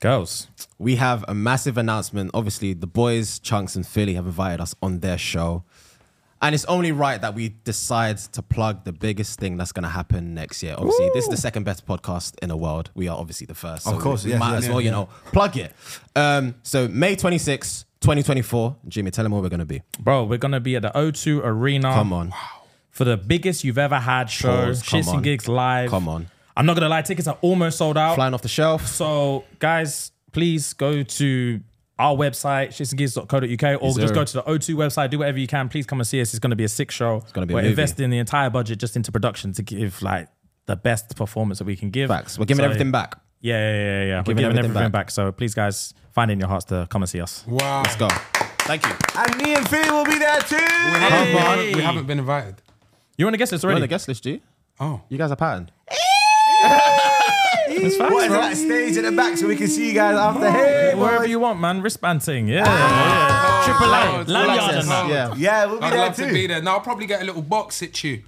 Girls. we have a massive announcement. Obviously, the boys, Chunks, and Philly have invited us on their show. And it's only right that we decide to plug the biggest thing that's going to happen next year. Obviously, this is the second best podcast in the world. We are obviously the first. So Of course, we, we yeah, might yeah, as yeah, well, you yeah. know, plug it. Um, so May 26, 2024. Jimmy, tell them where we're going to be. Bro, we're going to be at the O2 Arena. Come on. For the biggest you've ever had show, Pause, come Shits on. and Gigs Live. Come on. I'm not going to lie, tickets are almost sold out. Flying off the shelf. So, guys, please go to our website, shitsandgigs.co.uk, or Yes, just sir. go to the O2 website, do whatever you can. Please come and see us. It's going to be a sick show. It's gonna be a We're movie. investing the entire budget just into production to give like the best performance that we can give. Facts. We're giving So- everything back. Yeah, yeah, yeah, yeah. We're giving, everything, back. So please, guys, find it in your hearts to come and see us. Wow. Let's go. Thank you. And me and Philly will be there too. We haven't- Hey. We haven't been invited. You want to guess this We're on already? the guest list, G. Oh. You guys are patterned. It's facts, What is bro. that stage at the back so we can see you guys after? Hey, Wherever boy. you want, man. Wristbanding. Yeah. Ah, yeah. Triple Oh, A. it's Lanyard all and access. that. Yeah. Yeah, we'll be I'd there love to too. be there. Now I'll probably get a little box at you.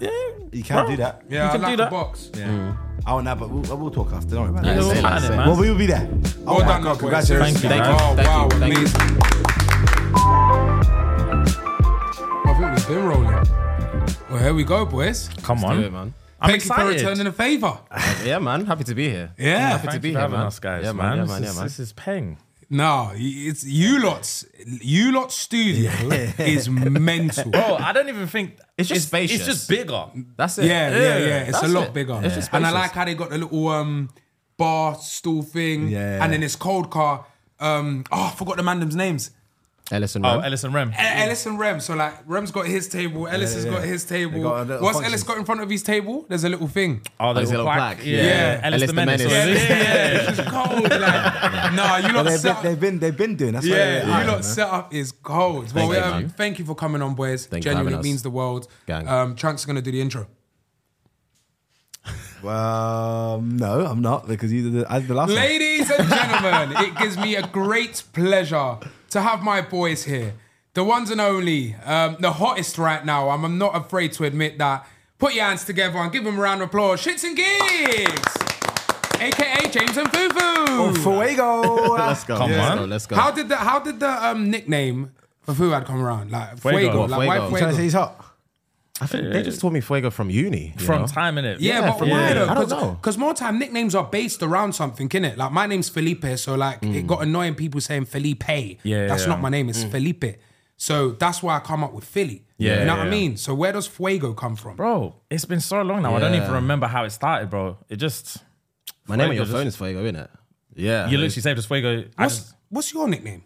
You can't do that. Yeah, I can do like that. a box. Oh no, but we'll, we'll talk after. Don't worry about we'll that. plan it, man. Well, we will be there. Oh Well my done, God, boys. congratulations. Thank you, Thank you, Oh, thank wow, you, thank you. amazing. I think we've been rolling. Well, here we go, boys. Come Do on. it, man. I'm Thank you for excited. returning a favour. Yeah, man. Happy to be here. Yeah. Happy to Thank be you for here, having man. us, guys. Yeah, man. man. Yeah, This man. Yeah, is- man. This is peng. No, y- it's you lot's. You lot's studio is mental. Bro, I don't even think It's just spacious. It's just bigger. That's it. Yeah, yeah, yeah. It's a That's lot it. bigger. It's just and I spacious. like how they got the little um bar stool thing. Yeah. And then this cold car. Um, oh, I forgot the mandem's names. Ellis and Oh, Ram. Ellison Rem. E- Ellis and Rem. So like Rem's got his table, Ellis has yeah. got his table. They got a little What's functions. Ellis got in front of his table? There's a little thing. Oh, there's a little plaque. Yeah. Yeah. Ellis, the Menace. Yeah, Yeah, yeah, yeah. it's just cold. Like, nah, you lot They've set been, up. they've been they've been doing. That's Yeah, what you lot set up is cold. Thank you, well, um, man. thank you for coming on, boys. Thank you for Genuinely having us. means the world. Gang. Um, Trunks are gonna do the intro. Well, Um, no, I'm not because you did the, I did the last one. Ladies and gentlemen, it gives me a great pleasure to have my boys here. The ones and only, um, the hottest right now. I'm, I'm not afraid to admit that. Put your hands together and give them a round of applause. Shits and Gigs, aka James and Fufu. Oh, Fuego. Let's go. Come let's on. Go, let's go. How did the How did the um, nickname for Fufu had come around? Like Fuego. Fuego. Like why Fuego. Fuego? Trying to say he's hot. I think they just told me Fuego from uni. you From know? time in it. Yeah, Yeah, but from why where? though? I don't 'Cause- know. Cause more time nicknames are based around something, innit? Like my name's Felipe, so like it got annoying people saying Felipe. Mm. yeah, That's yeah. not my name, it's Felipe. So that's why I come up with Philly. Yeah, You know yeah, what I yeah. mean? So where does Fuego come from? Bro, it's been so long now. I don't Yeah. even remember how it started, bro. It just. My name on Fuego your just- phone is Fuego, isn't it? Yeah. You literally saved us Fuego. I What's just, what's your nickname?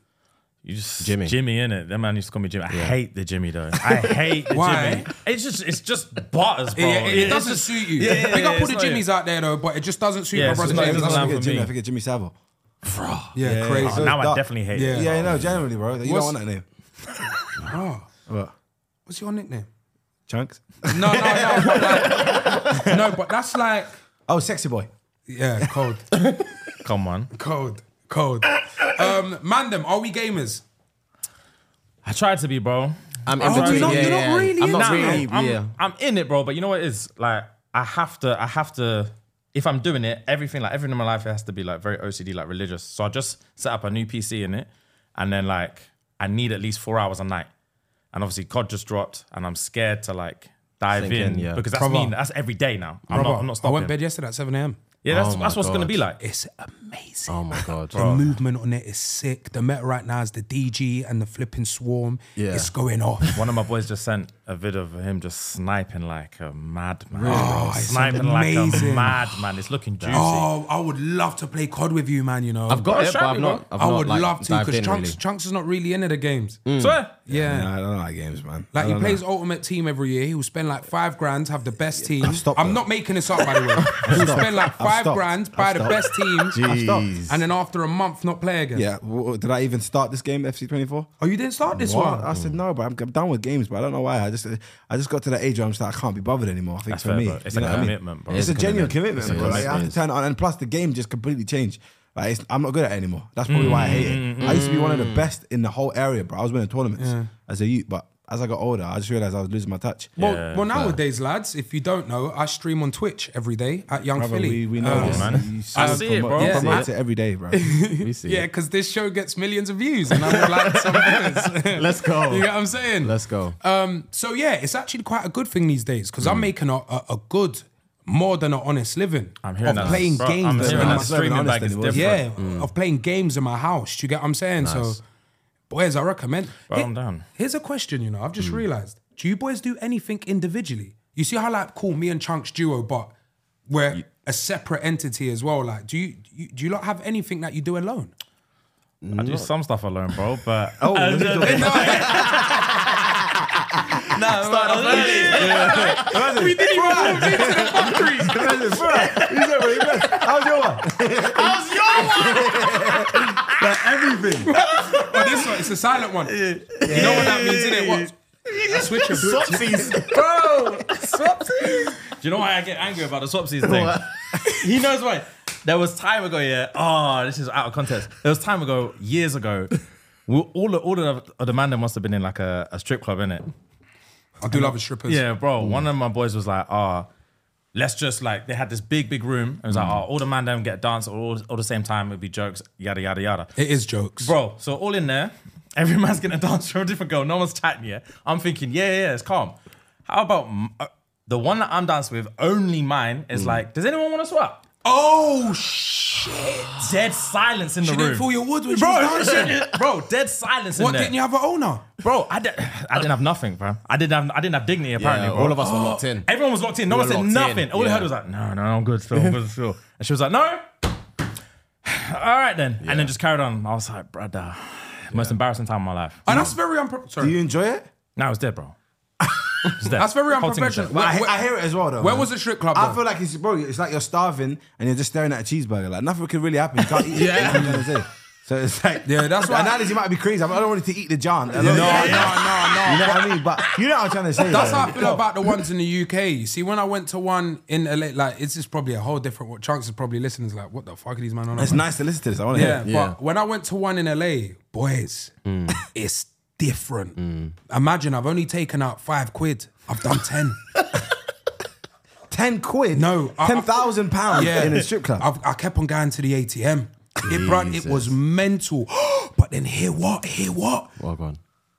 you just Jimmy. Jimmy in it. That man used to call me Jimmy. I hate the Jimmy though. I hate the Why? Jimmy. It's just it's just butters, bro. yeah, it, It's doesn't just- suit you. Yeah, yeah, Big up yeah, all it's the not Jimmys out there though, but it just doesn't suit Yeah, my it's brother not- it James. doesn't I land forget for Jimmy. me. I forget Jimmy Savile. yeah, crazy. so now I dark. definitely hate Yeah. it. Yeah, no, generally, bro. You What's- don't want that name. Oh, What? what's your nickname? Chunks? No, no, no. but like- no, but that's like Oh, sexy boy. yeah, cold. Come on. Cold, cold. Um, Mandem, are we gamers? I tried to be, bro. I'm in Oh, between. you're not- yeah, you're not yeah, yeah. really I'm in not it. Oh, really. I'm, yeah. I'm in it, bro. But you know what it is? Like, I have to, I have to, if I'm doing it, everything, like everything in my life, it has to be like very OCD, like religious. So I just set up a new PC in it. And then like, I need at least four hours a night. And obviously COD just dropped and I'm scared to like dive Sink in, in, yeah. because that's Brother. mean, that's every day now. I'm not, I'm not I stopping. went bed yesterday at 7 a.m. Yeah, that's, Oh my that's what's going to God. be like. It's amazing. Oh my god. the movement on it is sick. The meta right now is the DG and the flipping swarm. Yeah. It's going off. One of my boys just sent a video of him just sniping like a madman. Oh, it's sniping like a amazing. madman. It's looking juicy. Oh, I would love to play COD with you, man. You know, I've got Well, it, but shout I've me not. I've I not, would like, love to dived because in, Chunks, really. Chunks is not really into the games. Swear. Yeah. I don't like games, man. Like I he don't plays know. ultimate team every year. He will spend like five grand, have the best team. stopped I'm that. not making this up, by the way. He'll stopped. spend like I've 5 stopped. grand, I've buy the stopped. best team, Jeez. and then after a month, not play again. Yeah, w- w- did I even start this game, FC twenty four? Oh, you didn't start this What? I one. said no, but I'm, I'm done with games, but I don't know why. I just I just got to that age where I'm just like I can't be bothered anymore. I think That's for fair, me, bro. It's You a know what I mean? commitment, bro. It's, It's a a genuine commitment. commitment, bro. It's a Like, I have to commitment. turn it on, and plus the game just completely changed. Like it's, I'm not good at it anymore. That's probably why I hate Mm, it. I used to be one of the best in the whole area, bro. I was winning tournaments as a youth, but as I got older, I just realized I was losing my touch. Well, Yeah, well, nowadays, lads, if you don't know, I stream on Twitch every day at Young Brother, Philly. we, we know Uh, this. Oh, man. You I serve see it, promo- bro. you Yeah. promote it every day, bro. That's We see yeah, it. because this show gets millions of views, and I would like some viewers. Let's go. you get what I'm saying? Let's go. Um, so yeah, it's actually quite a good thing these days because Mm. I'm making a, a, a good, more than an honest living. I'm hearing of that. playing Bro, games. I'm in hearing that It's my- not even streaming honest like it's anymore. different. yeah, of playing games in my house. Do you get what I'm saying? So, boys, I recommend. Well Here- done. Here's a question. You know, I've just realized. Do you boys do anything individually? You see how like cool me and Chunks duo, but we're a separate entity as well. Like, do you, you do you not have anything that you do alone? I do some stuff alone, bro, but Oh, let me no, go no, back. we didn't even move into the fuckery. your one. Like everything. Oh, this one, it's a silent one. You know what that means, innit? What? Switch him. bro. Swapsies. Do you know why I get angry about the swapsies thing? he knows why. There was time ago, yeah. Oh, this is out of context. There was time ago, years ago. We, all the all the, of the man that must have been in like a, a strip club, innit? I do love the strippers. Yeah, bro. Mm. One of my boys was like, "Ah, let's just like." They had this big, big room. It was Mm. like, "Oh, all the man them get dance all all the same time. It'd be jokes, yada yada yada." It is jokes. Bro, so all in there, every man's gonna dance from a different girl. No one's chatting yet. I'm thinking, yeah, yeah, yeah, it's calm. How about m- uh, the one that I'm dancing with? Only mine is Mm. like, does anyone want to swap? Oh, shit. Dead silence in the She room. didn't feel your wood when bro, she was dancing. bro, dead silence what, in there. didn't you have an owner? bro, I, di- I didn't have nothing, bro. I didn't have I didn't have dignity apparently. Yeah, bro. all of us were locked in. Everyone was locked in. No We one were said locked in, nothing. All I yeah. heard was like, no, no, I'm good still. I'm good still. And she was like, no. All right then. And then just carried on. I was like, brother, most embarrassing time of my life. And that's very unpro- Do sorry. you enjoy it? No, it's dead, bro. It's dead. That's very Whole thing is unprofessional. dead. But I, he- Where- I hear it as well, though. where man. was the strip club, I though? feel like it's bro. It's like you're starving and you're just staring at a cheeseburger. Like nothing could really happen. You can't eat. yeah. So it's like Yeah, that's the why- analogy might be crazy. I, mean, I don't want you to eat the jar. No, no, no, no, no, no. You know what I mean? But you know what I'm trying to say. That's though. how I feel about the ones in the UK. You see, when I went to one in LA, like, it's just probably a whole different, what Chunks is probably listening is like, what the fuck are these man on It's about? nice to listen to this. I want to Yeah, Mm. hear. Yeah. but when I went to one in LA, boys, it's different. Imagine I've only taken out five quid. I've done ten. it. Ten quid. No, I- ten thousand pounds Yeah. in a strip club. I've, I kept on going to the ATM. It, bro, it was mental. but then hear what? Hear what? Well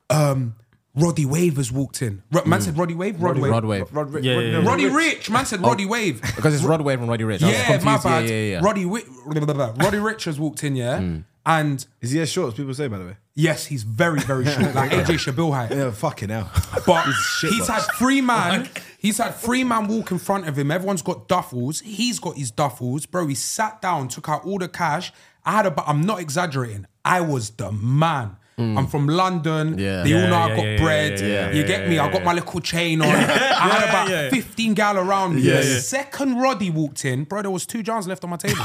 gone. Roddy Wave has walked in. Ro- man said Roddy Wave. Roddy, Wave. Rod Wave. Rod, Rod, Yeah, yeah, yeah. Roddy Rich. Man said Roddy Wave. Because it's Rod Wave and Roddy Rich. I was Yeah, my confused. bad. Yeah, yeah, yeah. Roddy Wi- blah, blah, blah, blah. Roddy Rich has walked in. Yeah, and Is he as short as people say? By the way. yes, he's very very short, like AJ Shabil height. Yeah, fucking hell. But He's a shit he's had box. three man. He's had three man walk in front of him. Everyone's got duffels. He's got his duffels, bro. He sat down, took out all the cash. I had about. I'm not exaggerating. I was the man. I'm from London. Yeah. They all know Mm. Yeah, I yeah, got yeah, bread. yeah, yeah, you yeah, get yeah, me? I yeah, got my little chain on. I had about yeah. 15 gal around me. Yeah, the yeah. second Roddy walked in, bro. There was two Johns left on my table.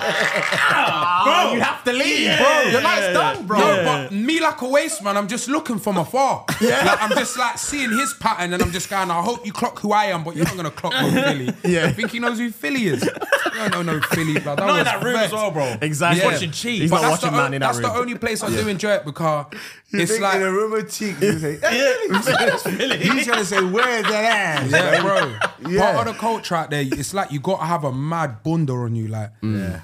bro, Oh. you have to leave, bro. Your night's done, bro. No, but me like a waste man, I'm just looking from afar. Like, I'm just like seeing his pattern and I'm just going, I hope you clock who I am, but you're not gonna clock who Philly. Yeah. I think he knows who Philly is. No, no, no, Philly, blood. That Not in was that room as vexed. well, bro. Exactly. He's watching cheese. He's But not that's watching the, o- man in that that's room. the only place I do enjoy it because it's Think like in a room of cheeks. you say, He's trying to say, "Where's that ass?" Yeah, bro. Yeah. Part of the culture out there, it's like you gotta have a mad bunda on you, like oh,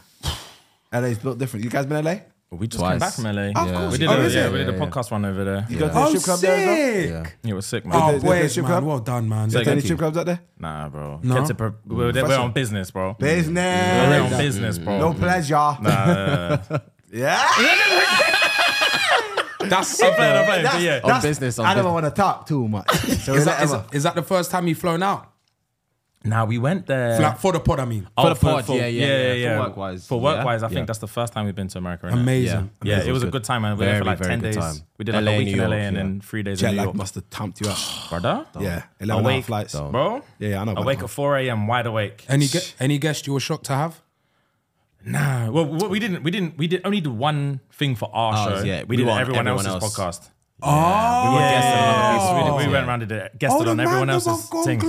LA's built different. You guys been LA? we just Twice. came back from LA. of course. We did, Oh, a, is yeah, it? we did a podcast one over there. You Yeah. go to the strip club there as well? It was sick, man. Is Oh, there- is there a boy, strip man. club? Well done, man. Is there any strip clubs out there? Nah, bro. No. Kept it pro- we were, we're on business, bro. Business. We're on business, bro. No pleasure. Nah, Yeah. That's I'm playing, I'm playing, but That's- yeah. On that's- business, on I don't business. want to talk too much. So Is that, is, whatever. is that the first time you've flown out? Now we went there. Like for the pod, I mean. Oh, For the pod, yeah, yeah, yeah, yeah, for work-wise, For work-wise, yeah, I think yeah. that's the first time we've been to America. innit? Amazing. Yeah, Amazing, it was a good time, man. We Very, were there for like very 10 good days. time. We did like LA, a week New in LA York, and yeah. then three days Jet in New lag York. must have tamped you out. Brother? Yeah, 11 hour Awake, flights. Bro? Yeah, I know. but- Awake at 4 a.m., wide awake. Any gue- any guest you were shocked to have? Nah, well, what we didn't, we didn't, we did only did one thing for our Ours, show. yeah. We we, did were on everyone, everyone else. else's podcast. We were guests on other people's Yeah, so we, did, podcasts, we went yeah. around and did- guested Oh, on everyone else's thing.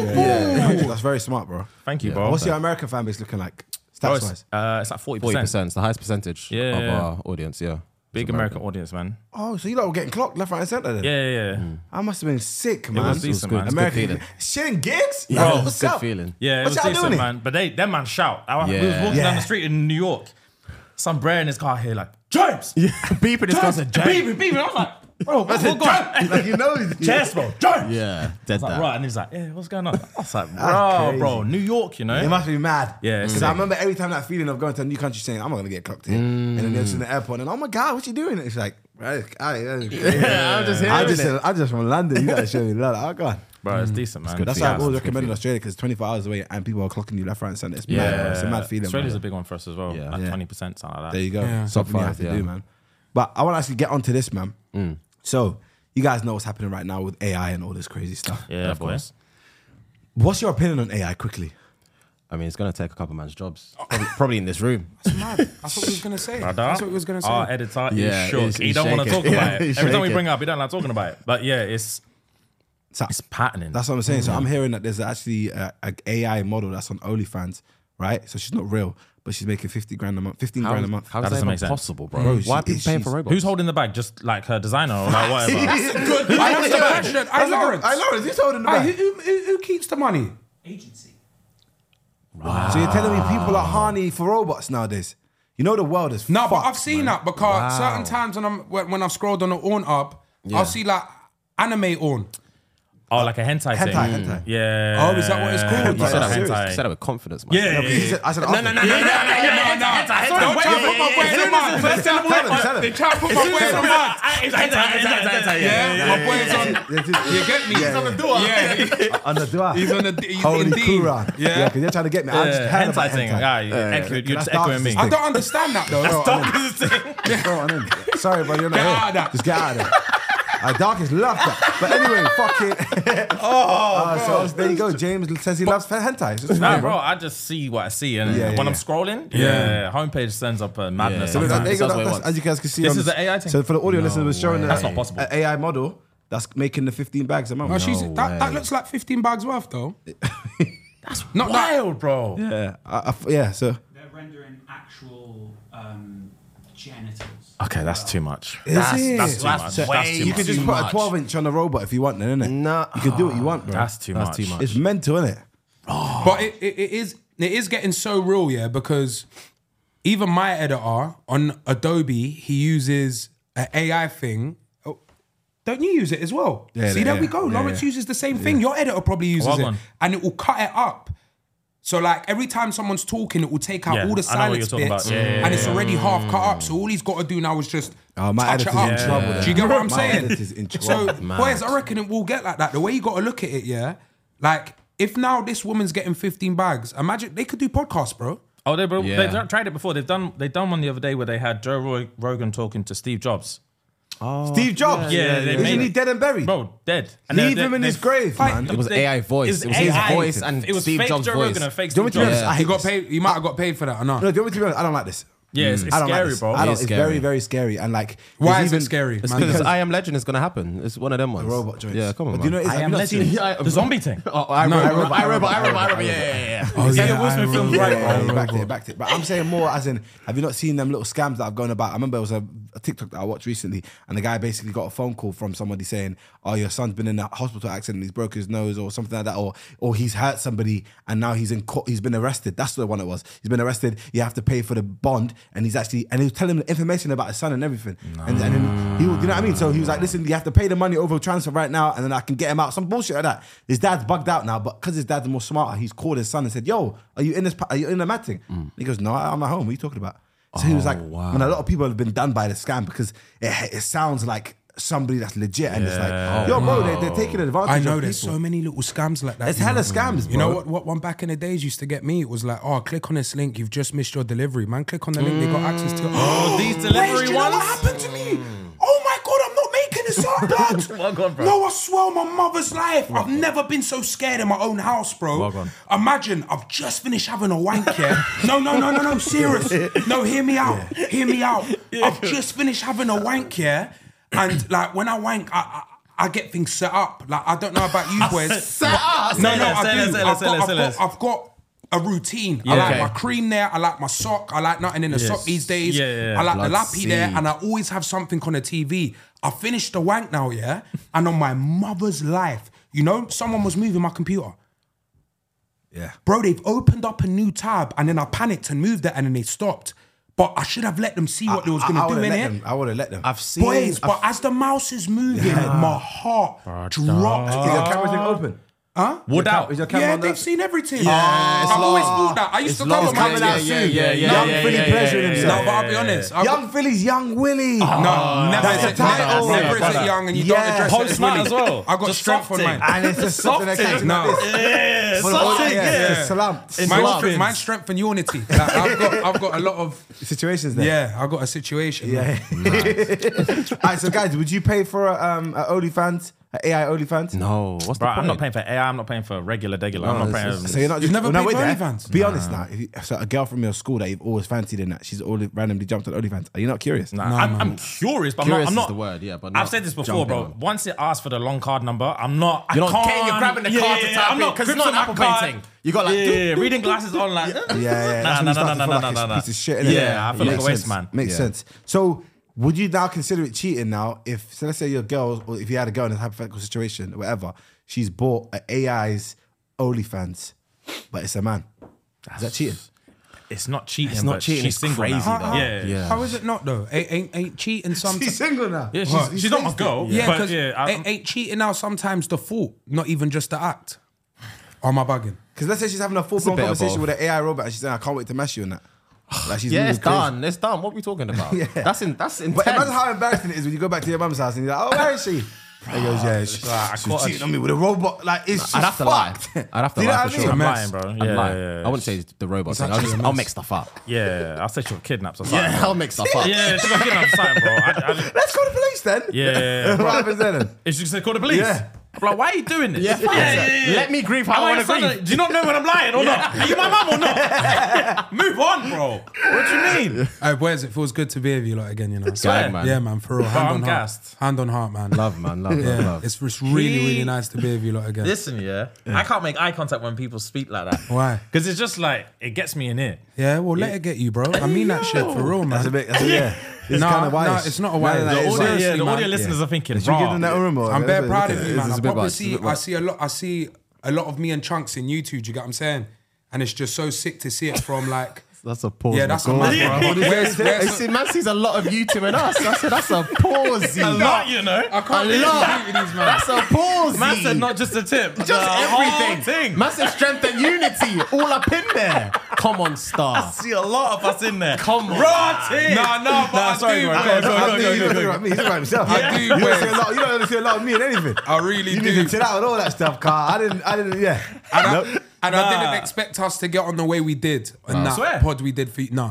Yeah, that's very smart, bro. Thank you, bro. What's your American fan base looking like? Bro, Stats it's, wise. uh, it's like forty Forty percent. percent, the highest percentage Yeah, of yeah. our audience. Yeah, Big American audience, man. Oh, so you lot were getting clocked left, right, and centre then? Yeah, yeah, yeah. I must have been sick, man. was decent, man. It's good American feeling. shitting gigs? Yeah, Like, it's what's good up? feeling. Yeah, it What's was y'all decent, doing man. But they, that man shout. I, We was Yeah. walking down Yeah. the street in New York. Some brer in his car here, like James. Yeah, Beeping his James, cousin, James. beeping, beeping. I was like, bro, what's going Like, on? you know, James, bro, James. Yeah, dead Like, that. right, and he's like, yeah, what's going on? I was like, bro, crazy. bro, New York, you know. It must be mad. Yeah, it's Because I sick. remember every time that feeling of going to a new country saying, I'm not going to get clocked here. And then it's in the airport and, oh my God, what you doing? It's like, right, I, I'm just I hearing just, it. I just from London. You got to show me love. Oh God. bro, it's decent, man. good That's Yeah, why I've always that's a good recommended feeling. Australia because 24 hours away and people are clocking you left, right, and center. It's mad. bro. Yeah, It's a mad feeling. Australia's man. a big one for us as well. Yeah. like Yeah. twenty percent, something like that. There you go. Yeah. Something you Top have to five, do, yeah. man. But I want to actually get onto this, man. Mm. So you guys know what's happening right now with AI and all this crazy stuff. yeah, of course. What's your opinion on AI quickly? I mean, it's gonna take a couple man's jobs, probably, probably in this room. It's mad. That's what he was gonna say. That's what he was gonna say. Our editor Yeah, is shook. he's- he he's don't want to shaking. talk about Yeah, it. Every he's time we shaking. bring it up, he don't like talking about it. But yeah, it's So- it's patterning. That's what I'm saying. So I'm hearing that there's actually a, a AI model that's on OnlyFans, right? So she's not real, but she's making 50 grand a month, 15 grand a month. How That is that doesn't even make sense. possible, bro? Bro, Why are people she- paying for she's- robots? Who's holding the bag? Just like her designer or like whatever. That's a good. I asked the question. I Lawrence. I Lawrence, you told him Aye, who, that. who, who who keeps the money? So you're telling me people are horny for robots nowadays? You know the world is No, but fucked, I've seen man. that because certain times when I'm when, when I've scrolled on the on up, I'll see like anime on. oh, like a hentai, thing. Hentai, hentai. Yeah. Oh, is that what it's called? You Like, said that I'm with- serious. you said that with confidence, man. Yeah, yeah, yeah. He said- I said, no, no, no, No, no, no, no, no. Don't try to put my boy in the mud. They try to put my boy in the mud. It's hentai, it's hentai, it's hentai, yeah, Yeah, my yeah, yeah. boy's on. You get me? He's on the door. Yeah, on the door. he's on the. He's Holy indeed. Quran. Yeah, Yeah. because they're trying to get me. I just heard Yeah, about Hentai thing. hentai. Ah, you echo- You're that's just echoing me. narcissistic. I don't understand that though. Dark as this thing. Go on in. Sorry, bro, you're not Get here. out of that. Just get out of there. Uh, Darkest loved that. But anyway, fuck it. oh, so there you go. James says he loves hentai. It's just Nah, fine, bro, I just see what I see, and Yeah, yeah, when I'm yeah. scrolling, yeah, homepage sends up a Yeah. madness. So So sometimes. that- there you go, That's what it that's- wants. as you guys can see, This on is the AI thing. So for the audio listeners, we're showing way. the- That's not possible. An AI model that's making the 15 bags a month. Oh, she's, No that, that way. looks like 15 bags worth though. That's not that. wild, bro. yeah, I- I Uh, f- yeah. So They're rendering actual um, genitals. Okay, that's too much. that's, That's too much. That's too You much. could just put a 12 inch on a robot if you want, then, innit? Nah. you could do what you want, bro. That's too much. That's too much. It's mental, innit? But it, it, it is it is getting so real, yeah, because even my editor on Adobe, he uses an AI thing. Oh, Don't you use it as well? Yeah, See, there yeah, we go. yeah, Lawrence yeah. uses the same thing. Your editor probably uses Well it. done. And it will cut it up. So like every time someone's talking, it will take out Yeah, all the I know what you're silence talking about. bits, Yeah, yeah, and it's yeah. already half cut up. So all he's got to do now is just Mm. Oh, my touch it editor's up. in trouble. Do you then. get what I'm My saying? editor's in So, trouble. boys, I reckon it will get like that. The way you got to look at it, yeah. Like, if now this woman's getting 15 bags, imagine they could do podcasts, bro. Oh, they bro, Yeah. they tried it before. They've done they done one the other day where they had Joe Roy, Rogan talking to Steve Jobs. Oh, Steve Jobs. Yeah, yeah, yeah. Isn't he Yeah. dead and buried? Bro, dead. And Leave they- him in they- his grave, Like, man. It was they- AI voice. it's It was his AI. voice and it was Steve fake Jobs' Joe voice. Rogan and fake Do you Steve want me to be Jobs. honest? I He hate got this. paid. He might have got paid for that or not. No, do you want me to be honest? I don't like this. Yeah, it's, it's I don't like scary, this. bro. I don't, Mm. is it's very, scary. very scary. And like, Why there's is it scary? It's man? because because I am Legend is gonna happen. It's one of them ones. robot joints. Yeah, come on. But do you know man. it's- I I've am not legend. seen- The zombie thing. Oh, I No, remember. I I remember. I remember. I remember. Yeah, yeah, yeah. Oh, It's yeah, Will I Smith remember. films, right, Yeah, yeah, bro. yeah, backed it, backed it. But I'm saying more as in, have you not seen them little scams that I've gone about? I remember it was a, a TikTok that I watched recently, and the guy basically got a phone call from somebody saying, "Oh, your son's been in a hospital accident, he's broke his nose, or something like that, or or he's hurt somebody, and now he's in court, he's been arrested." That's the one it was. He's been arrested. You have to pay for the bond, and he's actually and he was telling him information about his son and everything, and, and then he, was- you know what I mean. So he was like, "Listen, you have to pay the money over transfer right now, and then I can get him out." Some bullshit like that. His dad's bugged out now, but because his dad's more smarter, he's called his son and said, "Yo, are you in this? pa- Are you in the mad thing?" And He goes, "No, I- I'm at home. What are you talking about?" So he was Oh, like, wow. when a lot of people have been done by the scam because it, it sounds like somebody that's legit, and it's like, yo, bro, they, they're taking advantage. I know of there's people. so many little scams like that. There's you hella know? scams, You know bro. what? What one back in the days used to get me? It was like, oh, click on this link. You've just missed your delivery, man. Click on the link. They got access to. Oh, these Wes, delivery do you know ones? what happened to me? Oh my god, I'm not making this up, blood. Well gone, bro. No, I swear on my mother's life, I've never been so scared in my own house, bro. Well gone. Imagine I've just finished having a wank yeah. no, no, no, no, no. Serious. No, hear me out. Hear me out. I've just finished having a wank yeah, and like when I wank, I. I I get things set up. Like I don't know about you boys. Set up. No, Say no, less, I say do. less, say I've less, got- say less, I've say got- less. I've got a routine. Yeah. I like Okay. my cream there. I like my sock. I like nothing in the Yes. sock these days. Yeah, yeah, yeah. I like the Blood lappy there, seed. and I always have something on the TV. I finished the wank now, yeah, and on my mother's life, you know, someone was moving my computer. Yeah. Bro, they've opened up a new tab, and then I panicked and moved it, and then they stopped. But I should have let them see what they was I- I gonna do would've in let it. them. I would have let them. I've seen. Boys, I've- but as the mouse is moving, my heart Is your dropped. camera thing open? Wood Cam- out. Is your camera Yeah, on they've that? seen everything. Yeah, it's I've always long. thought that. I used It's to cover long. my coming Yeah, out yeah, soon. yeah, yeah, Young yeah, Philly yeah, pleasuring yeah, yeah, himself. No, but I'll be honest. I've- Young Philly's Young Willie. no, never that's is the it young. title. Never is Brother. it young, and you Yeah. don't address it Post as Malone Willie. as well. I got Just strength soft on it. mine. And it's just Soft something that it. came No. like this. Yeah, For the whole- something, yeah, yeah. yeah, Salam. Mine Love. strength, mine strength and unity. Like, I've got, I've got a lot of. Situations there. Yeah, I've got a situation. Yeah. All right, so guys, would you pay for a, um, a OnlyFans, an AI OnlyFans? no, what's the Bro, I'm not point? paying for AI. I'm not paying for regular, regular. I'm not paying. So you're not You've just, Oh, never no, paid wait for there. OnlyFans? Be honest now. If you, so a girl from your school that you've always fancied in that, she's all randomly jumped on OnlyFans. Are you not curious? Nah, I'm, I'm curious, but Curious is I'm not. I'm not the word, yeah, but I've not said this before, jumping bro. on. Once it asks for the long card number, I'm not. I You're not can't. getting- you're grabbing the yeah, card to yeah, type I'm not. it. 'Cause it's grips not on an my Apple Pay card. thing. You got like- yeah, yeah, reading glasses on like. Yeah, yeah, Nah, that's when nah, you nah, start nah, to feel nah, like nah, it's nah. a piece of shit. innit? Yeah, I feel like Makes a waste sense. man. Makes Yeah. sense. So, would you now consider it cheating now? If so, let's say your girl, or if you had a girl in a hypothetical situation, or whatever, she's bought an AI's OnlyFans, but it's a man. Is that cheating? It's not cheating. It's not but cheating, She's it's single crazy, now. though. Yeah, yeah. Yeah. How is it not though? Ain't ain't, ain't cheating sometimes. single now. Yeah, What? she's, she's not my girl. Yeah, but because yeah, I- ain't, ain't cheating now sometimes the fault, not even just the act. Or Am I bugging? Because let's say she's having a full blown bit of conversation both. with an AI robot, and she's saying, "I can't wait to mess you in that." Like she's Yeah, moving it's crazy. done. It's done. What are we talking about? Yeah. That's in. That's intense. But imagine how embarrassing it is when you go back to your mum's house and you're like, "Oh, where is she?" And he goes, "Yeah, she's, like, I she's caught her- cheating on me with a robot." Like it's just I'd have to lie. fucked. I'd have to Do you know lie for what I mean? sure. I'm mess. lying, bro. Yeah, I'd lie. yeah, yeah. I wouldn't say the robot thing. I'll actually just. a I'll mess. make stuff up. Yeah, I'll say she'll kidnap or something. Yeah, I'll make stuff up. yeah, she's gonna kidnap something, bro. I, I just, Let's go to the police then. yeah, what happens then? then? It's just gonna call the police. Yeah. I'm like, why are you doing this? Yeah, fuck it. Let me grieve how Am I your wanna son? grieve. Do you not know when I'm lying or not? Are you my mum or not? Move on, bro. What do you mean? Hey, Uh, boys, it feels good to be with you lot again. You know. Gang, man. Yeah, man. For real. Hand I'm on gassed. heart. Hand on heart, man. Love, man. Love, love, Yeah, love. it's, it's really, really He- nice to be with you lot again. Listen, yeah, I can't make eye contact when people speak like that. Why? Because it's just like it gets me in here. Yeah, well, let it get you, bro. I mean that shit for real, That's a man. bit. That's a, yeah. It's Nah, kind of nah, wise. it's not a wise. No, no, The it is Audio, Oh, audience- wise. yeah, the man. audio listeners are thinking, Did you give bro. them that room or? I'm That's very what- proud of okay. you, It's man. a I bit probably wise. It's a see, bit I wise. see a lot, I see a lot of me and Chunks in YouTube. Do you get what I'm saying? And it's just so sick to see it from like, That's a pause. yeah, that's a my God. man, bro. Where's- You where's- see, man sees a lot of you two and us. I said, that's a pause. A lot, you know. I can't believe lot. you these, man. That's a pause. Man said not just a tip, just everything. Thing. Massive strength and unity, all up in there. Come on, star. see a lot of us in there. Come on. Rotting. Nah, nah, but I sorry, do- bro. I- Go, on, No, go, on, I go, mean, on, He's go, on, go, not on. talking about me. He's talking about himself. I do You don't wear- see a lot- you don't see a lot of me in anything. I really You do. need to chill out with all that stuff, Carl. I didn't. I didn't. Yeah. And, I, Nope. and I didn't Nah. expect us to get on the way we did in that Swear. pod we did for you. Nah.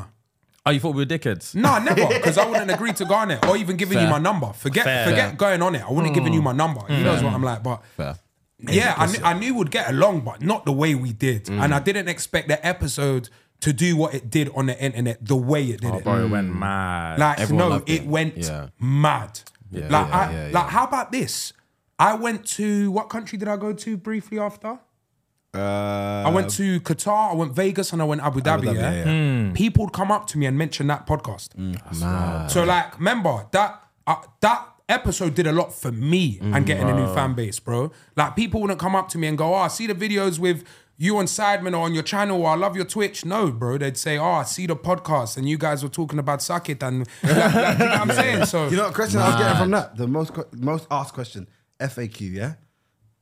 Oh, you thought we were dickheads? Nah, never, because I wouldn't agree to go on it or even giving you Fair. my number. Forget Fair. forget going on it. I wouldn't giving Mm. you my number. He knows what I'm like, but Fair. yeah, I, knew, I knew we'd get along, but not the way we did. And I didn't expect the episode to do what it did on the internet the way it did it. Bro, it went mad. Like Everyone no, loved it it. went Yeah. mad. Yeah, like yeah, I, yeah, like yeah. how about this? I went to what country did I go to briefly after? Uh, I went to Qatar, I went Vegas, and I went Abu Dhabi. Dhabi, yeah, yeah, Hmm. Mm, people would come up to me and mention that podcast. So like, remember that uh, that episode did a lot for me Mm, and getting a new fan base, bro. Like people wouldn't come up to me and go, "Oh, I see the videos with." You on Sidemen or on your channel, or I love your Twitch. No, bro, they'd say, "Oh, I see the podcast, and you guys were talking about Sakit and like, like, you know what I'm saying." So You know what question I was getting from that? The most que- most asked question, FAQ, yeah?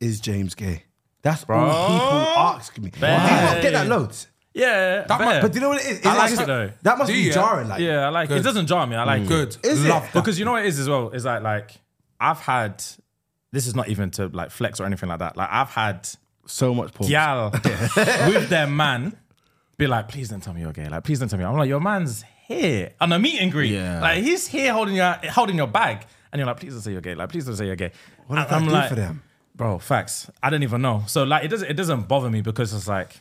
Is James gay? That's all people ask me. Do you not get that loads? Yeah, That might- fair. But do you know what it is? It's I like actually- it though. That must Do be you? jarring. Like, yeah, I like it. It doesn't jar me. I like Mm. it. Good. Is it? Love that. because you know what it is as well is like like I've had this is not even to like flex or anything like that. Like I've had so much porn. gal with their man be like, please don't tell me you're gay. Like please don't tell me. I'm like your man's here on a meet and greet. Yeah. Like he's here holding your holding your bag, and you're like, please don't say you're gay. Like please don't say you're gay. What does that do for them? Bro, facts. I don't even know. So like it doesn't it doesn't bother me because it's like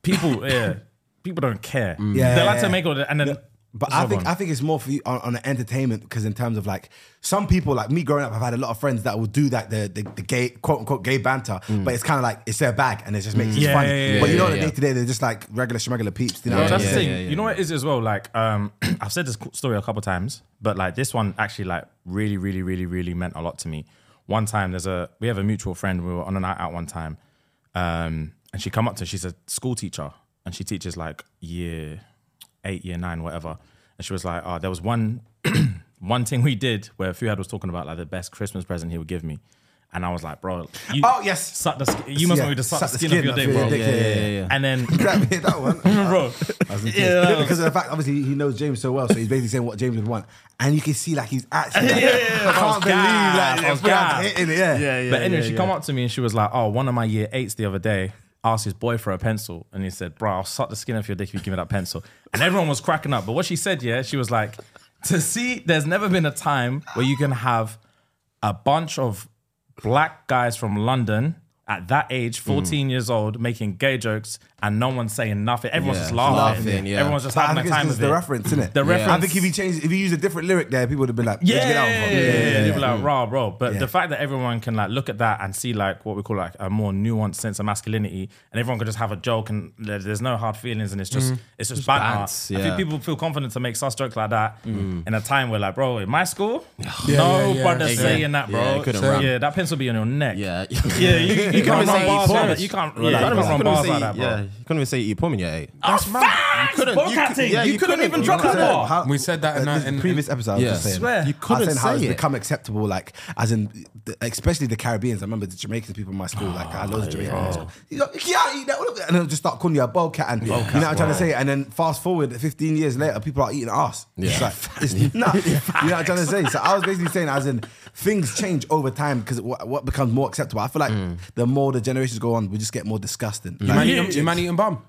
people yeah people don't care. Yeah, they yeah, like to Mm. yeah. make all the and then. But it's I not think gone. I think it's more for you on, on an entertainment because in terms of like some people like me growing up, I've had a lot of friends that will do that the the, the gay quote unquote gay banter, but it's kind of like it's their bag and it just makes it Mm. Yeah, funny. yeah, yeah, but you yeah, know, on the yeah. day to day, they're just like regular regular peeps. You know, That's yeah, the thing. yeah, yeah, you know what it is as well. Like, um, I've said this co- story a couple times, but like this one actually like really, really, really, really meant a lot to me. One time, there's a we have a mutual friend. We were on a night out one time, um, and she come up to. She's a school teacher, and she teaches like year eight, year nine, whatever. And she was like, "Oh, there was one one thing we did where Fuad was talking about like the best Christmas present he would give me." And I was like, bro, you, Oh, yes. suck the sk- you must Yeah, want me to suck, suck the the skin, skin off your off dick, your bro. dick, yeah, yeah, And then, that, that one. bro, yeah, because of the fact, obviously, he knows James so well, so he's basically saying what James would want, and you can see like he's actually. Like, Yeah, yeah, yeah. I I was can't believe gassed. that. I was yeah, gassed. hitting it, yeah. but anyway, she come up to me and she was like, "Oh, one of my year eights the other day asked his boy for a pencil, and he said, bro, I'll suck the skin off your dick if you give me that pencil.'" And everyone was cracking up. But what she said, yeah, she was like, "To see, there's never been a time where you can have a bunch of black guys from London." At that Mm. age, 14 years old, making gay jokes and no one's saying nothing. Everyone's Yeah. just laughing. Laughing, yeah. Everyone's just But I having think a it's time because with it's the it. reference, isn't it? The reference. I think if you changed, if you used a different lyric there, people would have been like, Yeah, "Where'd you get that one from?" yeah, yeah, yeah. They'd be like, Mm. rah, bro. But the fact that everyone can like look at that and see like what we call like a more nuanced sense of masculinity, and everyone can just have a joke and there- there's no hard feelings, and it's just it's just banter. bants, I yeah. think people feel confident to make sus jokes like that in a time where like, bro, in my school, yeah, no yeah. brother Yeah, saying that, bro. yeah, Yeah, it couldn't rap. that pencil be on your neck. Yeah. yeah, you, you can't even run say bars like porn. that. You can't, yeah, Like, you you can't couldn't run even bars say- like that, bro. Yeah, you couldn't even say eat porn when you're eight. That's mad. couldn't- you Vocatting. could- yeah, you, you couldn't, couldn't even even drop a run out of bar. How- We said that in uh, a- this in- previous episode. I was Yeah. just saying, Swear. You I was couldn't saying how say it's it. become acceptable, like as in, the- especially the Caribbeans. I remember the Jamaicans people in my school, like I had loads of Jamaicans. Oh, You know, yeah, you know, and they'll just start calling you a bobcat, and you know what I'm trying to say. And then fast forward 15 years later, people are eating ass. It's Yeah. like it's nuts. You know what I'm trying to say. So I was basically saying, as in, things change over time because what, what becomes more acceptable. I feel like the more the generations go on, we just get more disgusting. Mm. You Like, man eating- you man eating bum.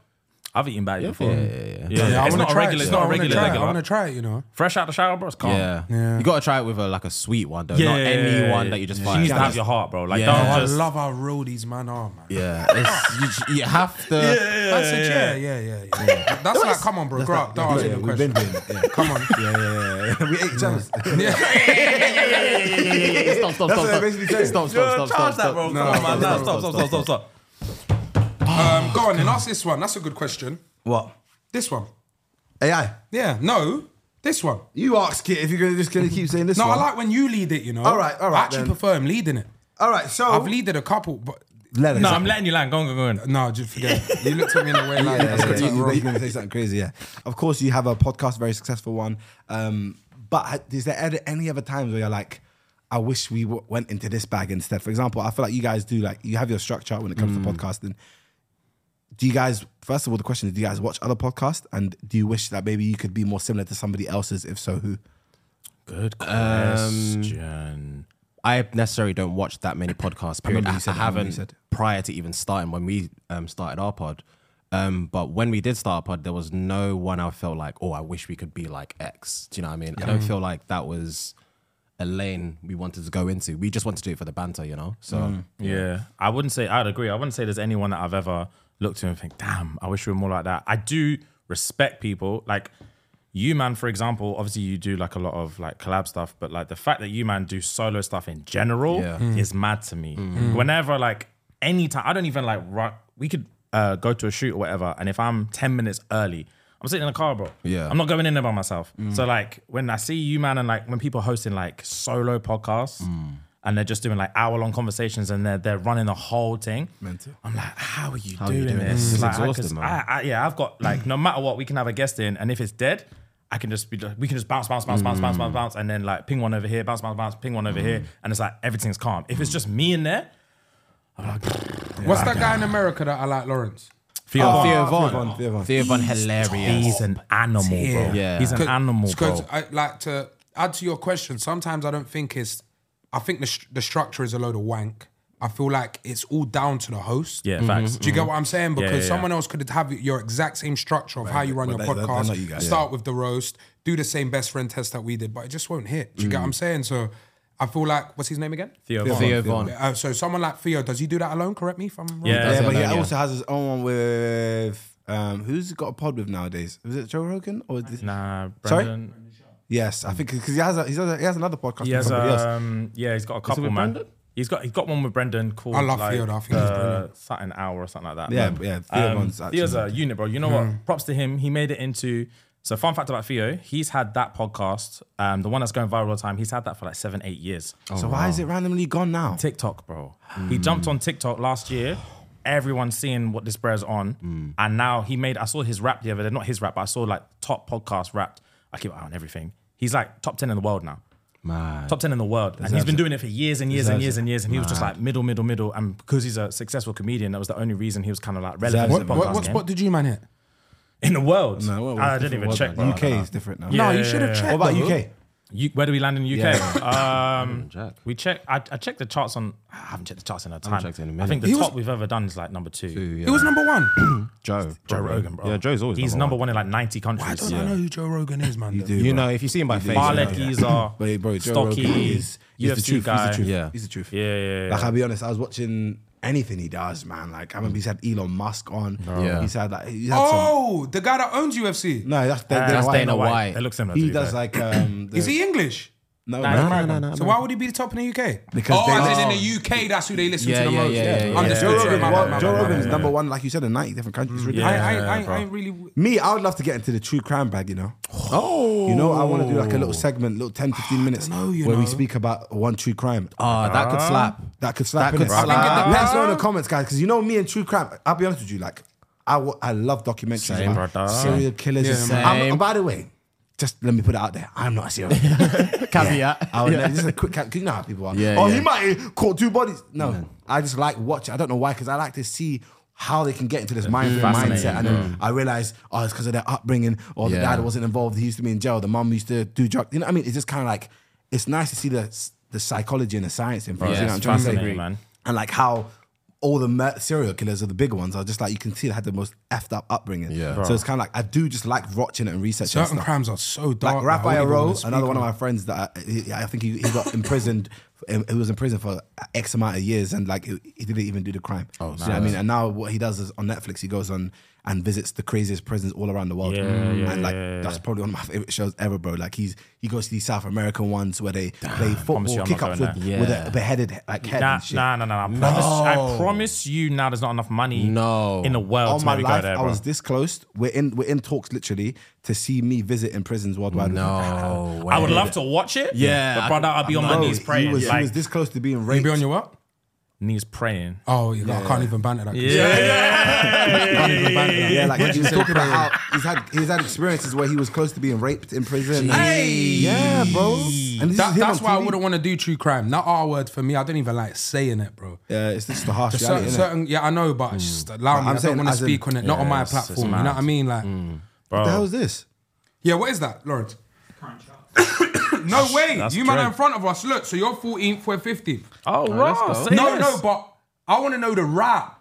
I've eaten bad before. Yeah, yeah, Yeah, I It's wanna not a try it, regular. It's so I not a wanna regular try it, regular. I want to try it, you know. Fresh out the shower, bro. It's calm. Yeah. Oh, You gotta try it with a like a sweet one though, Yeah, not yeah, any yeah, one yeah. that you just She find. needs to have your heart, bro. Like, Yeah. don't Oh, I just. love how real these man are, man. Yeah, it's, you, you have to. I said, yeah, yeah, yeah, yeah. That's like, come on, bro, grow up. Don't ask me yeah, the we've been question. doing it. Yeah. Come on. we ate each other's. Stop, stop, That's stop, what I stop. basically said. Stop, Yo, stop, stop, charge stop, that, bro. stop. Come on, man. no, No, Stop, stop, stop, stop, stop. Um, go on and ask this one. That's a good question. What? This one. AI. Yeah. No. This one. You ask it if you're gonna just gonna keep saying this. No, one. I like when you lead it. You know. All right, all right I actually then. Oh. prefer him leading it. All right, so I've leaded a couple, but Let us. No, I'm letting you land. Go on, go on, go on. no, just forget. it. You looked at me in a way like yeah, that's yeah, gonna yeah, turn you're wrong. gonna say something crazy. Yeah. Of course, you have a podcast, very successful one. Um, but ha- is there ed- any other times where you're like, I wish we w- went into this bag instead? For example, I feel like you guys do like you have your structure when it comes Mm. to podcasting. Do you guys? First of all, the question is: Do you guys watch other podcasts, and do you wish that maybe you could be more similar to somebody else's? If so, who? Good question. I necessarily don't watch that many podcasts. Period. remember I, you said I that, I remember you haven't said. prior to even starting when we um, started our pod. Um, but when we did start our pod, there was no one I felt like, oh, I wish we could be like X. Do you know what I mean? I don't feel like that was a lane we wanted to go into. We just wanted to do it for the banter, you know. So Mm. Yeah, I wouldn't say I'd agree. I wouldn't say there's anyone that I've ever looked to and think, damn, I wish we were more like that. I do respect people like you, man. For example, obviously you do like a lot of like collab stuff, but like the fact that you, man, do solo stuff in general Yeah. Mm. is mad to me. Whenever like anytime, I don't even like run. We could uh, go to a shoot or whatever, and if I'm ten minutes early. I'm sitting in the car, bro. Yeah. I'm not going in there by myself. So like when I see you, man, and like when people hosting like solo podcasts Mm. and they're just doing like hour long conversations and they're they're running the whole thing. Mental. I'm like, how are you, are doing, you doing this? this? It's Like, I- 'cause exhausting, man. I, I, yeah, I've got like no matter what, we can have a guest in, and if it's dead, I can just be like, we can just bounce, bounce, bounce, bounce, bounce, Mm. bounce, bounce, and then like ping one over here, bounce, bounce, bounce, ping one over here, and it's like everything's calm. If it's just me in there, What's that guy in America that I like, Lawrence? Theo Oh, Von. Theo Theo Von, Von. Theo Von. Theo Von, hilarious. He's an animal, bro. tier. Yeah. He's an animal, Because bro. I like to add to your question. Sometimes I don't think it's. I think the st- the structure is a load of wank. I feel like it's all down to the host. Mm-hmm. Yeah, facts. Do you get what I'm saying? Because Mm. yeah, yeah. someone else could have your exact same structure of how you run your but they- they're podcast. not you guys, Start with the roast, do the same best friend test that we did, but it just won't hit. Do you get what I'm saying? So I feel like what's his name again? Theo Theo Von. Theo Von. Uh, so someone like Theo, does he do that alone? Correct me if I'm wrong. Yeah. Yeah, That's but he another, yeah. also has his own one with um, who's he got a pod with nowadays? Was it Joe Rogan or did- Nah, Sorry? Brandon. yes? I think because he has a, he has a, he has another podcast. He with has, somebody else. um, yeah, he's got a couple, with man. Brendan? He's got he's got one with Brendan called I love like, Theo, though. I think he's uh, brilliant. Saturn Hour or something like that. Yeah, man. Um, yeah, Theo Von's actually- Theo's a unit, bro. You know what? Props to him. He made it into. So fun fact about Theo, he's had that podcast, um, the one that's going viral all the time. He's had that for like seven, eight years. So why is it randomly gone now? TikTok, bro. He jumped on TikTok last year. Everyone's seeing what this brother's on, and now he made. I saw his rap the other day. Not his rap, but I saw like top podcast rap. I keep an eye on everything. He's like top ten in the world now. Man. Top ten in the world, and he's been doing it for years and years and years and years. And he was just like middle, middle, middle. And because he's a successful comedian, that was the only reason he was kind of like relevant What, to the what, podcast what game. spot did you man hit? in the world. No, well, I it's didn't different even world check. now. bro. I UK don't know. is different now. Yeah, no, yeah, you should have yeah. checked. What about though. UK? You- where do we land in the UK? Um, Jack. we check. I, I checked the charts on. I haven't checked the charts in a time. checked in a I minute. think the He was- top we've ever done is like number two. It was number one. Joe. Joe Rogan, bro. Yeah, Joe's always he's number one, in like ninety I countries. don't know who Joe Rogan is, man. You do. You know, if you see him by face, you know. Barlet Giza, But hey, bro, Joe Stocky, Rogan is he's UFC the truth. guy. He's the truth. Yeah. he's the truth. Yeah, yeah, yeah. Like I'll be honest, I was watching anything he does, man. Like I remember he's had Elon Musk on. Yeah. he's had like he had some. Oh, the guy that owns UFC. No, that's Dana, that's White. Dana White. It looks similar. to He you, does but- like um. The, Is he English? No, Nah, no, he's no, American. So why would he be the top in the UK? Because oh, they- as in Oh. in the UK, that's who they listen Yeah, to the yeah, most. yeah, yeah, yeah. Understood. Joe Sorry, Rogan, my bad, my Joe bad, my Rogan is bad. number one, like you said, in 90 different countries. It's ridiculous. I, I, I, I ain't really. Me, I would love to get into the true crime bag, you know? Oh. You know, I want to do like a little segment, little 10, 15 minutes know, you where we know. speak about one true crime. Oh, that could slap. That could slap. That could innit? slap. I think it Let us know in the comments, guys, because you know me and true crime. I'll be honest with you, like I, wa- I love documentaries Same, about brother. serial killers. Yeah, man. I'm- Same. by the way, just let me put it out there. I'm not a serial. killer. Caveat. I would, This is Oh, a quick. ca- You know how people are. Yeah, oh, yeah. he might have caught two bodies. No, I just like watching. I don't know why, because I like to see. How they can get into this mind Fascinating, mindset, and then I realize, oh, it's because of their upbringing, or the Yeah. dad wasn't involved. He used to be in jail. The mom used to do drugs. You know what I mean? It's just kind of like it's nice to see the the psychology and the science in things. Yeah, you know what it's I'm trying to say? fascinating, man. and like how all the mer- serial killers are the bigger ones are just like you can see they had the most effed up upbringing. Yeah. So it's kind of like I do just like watching it and researching Certain stuff. crimes are so dark. like man. I Raphael wouldn't even Rowe, wanna speak another one on of my it. friends that I, he- I think he, he got imprisoned. um, He was in prison for X amount of years, and like he he didn't even do the crime. Oh, so I mean, and now what he does is on Netflix, he goes on and visits the craziest prisons all around the world. Yeah, and yeah, like yeah, yeah. that's probably one of my favorite shows ever, bro. Like he's he goes to these South American ones where they play promise you football I'm kick not ups going with, there. with Yeah. a beheaded like head. Nah, and shit. nah, nah, nah, nah. I, promise, I promise you now there's not enough money No. in the world on to my maybe go life, there, I bro. was this close. We're in we're in talks literally to see me visit in prisons worldwide. No. I would way. love to watch it. Yeah, But I- brother, I'll be on my Bro, knees praying. He was, he like, was this close to being You raped. be on your what? knees praying. Oh, you I can't even banter that. yeah. yeah, like he was talking about how he's had he's had experiences where he was close to being raped in prison. Hey! yeah, bro. And this That- is him that's on why I TV. wouldn't want to do true crime. Not R word for me. I don't even like saying it, bro. Yeah, it's just the harsh There's reality. innit? certain, Mm. certain, yeah, I know, but just allow But me. I'm I don't saying want to as in- speak on it. Not on Yeah, my it's- it's platform. You know mad. what I mean? Like, Mm. What the Bro. hell is this? yeah, what is that, Lawrence? Current chart. No way. that's you man are dread. in front of us. Look, so you're 14th, we're 15th. Oh, wow. say No, yes. no, but I want to know the rap.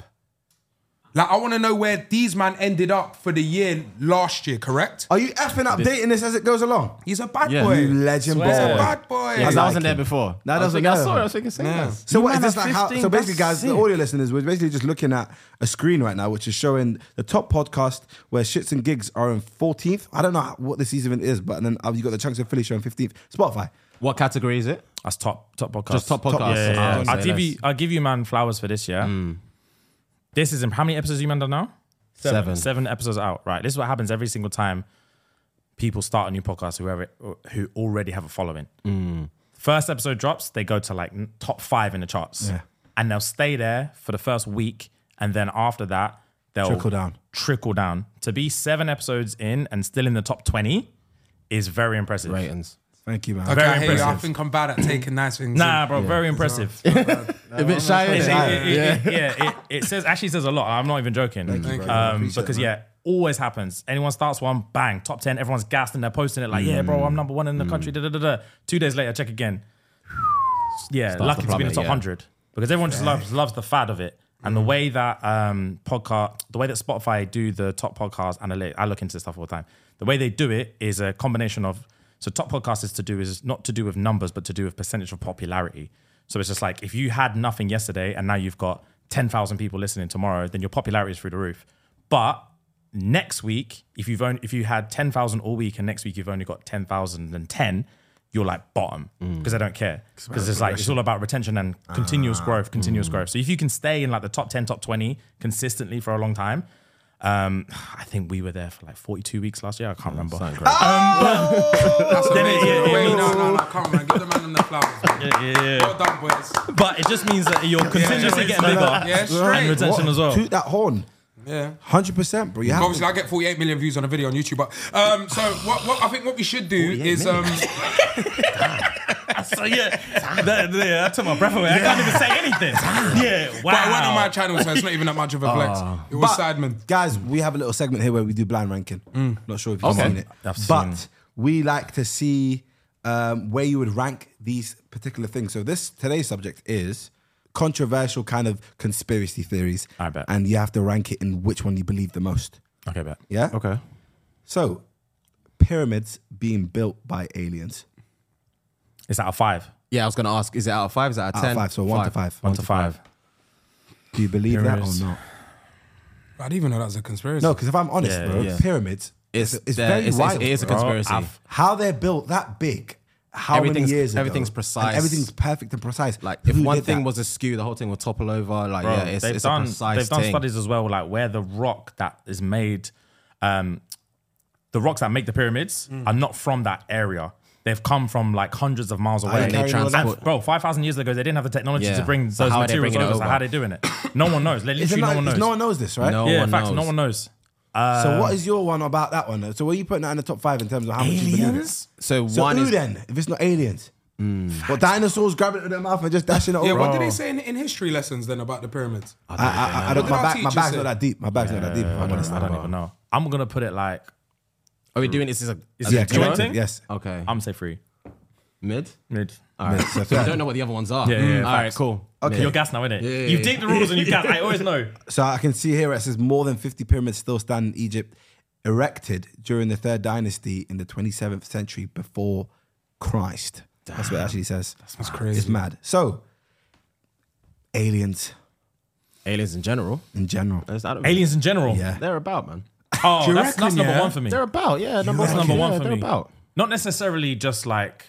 Like, I want to know where these man ended up for the year last year, correct? Are you effing updating this as it goes along? He's a bad Yeah. You boy. legend, boy. Swear. Bad boy. Because I like wasn't there him. before. No, I that's was what like, I I saw it. heard. I was thinking, say yes. So what is man this are like? How, 15, so basically, that's guys, the sick. audio listeners, we're basically just looking at a screen right now, which is showing the top podcast where shits and gigs are in 14th. I don't know how- what this season is, but then uh, you got the chunks of Philly showing 15th. Spotify. What category is it? That's top top podcast. Just top podcast. Yeah, yeah, Oh, yeah. so I'll give nice. you I'll give you man flowers for this, yeah. Hmm. This is how many episodes you man done now? Seven. Seven episodes out. Right. This is what happens every single time people start a new podcast, whoever who already have a following. Hmm. First episode drops, they go to like n- top five in the charts. Yeah. And they'll stay there for the first week. And then after that, they'll Trickle down. Trickle down. To be seven episodes in and still in the top 20 is very impressive. Ratings. Thank you, man. Okay, Very I hear you. I impressive. think I'm bad at taking nice things. Nah, bro, very impressive. a bit shy. It- innit? it- it- it- yeah, it, it says actually says a lot. I'm not even joking. you, bro. Um, Appreciate because that. yeah, always happens. Anyone starts one, bang, top ten. Everyone's gassed and they're posting it like, yeah, bro, Mm. I'm number one in the country. Da, da, da, da. Two days later, check again. Yeah, Starts lucky to to be in plummet, the top yeah. hundred because everyone just loves loves the fad of it. And the way that um, podcast, the way that Spotify do the top podcast analytics, I look into this stuff all the time. The way they do it is a combination of so top podcast is to do is not to do with numbers, but to do with percentage of popularity. So it's just like if you had nothing yesterday and now you've got ten thousand people listening tomorrow, then your popularity is through the roof. But next week, if you've only if you had ten thousand all week and next week you've only got ten thousand and ten, you're like bottom because I don't care because Mm. it's Ah. like it's all about retention and continuous growth, continuous growth. So if you can stay in like the top ten, top twenty consistently for a long time, um, I think we were there for like forty two weeks last year. I can't remember. Sound great. That's Then it- amazing. yeah, it Wait, means- no, no, no, come on, man. Give the man on the flowers. man. Well done, boys. But it just means that your contingency yeah, getting bigger Yeah, and straight. retention What? as well. Toot that horn. Yeah. Hundred percent, bro. You have Obviously, to. I get 48 million views on a video on YouTube, but um, so what, what? I think what we should do is um, So yeah, that, yeah, I took my breath away. I can't even say anything. Yeah, wow. but I went on my channel, so it's not even that much of a flex. it was But, Sidemen. Guys, we have a little segment here where we do blind ranking. Mm. Not sure if you've Okay. seen it. I've seen but it. we like to see um, where you would rank these particular things. So this today's subject is controversial kind of conspiracy theories. I bet. And you have to rank it in which one you believe the most. okay, bet. Yeah? Okay. So pyramids being built by aliens. Is that a five? Yeah, I was gonna ask, is it out of five? Is it out of Out ten? of five, so one to five. One to five. Do you believe Pyramids. that or not? I didn't even know that was a conspiracy. No, because if I'm honest, Yeah, bro, yeah. pyramids It's, it's, it's, it's very it's, wild. it is a bro. conspiracy. I've- how they're built that big, how many Everything's- years ago, everything's precise. and everything's perfect and precise. like if Who one did thing that? was askew, the whole thing will topple over. Like bro. yeah, it's, they've it's done a precise they've done thing. studies as well, like where the rock that is made, um, the rocks that make the pyramids are not from that area. They've come from like hundreds of miles away. and they carrying all that- transport. bro, five thousand years ago, they didn't have the technology Yeah. to bring So those how are they materials bringing it over. So over? how are they doing it? No one knows. Like, Is it Literally, not- no one is knows. no one knows this, right? No yeah, one in fact, no knows. one knows. So what is your one about that one? though? So where you putting that in the top five in terms of how much you believe it? So, So one who is Hmm. then? If it's not aliens, Well, dinosaurs grabbing it with their mouth and just dashing it Yeah, over? what did they say in, in history lessons then about the pyramids? I, I, I, I don't. What My did our bag, my teacher bag's say? not that deep. My bag's not that deep. if I'm honest. I don't even know. I'm gonna put it like are we doing this as a as Yeah, a duo? connected, yes. Okay. I'm gonna say three mid. mid. All right. so So I third. don't know what the other ones are. Yeah, yeah, All right. facts. Cool. Okay. You're gas now, innit? yeah, you yeah. dig the rules and you gas. I always know. So I can see here it says more than 50 pyramids still stand in Egypt, erected during the Third Dynasty in the 27th century before Christ. That's what it actually says. That's It's crazy. mad. So, aliens Aliens in general. in general. There's- I don't- Aliens in general. Yeah. They're about man. Oh, you that's, reckon, that's number yeah? one for me. They're about. Yeah. Number That's one. number yeah, one for they're me. About. Not necessarily just like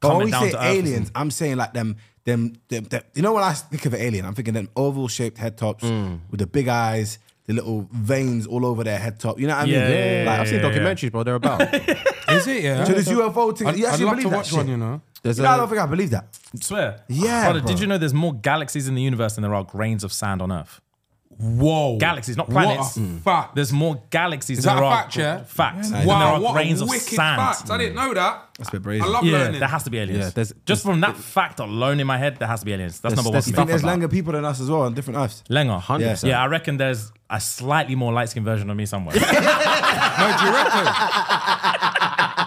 But when coming we down say to earth or aliens, I'm saying like them, them, them, them- You know when I think of an alien, I'm thinking them oval shaped head tops Mm. with the big eyes, the little veins all over their head top. You know what I mean? Yeah, yeah, Like, I've seen yeah, yeah. documentaries, bro. They're about. Is it? Yeah. So this UFO thing, I'd, you I'd actually love believe to that watch shit? one, you know. There's You know, I don't a, think I believe that. Swear. Yeah, Brother, bro. did you know there's more galaxies in the universe than there are grains of sand on Earth? Whoa. Galaxies, not What a planets. fact. There's more galaxies Is than that there a are fact, yeah? facts than Wow, there are what grains a of wicked sand. fact. I didn't know that. That's a bit brazy. I love Yeah, learning. there has to be aliens. Yeah, there's- just from that fact alone in my head, there has to be aliens. That's number one. there's for me. You think there's about- longer people than us as well on different earths? Lenger. 100%. Yeah, I reckon there's a slightly more light skinned version of me somewhere. No, do you reckon?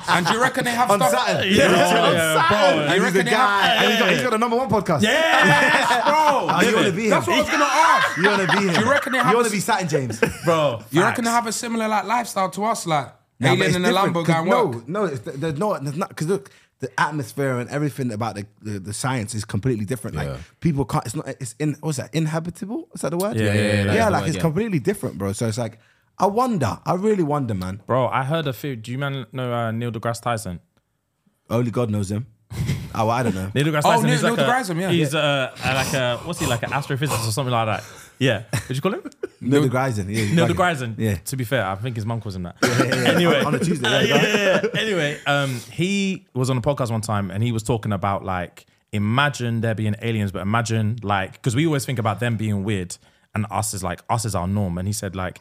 and do you reckon they have On stuff? Saturn. Yeah, yeah, Bro, And you he's the reckon they have? guy. and he's got, he's got a number one podcast. Yes, bro. Oh, Live you want to it. be him? That's what I was gonna ask. you want to be him? Do you reckon they have You want a- to be Saturn James? bro. You facts. reckon they have a similar like lifestyle to us, like Nah, but alien it's in the different, 'cause Lambo guy? No, no, it's, there's no, there's not. Because look, the atmosphere and everything about the, the, the science is completely different. Yeah. Like people can't. It's not. It's in. What's that? Inhabitable? Is that the word? Yeah, yeah, yeah, that is yeah the like word, it's yeah. completely different, bro. So it's like, I wonder. I really wonder, man. Bro, I heard a few. Do you man know uh, Neil deGrasse Tyson? Only God knows him. oh, I don't know. Neil deGrasse Oh, Tyson. Neil- is like Neil a- deGrasse, yeah. He's uh, a, like a what's he like an astrophysicist or something like that. Yeah. What'd you call him? Neil deGrasse. Yeah, you Neil like it. deGrasse. Yeah. To be fair, I think his mum calls him that. yeah. Anyway, On- on a Tuesday, yeah. Uh, yeah, yeah, yeah. Anyway, um, he was on a podcast one time and he was talking about like imagine there being aliens, but imagine like because we always think about them being weird and us is like us is our norm, and he said like.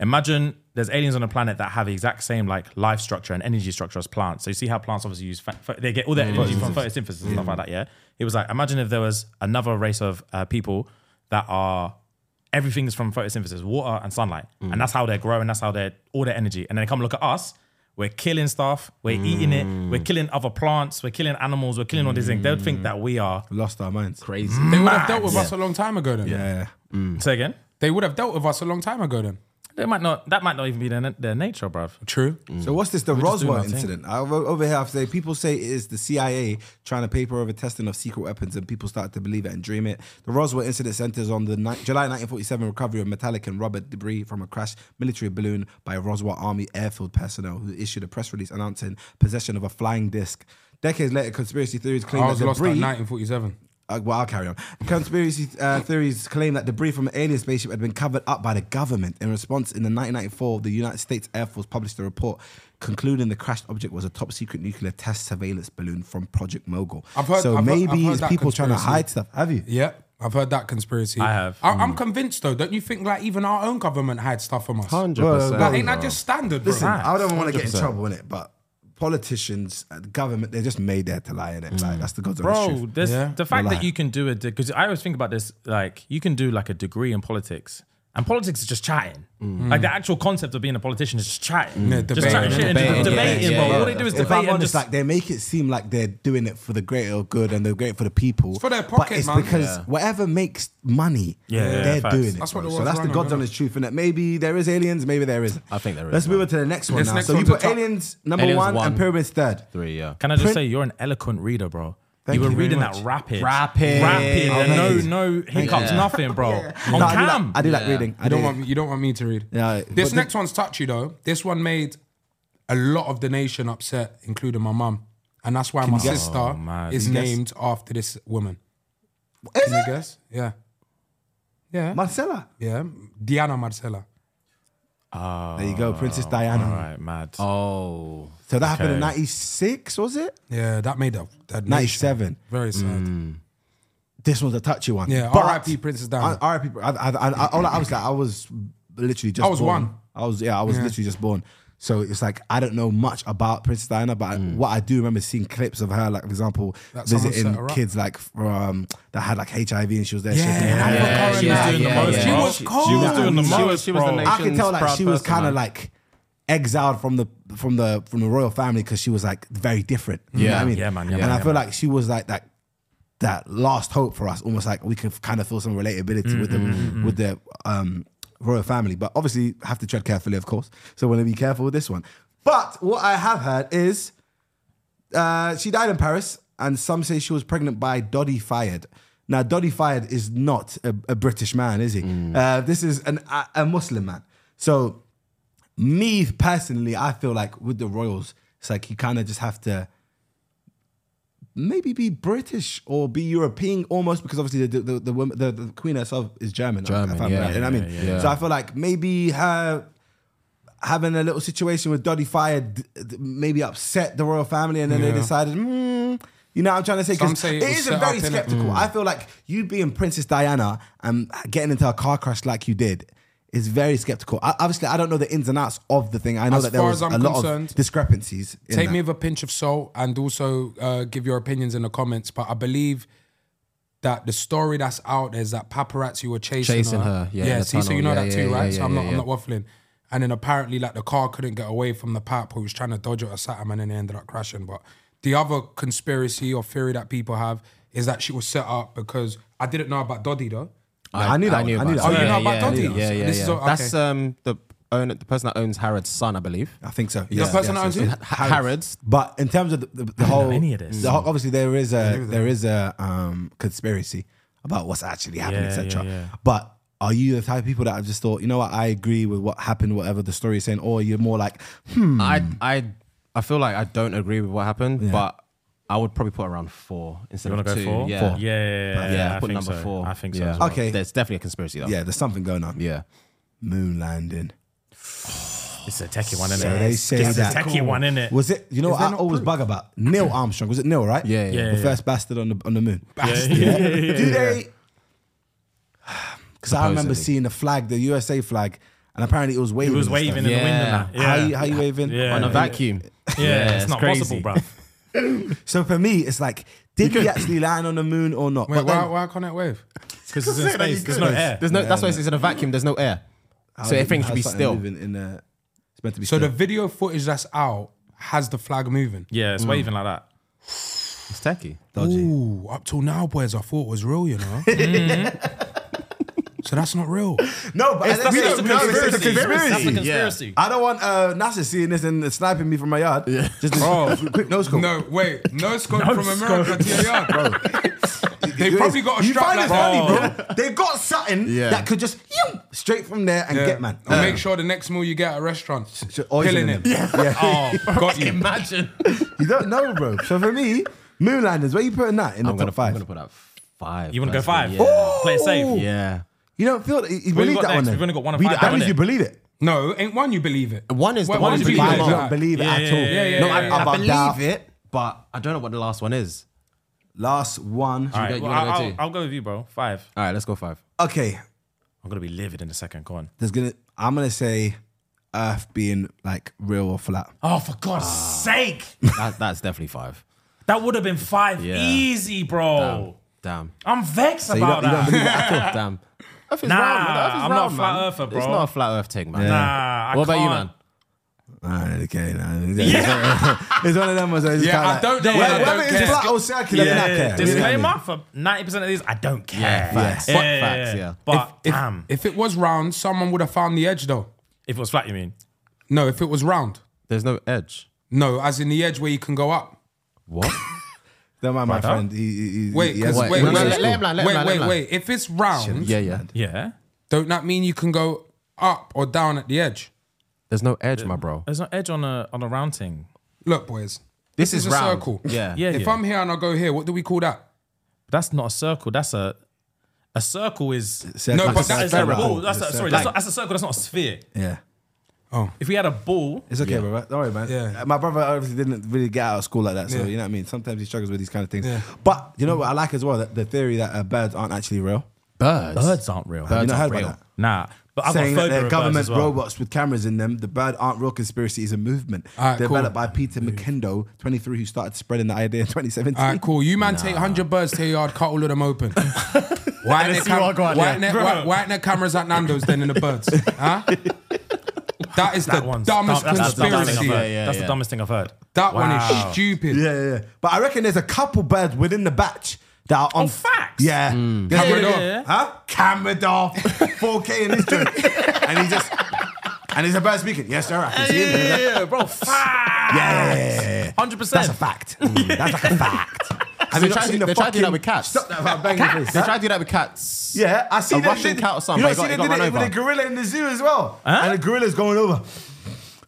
Imagine there's aliens on a planet that have the exact same like life structure and energy structure as plants. So you see how plants obviously use fa- fa- they get all their energy from photosynthesis and stuff like that. Yeah, it was like imagine if there was another race of uh, people that are everything is from photosynthesis, water and sunlight, and that's how they're growing. That's how they're all their energy. And then they come look at us. We're killing stuff. We're eating it. We're killing other plants. We're killing animals. We're killing all these things. They would think that we are. Lost our minds. Mm. Crazy. They would have dealt with us a long time ago then. Yeah. Say again. They would have dealt with us a long time ago then. They might not. That might not even be their, their nature, bruv. True. So what's this? The just doing Roswell our thing. incident. I, wrote over here, I say people say it is the CIA trying to paper over testing of secret weapons, and people start to believe it and dream it. The Roswell incident centers on the ni- July 1947 recovery of metallic and rubber debris from a crashed military balloon by Roswell Army airfield personnel, who issued a press release announcing possession of a flying disc. Decades later, conspiracy theories claim I that was lost at debris. 1947. Uh, well, I'll carry on. Conspiracy uh, theories claim that debris from an alien spaceship had been covered up by the government. In response, in the 1994, the United States Air Force published a report concluding the crashed object was a top secret nuclear test surveillance balloon from Project Mogul. I've heard- so I've heard- maybe I've heard it's that people trying to conspiracy. hide stuff. Have you? Yeah, I've heard that conspiracy. I have. I, I'm convinced though. Don't you think like even our own government had stuff from us? Hundred Like, ain't percent. that just standard, bro? Listen, I don't want to get in trouble in it, but politicians, uh, the government, they're just made there to lie in it. Mm. Like, that's the God's honest Bro, truth. this, Yeah. the fact You're that lying. you can do it because I always think about this. Like you can do like a degree in politics, and politics is just chatting. Like the actual concept of being a politician is just chatting, Yeah, just debating. chatting shit and Debating, just yeah, debating. yeah, bro. yeah, All they do is If debate I'm and honest, just like they make it seem like they're doing it for the greater good and they're great for the people. for their but pocket, it's man. because Yeah. whatever makes money, Yeah, yeah, they're facts. doing it. That's what bro. the so world's that's the run God's on, honest truth, and that maybe there is aliens, maybe there isn't. I think there is, Let's move man. on to the next one Yes, now. next so one you to put top. aliens number Aliens one, one. and pyramids third. Three, yeah. Can I just Print- say you're an eloquent reader, bro? Thank you were you very reading much. that rapid, Rapid. rapid, Oh, and thank you. no, no hiccups, you. nothing, bro. On No, I do cam, like, I do like Yeah. reading. I You don't do. want me- you don't want me to read. Yeah, I- this but next one's touchy though. This one made a lot of the nation upset, including my mum, and that's why my you guess? sister Oh, man. is Can you guess? named after this woman. Is Can you it? guess? Yeah, yeah, Marcella. yeah. Diana Marcella. there you go, Princess Diana. Oh, all right, mad. Oh, So that happened in Okay. '96, was it? Yeah, that made up. That nation. 97. Very sad. Mm. This one's a touchy one. Yeah, But- R.I.P. Princess Diana. I- R.I.P. I, I, I, I, all I was like, I was literally just. I was born. one. I was yeah, I was Yeah. literally just born. So it's like I don't know much about Princess Diana, but I- what I do remember is seeing clips of her, like for example, That someone set visiting her up. kids like from that had like HIV and she was there. Yeah, shaking yeah, hands. yeah, she was yeah, doing the yeah, most. bro. yeah. She was She cold. was doing the She was- most. she was the bro. nation- I could tell like proud she was person, kind of man. like exiled from the from the from the royal family because she was like very different. You know Yeah. what I mean, Yeah, man, yeah, and man, I yeah, feel man. like she was like that that last hope for us, almost like we could kind of feel some relatability with Mm-hmm, the with the um, royal family. But obviously, have to tread carefully, of course. So want to be careful with this one. But what I have heard is uh, she died in Paris, and some say she was pregnant by Doddy Fayed. Now, Doddy Fayed is not a, a British man, is he? Mm. Uh, this is an, a, a Muslim man. So, me personally, I feel like with the royals, it's like you kind of just have to maybe be British or be European almost because obviously the the, the, woman, the, the queen herself is German. German, if I'm yeah, right, you know what I mean, yeah, yeah. so I feel like maybe her having a little situation with Doddy Fire d- d- maybe upset the royal family, and then they Yeah. decided, mm, you know, what I'm trying to say Some because say it Mm. it was is a set very up, innit? skeptical. I feel like you being Princess Diana and getting into a car crash like you did. Is very skeptical. I, obviously, I don't know the ins and outs of the thing. I know As that there far was as I'm a lot concerned, of discrepancies. In Take that. me with a pinch of salt and also uh, give your opinions in the comments. But I believe that the story that's out there is that paparazzi were chasing, Chasing her, yeah, in the see, so tunnel. you Yeah, know that yeah, too, yeah, right? yeah, so yeah, I'm not, yeah. I'm not waffling. And then apparently, like the car couldn't get away from the pap who was trying to dodge it or sat him, and then they ended up crashing. But the other conspiracy or theory that people have is that she was set up because I didn't know about Doddy though. I knew that one. I about knew that it. one. Oh, you know Yeah, about yeah, Doddy? Yeah, yeah, This yeah. is all- That's okay. um the owner, the person that owns Harrod's son, I believe. I think so. The person that owns it? Harrod's. But in terms of the, the, the know whole, any of this. the whole- obviously there is a there is a um, conspiracy about what's actually happened, Yeah, etc. yeah, yeah. But are you the type of people that have just thought, you know what, I agree with what happened, whatever the story is saying, or you're more like, I Mm. I I feel like I don't agree with what happened, but I would probably put around four instead You want of to two. go four? Yeah. Yeah, yeah, yeah. Yeah, yeah, I I put think number so. four. I think so. Yeah. as well. Okay. There's definitely a conspiracy though. yeah, there's something going on. Yeah. Moon landing. It's a techie one, So isn't they it? say it's that. a techie one, isn't it? Was it? You know, what I always bug about Neil Armstrong. Was it Neil? Right? Yeah, yeah, Yeah, the yeah. first bastard on the on the moon. yeah, yeah, yeah, Do they? Because I Supposedly. remember seeing the flag, the USA flag, and apparently it was waving. He was and stuff. waving in the wind and that. How Yeah. you, how you waving? Yeah. on a Yeah. vacuum. yeah, it's, not crazy. possible, bruv. So for me, it's like, did we actually land on the moon or not? Wait, But then- why, why can't it wave? Because it's in space. There's no air. There's no. That's why it's, it's in a vacuum. There's no air, so everything should be Something still. moving in the- it's meant to be So still. the video footage that's out has the flag moving. Yeah, it's waving like that. It's tacky. Ooh, up till now, boys, I thought it was real, you know. Mm-hmm. so that's not real. no, but It's- we that's don't a know. It's a conspiracy. conspiracy. That's a conspiracy. I don't want uh, NASA seeing this and sniping me from my yard. Just this Oh. quick nose call. No, wait, no scope No from America to your yard, bro. They probably got a you strap find like it funny, that. bro. They've got something Yeah. that could just yum, straight from there and Yeah. get man. Uh, And make sure the next meal you get at a restaurant, So always killing in him. them. Yeah. Got you. Imagine. you don't know, bro. So for me, Moonlanders, where you putting that in the I'm top gonna. five? I'm gonna put out five. You want to go five? personally. Play it Ooh. safe. Yeah. yeah. You don't feel that you you What have believe you got that next? one. then? We've only got one and We- five, That haven't means you it? believe it. No, ain't one you believe it. One is the Wait, one one you you believe I believe in. it. don't believe it Yeah, at yeah, all. yeah, yeah, no, yeah, I, yeah. I, I about that. believe it, but I don't know what the last one is. Last one. All right, you well, wanna go I'll, two? I'll go with you, bro. Five. All right, let's go five. Okay, I'm gonna be livid in the second. Go on. there's gonna. I'm gonna say Earth being like real or flat. Oh, for God's sake! That, that's definitely five. That would have been five Yeah. easy, bro. Damn. I'm vexed you about don't- you that. don't believe it? Damn. Earth is Nah, round, man. Earth is I'm not round, a flat man. earther, bro. It's not a flat Earth thing, man. Nah, I What about you, can't. man? Ah, okay, nah. it's one of them ones. that is Yeah, kinda I like- don't know. Whether- I don't Whether it's care. flat or circular, yeah, Yeah, yeah, yeah. Disclaimer for ninety percent of these, I don't care. Yeah, facts. Yeah, Fuck yeah, facts, yeah. yeah. But If, damn, if, if it was round, someone would have found the edge, though. it was flat, you mean? No, if it was round, There's no edge. no, as in the edge where you can go up. What? Don't mind my friend. He, he, he, Wait, he 'cause- has- Wait, wait, wait, no, wait, let- let him land, let him wait, land, let him wait, land. wait. If it's round, yeah, yeah. Yeah. don't that mean you can go up or down at the edge? There's no edge, my bro. There's no edge on a on a round thing. Look, boys, This, is is, round. a circle. Yeah. Yeah, If yeah. I'm here and I go here, what do we call that? That's not a circle. That's a a circle is Circular, No, but that's circular. that is a spherical. ball. That's a, sorry. That's, not, that's a circle. That's not a sphere. Yeah. If we had a ball, It's okay, brother. Don't worry, man. Yeah. Uh, My brother obviously didn't really get out of school like that, so you know what I mean. Sometimes he struggles with these kind of things. But you know what I like as well? That the theory that uh, birds aren't actually real. Birds. birds aren't real. you know, aren't heard about real. that? Nah, but I've Saying got that phobia they're of birds government as well. robots with cameras in them. The bird aren't real conspiracy is a movement Alright, cool. developed by Peter McKendo, 23, who started spreading the idea in 2017. All right, cool. You man take 100 birds to your yard, cut all of them open. Why ain't Let's see there what I got, why yeah. ain't there- Bro. why- why ain't there cameras at Nando's then in the birds? Huh? That is That the one's dumbest dumb- that's the dumbest conspiracy. thing I've heard. Yeah, yeah, That's the yeah. dumbest thing I've heard. that one Wow. is stupid. Yeah, yeah, yeah. But I reckon there's a couple birds within the batch that are on Oh, facts. Yeah, There's- Hmm. Cameron yeah, yeah, off. yeah. huh? Cameron off, 4K in this joint, and he just and he's a bird speaking. Yes, sir, I can see him. Yeah, yeah, yeah, bro. Facts. Yeah, yeah, yeah, yeah. Hundred that's a percent. fact. Mm, that's like a fact. Have They you not try to- seen the they try to do fucking- that with cats. Stop that about banging your face. They tried to do that with cats. Yeah, I see a they Russian did- cat or something. You He know, got- I see he they got did run it with over. a gorilla in the zoo as well, and the gorilla's going over.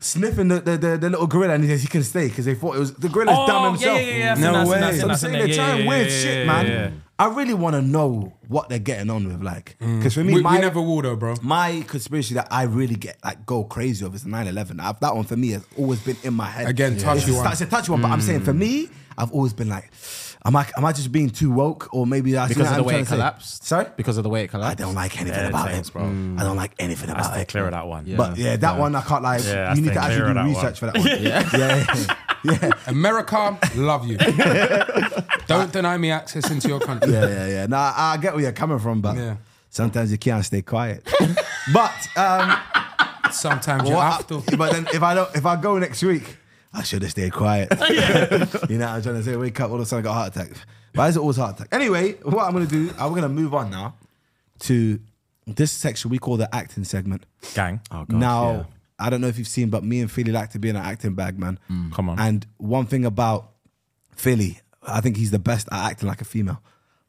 Sniffing the, the, the, the little gorilla and he says he can stay because they thought it was the gorilla's Oh, yeah, done himself. yeah, yeah, I've seen no that, I've seen way. that, I've seen So that, I'm I've seen saying that. they're Yeah, trying yeah, weird yeah, shit, yeah, man. yeah. I really want to know what they're getting on with, like, Mm. because for me, We, my we never will though, bro. my conspiracy that I really get like go crazy of is 9/11. I've, that one for me has always been in my head. Again, touchy It's a- one. Hmm. It's a touchy one, but I'm saying for me, I've always been like, am I am I just being too woke or maybe that's Because you of know the what way I'm it trying to say? collapsed. Sorry, Because of the way it I collapsed. don't like anything Yeah, about thanks, it, bro. I don't like anything about Stay it. clear of that one. But yeah, that one I can't like. Yeah, you stay need to clear actually of do that research one. for that one. Yeah, yeah, yeah, America, love you. Don't deny me access into your country. yeah, yeah, yeah. Now I get where you're coming from, but Yeah. sometimes you can't stay quiet. but um, Sometimes you Well, have to. I- but then if I don't, if I go next week, I should have stayed quiet. you know, what I'm trying to say, wake up, all of a sudden I got a heart attack. Why is it always heart attack? Anyway, what I'm gonna do, I'm gonna move on now to this section we call the acting segment. Gang. Gosh, now, yeah. I don't know if you've seen, but me and Philly like to be in an acting bag, man. Come on. And one thing about Philly, I think he's the best at acting like a female.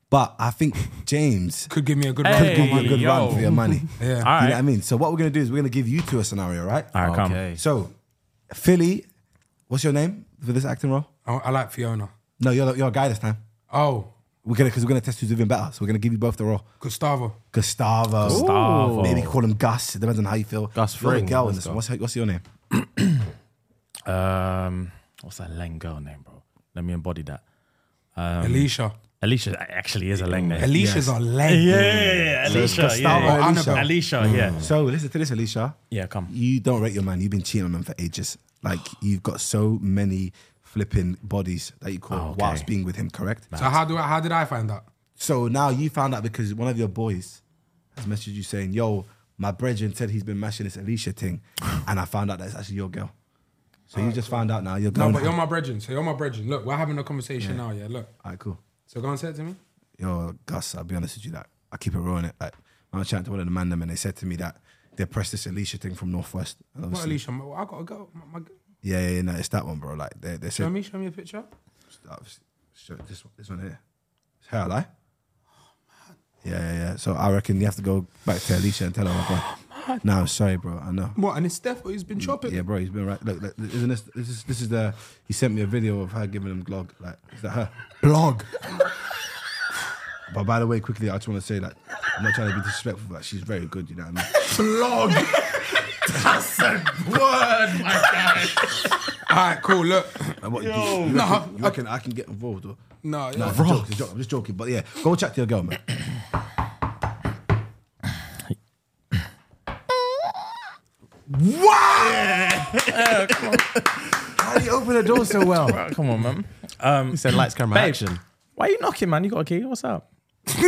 But I think James Could give me a good Hey. could give you a good yo. run for your money. Yeah. You know All right. what I mean? So what we're gonna do is we're gonna give you two a scenario, right? All right, come. Okay. So, Philly, what's your name for this acting role? I, I like Fiona. No, you're you're a guy this time. Oh, We're gonna because we're gonna test who's even better. So we're gonna give you both the role. Gustavo. Gustavo. Gustavo. Maybe call him Gus. It depends on how you feel. Gus You're the Fring. girl in Let's this go. one. What's, her- what's your name? Um, what's that Len girl name, bro? Let me embody that. Alicia. Alicia actually is a Leng name. Alicia's are late. Yeah, yeah, yeah, So it's Alicia. yeah, Gustavo yeah. Alicia. Alicia, yeah. So listen to this, Alicia. Yeah, come. You don't rate your man. You've been cheating on him for ages. Like you've got so many flipping bodies that you Oh, call okay. whilst being with him. Correct. So how do I, how did I find out? So now you found out because one of your boys has messaged you saying, "Yo, my brethren said he's been mashing this Alicia thing, and I found out that it's actually your girl." So you just found out now. You're No, going. but you're my brethren. So you're my brethren. Look, we're having a conversation now. Yeah, look. All right, cool. So go and say it to me. yo, Gus, I'll be honest with you, like I keep it real in it. Like I was chatting to one of the man them and they said to me that they pressed this Alicia thing from Northwest. And What obviously, Alicia? My- I got a girl. My, my, Yeah, yeah, yeah, no, it's that one, bro. Like they, they show said Oh, me, show me a picture. obviously, show this one, this one here. It's her, like. Oh, Yeah, yeah, yeah. So I reckon you have to go back to Alicia and tell her. Oh, no, I'm sorry, bro. I know. What? And it's Steph who's been chopping. Yeah, bro. He's been right. Look, look isn't this? This is this is the. He sent me a video of her giving him glog. Like, is that her? Blog. Oh but by the way, quickly, I just want to say that I'm not trying to be disrespectful, but she's very good. You know what I mean? Blog. That's a word, my guy. All right, cool. Look, Like, what, you, you No, reckon, you reckon I can get involved? Or? no, No, yeah. I'm joking, I'm joking, I'm just joking. But yeah, go chat to your girl, man. How do you open the door so well? Come on, man. Um, He said lights, camera, babe, action. Why are you knocking, man? You got a key? What's up? That's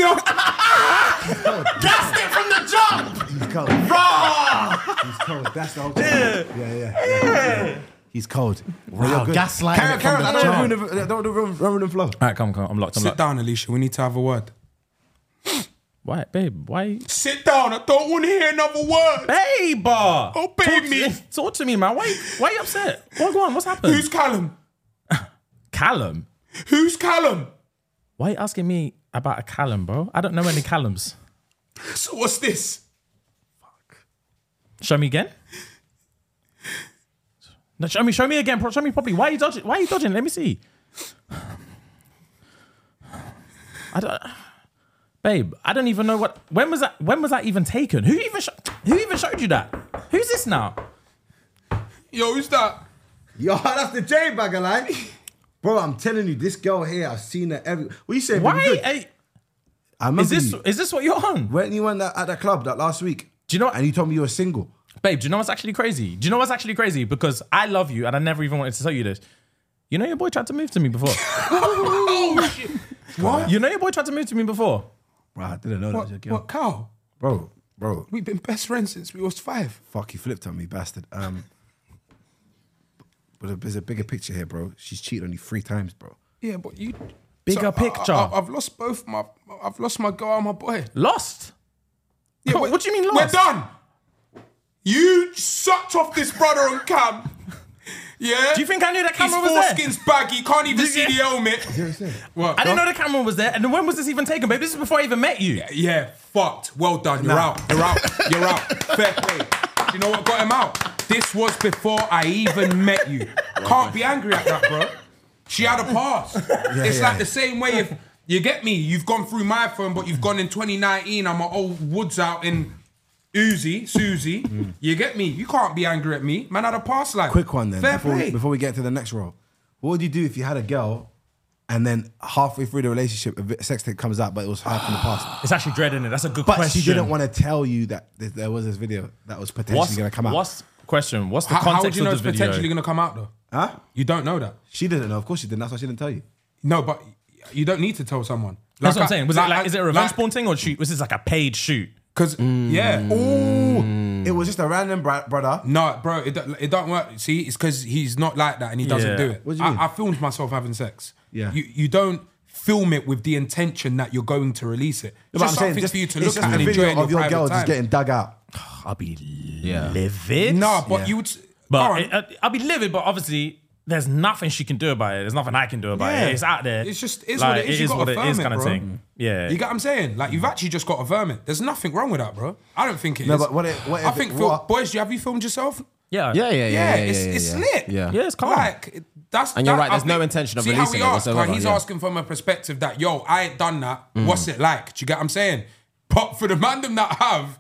it from the jump. He's cold. Raw! He's cold. That's the whole thing. Yeah, yeah, yeah. He's cold. Wow, Wow, gaslighting Karen, it Karen, from the I don't jump. ruin the, don't ruin, ruin the flow. All right, come, come. I'm locked. I'm Sit locked. down, Alicia. We need to have a word. Why, babe? Why? Sit down. I don't want to hear another word. Babe! Oh, Obey talk me. To, talk to me, man. Why, why are you upset? What, go on, what's happened? Who's Callum? Callum? Who's Callum? Why are you asking me about a Callum, bro? I don't know any Callums. So what's this? Show me again. No, show me, show me again. bro. Show me properly. Why are you dodging? Why are you dodging? Let me see. I don't, babe. I don't even know what. When was that? When was that even taken? Who even? Sho- who even showed you that? Who's this now? Yo, who's that? Yo, that's the J bagger, like. Bro, I'm telling you, this girl here, I've seen her every. What you saying? Why? baby good? Hey, I remember is this you. is this what you're on, Weren't you on that, at that club that last week? Do you know- And you told me you were single. babe? Do you know what's actually crazy? Do you know what's actually crazy? Because I love you, and I never even wanted to tell you this. You know your boy tried to move to me before. Oh shit! What? you know your boy tried to move to me before. Bro, I didn't know What, that was your girl. what cow? Bro, bro, We've been best friends since we was five. fuck, you flipped on me, bastard. Um, but there's a bigger picture here, bro. She's cheated on you three times, bro. Yeah, but you Bigger I- picture. I, have lost both my. I've lost my girl and my boy. Lost. Yeah, What- we're- what do you mean We're lost? done. You sucked off this brother on cam. Yeah. Do you think I knew that His camera was there? foreskin's baggy. Can't even Did see you- the helmet. What? I didn't know the camera was there. And then when was this even taken, babe? This is before I even met you. Yeah, fucked. Well done. You're Nah. out. You're out. You're out. Fair play. Do you know what got him out? This was before I even met you. Can't be angry at that, bro. She had a pass. it's yeah, like yeah. the same way if you get me, you've gone through my phone, but you've gone in 2019. I'm an old woods out in Uzi, Susie. You get me? You can't be angry at me. Man had a pass like Mm. Quick one then, Fair before, play. We, before we get to the next role. What would you do if you had a girl and then halfway through the relationship, a vi- sex tape comes out, but it was her from the past? It's actually dreading it. That's a good But question. she didn't want to tell you that th- there was this video that was potentially What's going to come out. What's question? What's the how, how context would you know of it's the video? potentially going to come out though? Huh? You don't know that. She didn't know. Of course she didn't. That's why she didn't tell you. No, but you don't need to tell someone. That's Like what I'm I- saying. Was it like, I- is it a revenge like- porn thing or shoot? Was this like a paid shoot? Cause Mm. yeah, Ooh, it was just a random bra- brother. no, bro, it, don't- it don't work. See, it's because he's not like that and he doesn't Yeah. do it. What do you I, mean? I filmed myself having sex. Yeah. you you don't film it with the intention that you're going to release it. No, but It's just something for you to look it's just at a and video enjoy in your, of your, private girl time. just getting dug out. I'll be livid. no, but Yeah. you would. But but it, uh, I'll be livid. But obviously, there's nothing she can do about it. There's nothing I can do about Yeah. it. It's out there. It's just- it's what it is. You gotta affirm it, kinda bro. Mm. thing. Yeah. you get what I'm saying? Like you've actually just got to firm it. There's nothing wrong with that, bro. I don't think it is. No, but what it- what I if think it- Phil, what- boys, do you have you filmed yourself? yeah. Yeah, yeah, yeah, yeah. yeah, it's, yeah, it's yeah. lit. Yeah. Yeah, it's calm. Like it- that's And you're that- right, there's I no think- intention of see releasing it how he asked, whatsoever, He's yeah. asking from a perspective that yo, I ain't done that. What's it like? Do you get what I'm saying? But for the man them that have,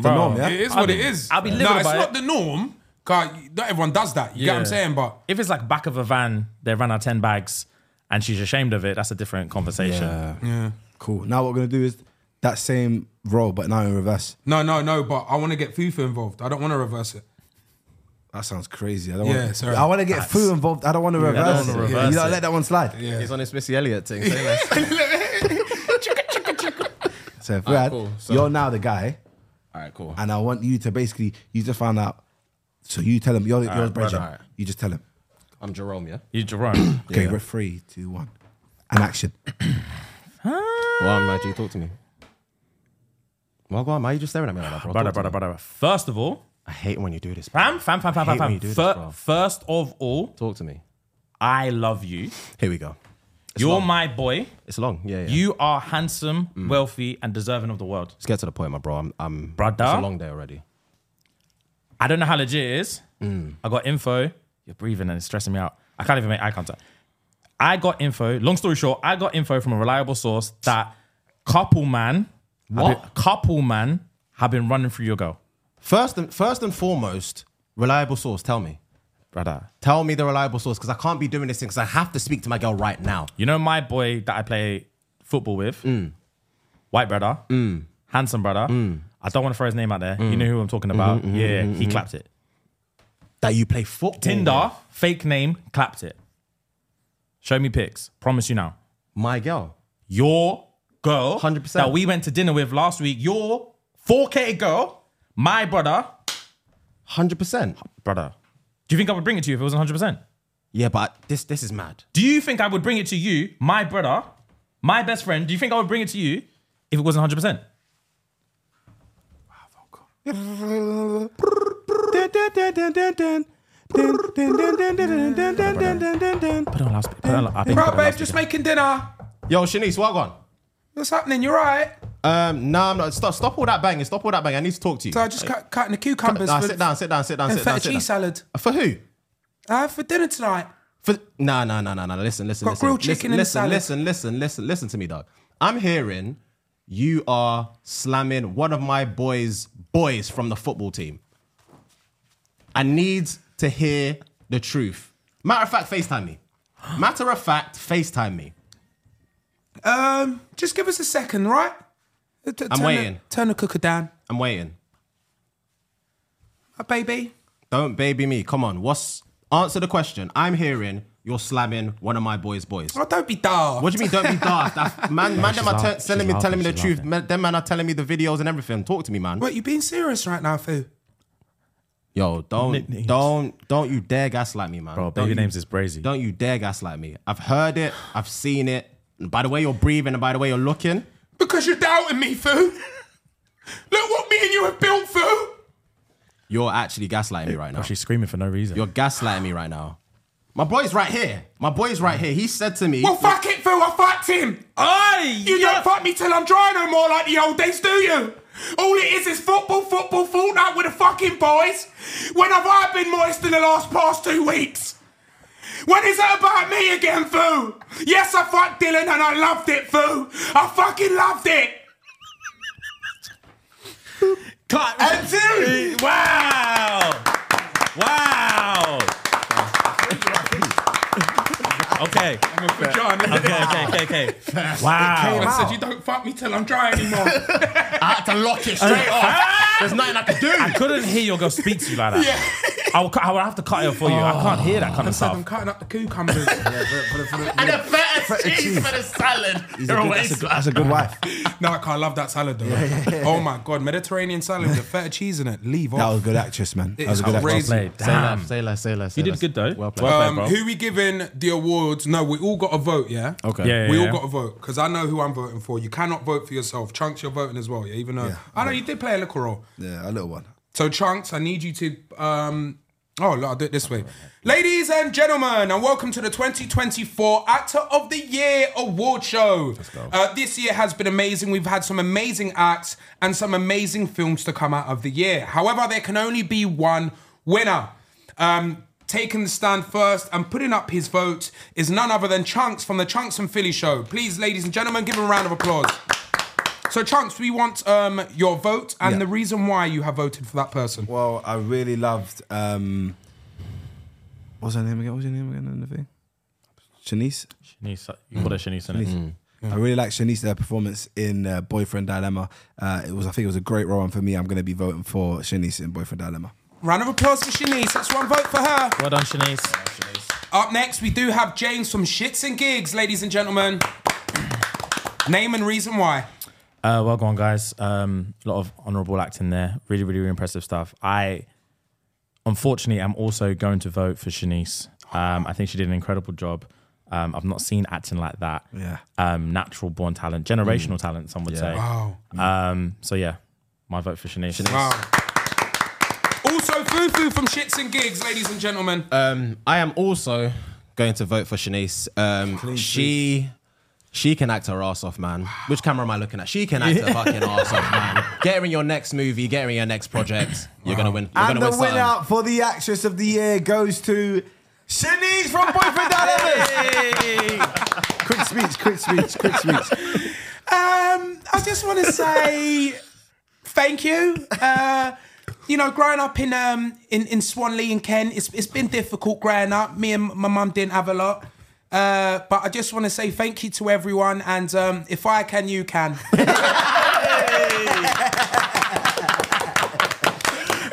The norm, yeah? it is I'll what be- it is. I'll be no, livid it's about not it. the norm. 'cause not everyone does that. You get what I'm Yeah. saying? But If it's like back of a van, they ran out ten bags, and she's ashamed of it, that's a different conversation. yeah. Cool. Now what we're gonna do is that same role, but now in reverse. No, no, no. But I want to get Fufa involved. I don't want to reverse it. That sounds crazy. I don't Yeah, want. sorry. I want to get food involved. I don't want to reverse. don't it. wanna reverse you don't it. let that one slide. Yeah. He's on his Missy Elliott thing. so anyway. So, Brad, cool. So- you're now the guy, All right, cool. and I want you to basically you just find out. So you tell him you're, you're his Brad, brother. all right. You just tell him. I'm Jerome, yeah? You Jerome. Okay, we're three, two, one, and action. Well, I'm like, G, talk to me. Well, go on, man. You're just staring at me like that, bro. brother, Talk to brother, me. brother. First of all, I hate when you do this. bro. fam, fam, fam, fam, I fam, hate when you fam. do this, Fir- bro. first of all, Talk to me. I love you. Here we go. You're my boy. It's long. Yeah, Mm. yeah. You are handsome, wealthy, and deserving of the world. Let's get to the point, my bro. I'm, I'm Brother? It's a long day already. I don't know how legit it is. I got info. You're breathing and it's stressing me out. I can't even make eye contact. I got info. Long story short, I got info from a reliable source that couple man, What? have been- couple man have been running through your girl, First and first and foremost, reliable source. Tell me. brother. Tell me the reliable source because I can't be doing this thing because I have to speak to my girl right now. You know my boy that I play football with, white brother, handsome brother. I don't want to throw his name out there. You know who I'm talking about. yeah, he clapped it. That you play football. Tinder, with. fake name, clapped it. Show me pics. Promise you now. My girl. your girl 100%. that we went to dinner with last week, your 4K girl, my brother, 100%. brother. Do you think I would bring it to you if it wasn't 100%? Yeah, but this this is mad. Do you think I would bring it to you, my brother, my best friend? Do you think I would bring it to you if it wasn't 100%? Put on loudspeaker. Put on, I think Bro, put on babe, loudspeaker. just making dinner. Yo, Shanice, welcome. What's happening? You're right. Um, nah, I'm not. Stop, stop all that banging. Stop all that banging. I need to talk to you. So I just cut, cutting the cucumbers. Nah, for- sit down, sit down, sit down, and sit down. feta Sit down. cheese salad. For who? I have uh, for dinner tonight. For nah, nah, nah, nah, nah. Listen, listen, Got listen. grilled listen, chicken in the listen, salad. listen, listen, listen, listen to me, dog. I'm hearing you are slamming one of my boys' boys from the football team. I need to hear the truth. Matter of fact, FaceTime me. Matter of fact, FaceTime me. Um, just give us a second, right? Uh, T- turn the- waiting. turn the cooker down, I'm waiting. Uh, baby. Don't baby me. Come on. What's answer the question? I'm hearing you're slamming one of my boys' boys. Oh, don't be daft. What do you mean? Don't be daft. That's- man, man, them are laugh- te- telling she's me, laughing, telling me the she's truth. laughing. Man, them man are telling me the videos and everything. Talk to me, man. What, you being serious right now, Foo? Yo, don't, Nicknames. don't, don't you dare gaslight me, man. Bro, don't baby you, names is brazy. Don't you dare gaslight me. I've heard it. I've seen it. And by the way you're breathing, and by the way you're looking, Because you're doubting me, Foo. Look what me and you have built, Foo. you're actually gaslighting me right now. She's screaming for no reason. You're gaslighting me right now. My boy's right here. My boy's right here. He said to me, Well, fuck it, Foo. I fucked him. Aye, You yeah. don't fuck me till I'm dry no more like the old days, do you? All it is is football, football, Fortnite with the fucking boys. When have I been moist in the last past two weeks? When is that about me again, Foo? Yes, I fucked Dylan and I loved it, Foo. I fucking loved it. Cut. And two. Wow! Wow! okay. Okay, okay, okay, okay. Wow. I said, you don't fuck me till I'm dry anymore. I had to lock it straight off. There's nothing I can do. I couldn't hear your girl speak to you like that. I, will, cu- I will have to cut it off for you. I can't hear that kind of I'm stuff. cutting up the cucumbers. And a feta cheese for the salad. He's a You're a good- waste, that's, a, good- man. that's a good wife. no, I can't love that salad though. Oh my god, Mediterranean salad with feta cheese in it. Leave That was off. a good actress, man. That It was is a good actress. outrageous. Say, Say damn. less, say less, say less. You say did less. good though. Well played. Well played, Um, bro. who we giving the awards? No, we all got a vote, yeah? Okay. Yeah, yeah, we all yeah. got a vote because I know who I'm voting for. You cannot vote for yourself. Chunks, you're voting as well, yeah? Even though I know you did play a little role. Yeah, a little one. So, Chunks, I need you to. Um, oh, look, I'll do it this way. Ladies and gentlemen, and welcome to the 2024 Actor of the Year Award Show. Uh, this year has been amazing. We've had some amazing acts and some amazing films to come out of the year. However, there can only be one winner. Um, taking the stand first and putting up his vote is none other than Chunks from the Chunks and Philly Show. Please, ladies and gentlemen, give him a round of applause. So, Chunks, we want um, your vote and Yeah. the reason why you have voted for that person. Well, I really loved. Um, what was her name again? What was your name again in the thing? Shanice. Shanice, you call her Shanice, innit? Mm. I really like Shanice their performance in uh, Boyfriend Dilemma. Uh, it was, I think, it was a great role, and for me, I'm going to be voting for Shanice in Boyfriend Dilemma. Round of applause for Shanice. That's one vote for her. Well done, Shanice. Up next, we do have James from Shits and Gigs, ladies and gentlemen. Name and reason why. Uh, well gone, guys. Um, a lot of honourable acting there. Really, really, really impressive stuff. I, unfortunately, am also going to vote for Shanice. Um, I think she did an incredible job. Um, I've not seen acting like that. Yeah. Um, natural born talent, generational talent, some would say. Wow. Um, so yeah, my vote for Shanice. Wow. Also, Fufu from Shits and Gigs, ladies and gentlemen. Um, I am also going to vote for Shanice. Um, she she can act her ass off, man. Which camera am I looking at? She can act her fucking ass off, man. Get her in your next movie. Get her in your next project. You're gonna win. You're And gonna the win winner something. for the actress of the year goes to Shanice from Boyfriend Dilemma. quick speech, quick speech, quick speech. Um, I just want to say thank you. Uh, you know, growing up in um in, in Swanley and Kent, it's it's been difficult growing up. Me and my mum didn't have a lot. Uh, but I just want to say thank you to everyone, and um, if I can, you can.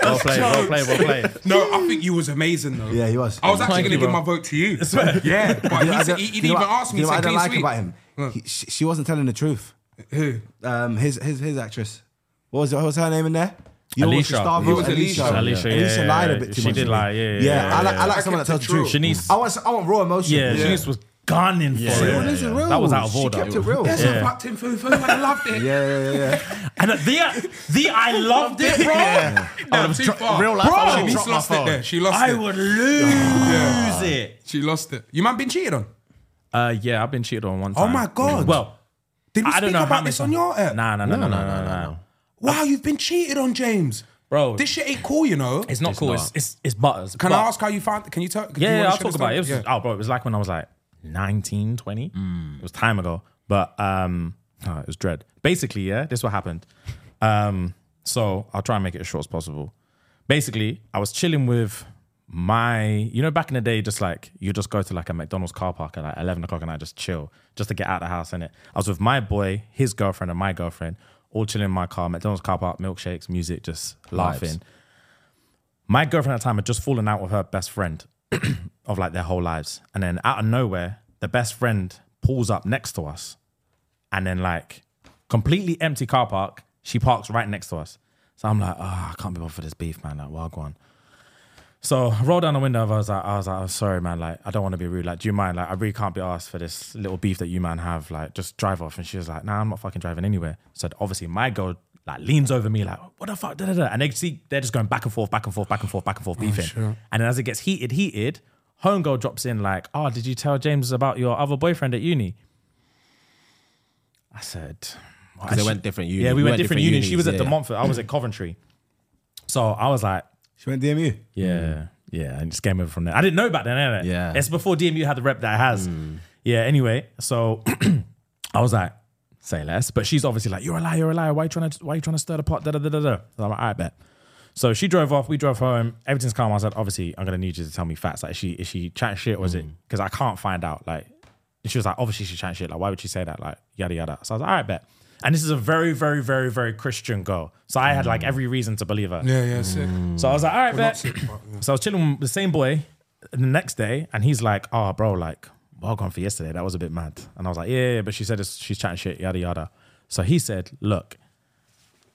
Well played, well played, well played. no, I think you was amazing though. Yeah, he was. I was actually Thank going to you, give bro. my vote to you. Yeah, but You know, he, I said, don't- he, he you didn't know even what- ask me. you He know what said, I don't "Clean like sweep." about him. He, she, she wasn't telling the truth. Who? Um, his his his actress. What was, what was her name in there? You Alicia. Gustavo, It was Alicia. Alicia, yeah, yeah, lied a yeah. bit too She much. did to me. lie, yeah, yeah, yeah, I like, yeah. I like someone that tells the truth. Shanice, I want I want raw emotion. yeah, Shanice was gunning for Yeah, it. this is real. That was out of She order. kept it real. Yes, I fucked him, Fufu. I loved it. Yeah, yeah, yeah, yeah. And the the I loved it, bro. No, too far. real life, I Bro, would've she dropped my lost it phone. there. She lost I it. would lose it. She lost it. You man been cheated on? Uh, yeah, I've been cheated on one time. Oh my God. Well, Did I we speak don't know how about many this on times- your app? Nah, nah, nah, nah, nah, nah, nah, Wow, you've been cheated on, James. bro. This shit ain't cool, you know. it's not cool. It's, it's it's butters. Can But- I ask how you found? Can you tell? do you Yeah, wanna yeah I'll share the talk about it. it was, story? Oh, bro, it was like when I was like 19, 20. Mm. It was time ago, but um, oh, it was dread. Basically, yeah, this is what happened. Um, so I'll try and make it as short as possible. Basically, I was chilling with my, you know, back in the day, just like you just go to like a McDonald's car park at like 11 o'clock and I just chill just to get out of the house. And it, I was with my boy, his girlfriend, and my girlfriend, all chilling in my car, McDonald's car park, milkshakes, music, just laughing my girlfriend at the time had just fallen out with her best friend of like their whole lives. And then out of nowhere, the best friend pulls up next to us and then like completely empty car park. She parks right next to us. So I'm like, oh, I can't be bothered for this beef, man. Like, well, go on. So I rolled down the window. and I was like, I was like, I'm sorry, man. Like, I don't want to be rude. Like, do you mind? Like, I really can't be asked for this little beef that you man have. Like, just drive off. And she was like, Nah, I'm not fucking driving anywhere. So obviously, my girl like leans over me, like, what the fuck? Da, da, da. And they see they're just going back and forth, back and forth, back and forth, back and forth, beefing. And then as it gets heated, heated, homegirl drops in like, Oh, did you tell James about your other boyfriend at uni? I said, they went different uni. Yeah, we, We went, went different, different uni. unis, She was at yeah, the yeah. Montfort. I was at Coventry. So I was like, She went DMU. yeah, yeah, and just came over from there. I didn't know about that, innit? Yeah. it's before DMU had the rep that it has. Yeah. Anyway, so I was like, say less, but she's obviously like, you're a liar, you're a liar. Why you trying to, why you trying to stir the pot? Da da da da da. So I'm like, all right, bet. So she drove off. We drove home. Everything's calm. I said, obviously, I'm gonna need you to tell me facts. Like, is she is she chatting shit or is it? Because I can't find out. Like, and she was like, obviously she's chatting shit. Like, why would she say that? Like, yada yada. So I was like, all right, bet. And this is a very, very, very, very Christian girl. So I had like every reason to believe her. Yeah, yeah, sick. So I was like, all right, bet. So I was chilling with the same boy the next day, and he's like, oh, bro, like, well gone for yesterday. That was a bit mad. And I was like, yeah, yeah, yeah, but she said it's, she's chatting shit, yada, yada. So he said, look,